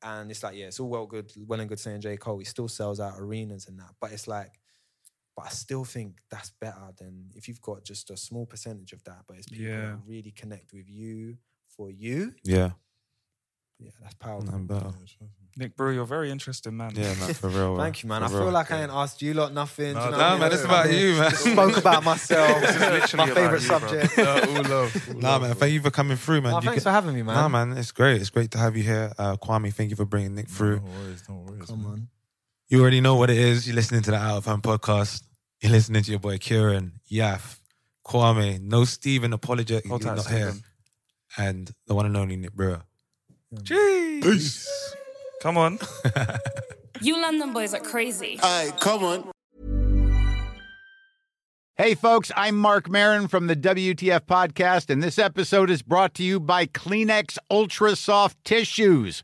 Speaker 7: and it's like yeah, it's all well good, well and good saying J Cole. He still sells out arenas and that, but it's like, but I still think that's better than if you've got just a small percentage of that, but it's people
Speaker 6: Yeah.
Speaker 7: that really connect with you for you.
Speaker 13: Yeah,
Speaker 7: Yeah, that's powerful.
Speaker 13: nothing better.
Speaker 6: Nick, bro, you're a very interesting, man.
Speaker 13: Yeah, man, for real.
Speaker 7: Thank you, man.
Speaker 13: for
Speaker 7: I feel
Speaker 13: real.
Speaker 7: like I ain't asked you lot nothing.
Speaker 1: Nah,
Speaker 7: do you know
Speaker 1: nah,
Speaker 7: what
Speaker 13: man,
Speaker 7: I mean? I
Speaker 13: it's
Speaker 7: just
Speaker 13: about
Speaker 7: come here,
Speaker 13: you, man.
Speaker 7: just Spoke about myself.
Speaker 6: This is literally
Speaker 7: my
Speaker 6: about
Speaker 7: favorite
Speaker 6: you, bro.
Speaker 7: subject.
Speaker 1: Nah, all love. all
Speaker 13: Nah,
Speaker 1: love,
Speaker 13: man.
Speaker 1: bro.
Speaker 13: Thank you for coming through, man.
Speaker 7: Nah,
Speaker 13: You
Speaker 7: thanks
Speaker 13: get-
Speaker 7: for having me, man.
Speaker 13: Nah, man. It's great. It's great to have you here, uh, Kwame. Thank you for bringing Nick through.
Speaker 1: No worries, no worries.
Speaker 7: Come on.
Speaker 13: You already know what it is. You're listening to the Out of Hand podcast. You're listening to your boy Kieran, Yaf, Kwame, No Steven, apologetic.
Speaker 6: Hold
Speaker 13: He's
Speaker 6: tight,
Speaker 13: not here.
Speaker 6: Stephen.
Speaker 13: And the one and only Nick Brewer.
Speaker 1: Peace.
Speaker 6: Come on.
Speaker 17: You London boys are crazy.
Speaker 4: Hey, come on.
Speaker 18: Hey, folks, I'm Mark Marin from the WTF Podcast, and this episode is brought to you by Kleenex Ultra Soft Tissues,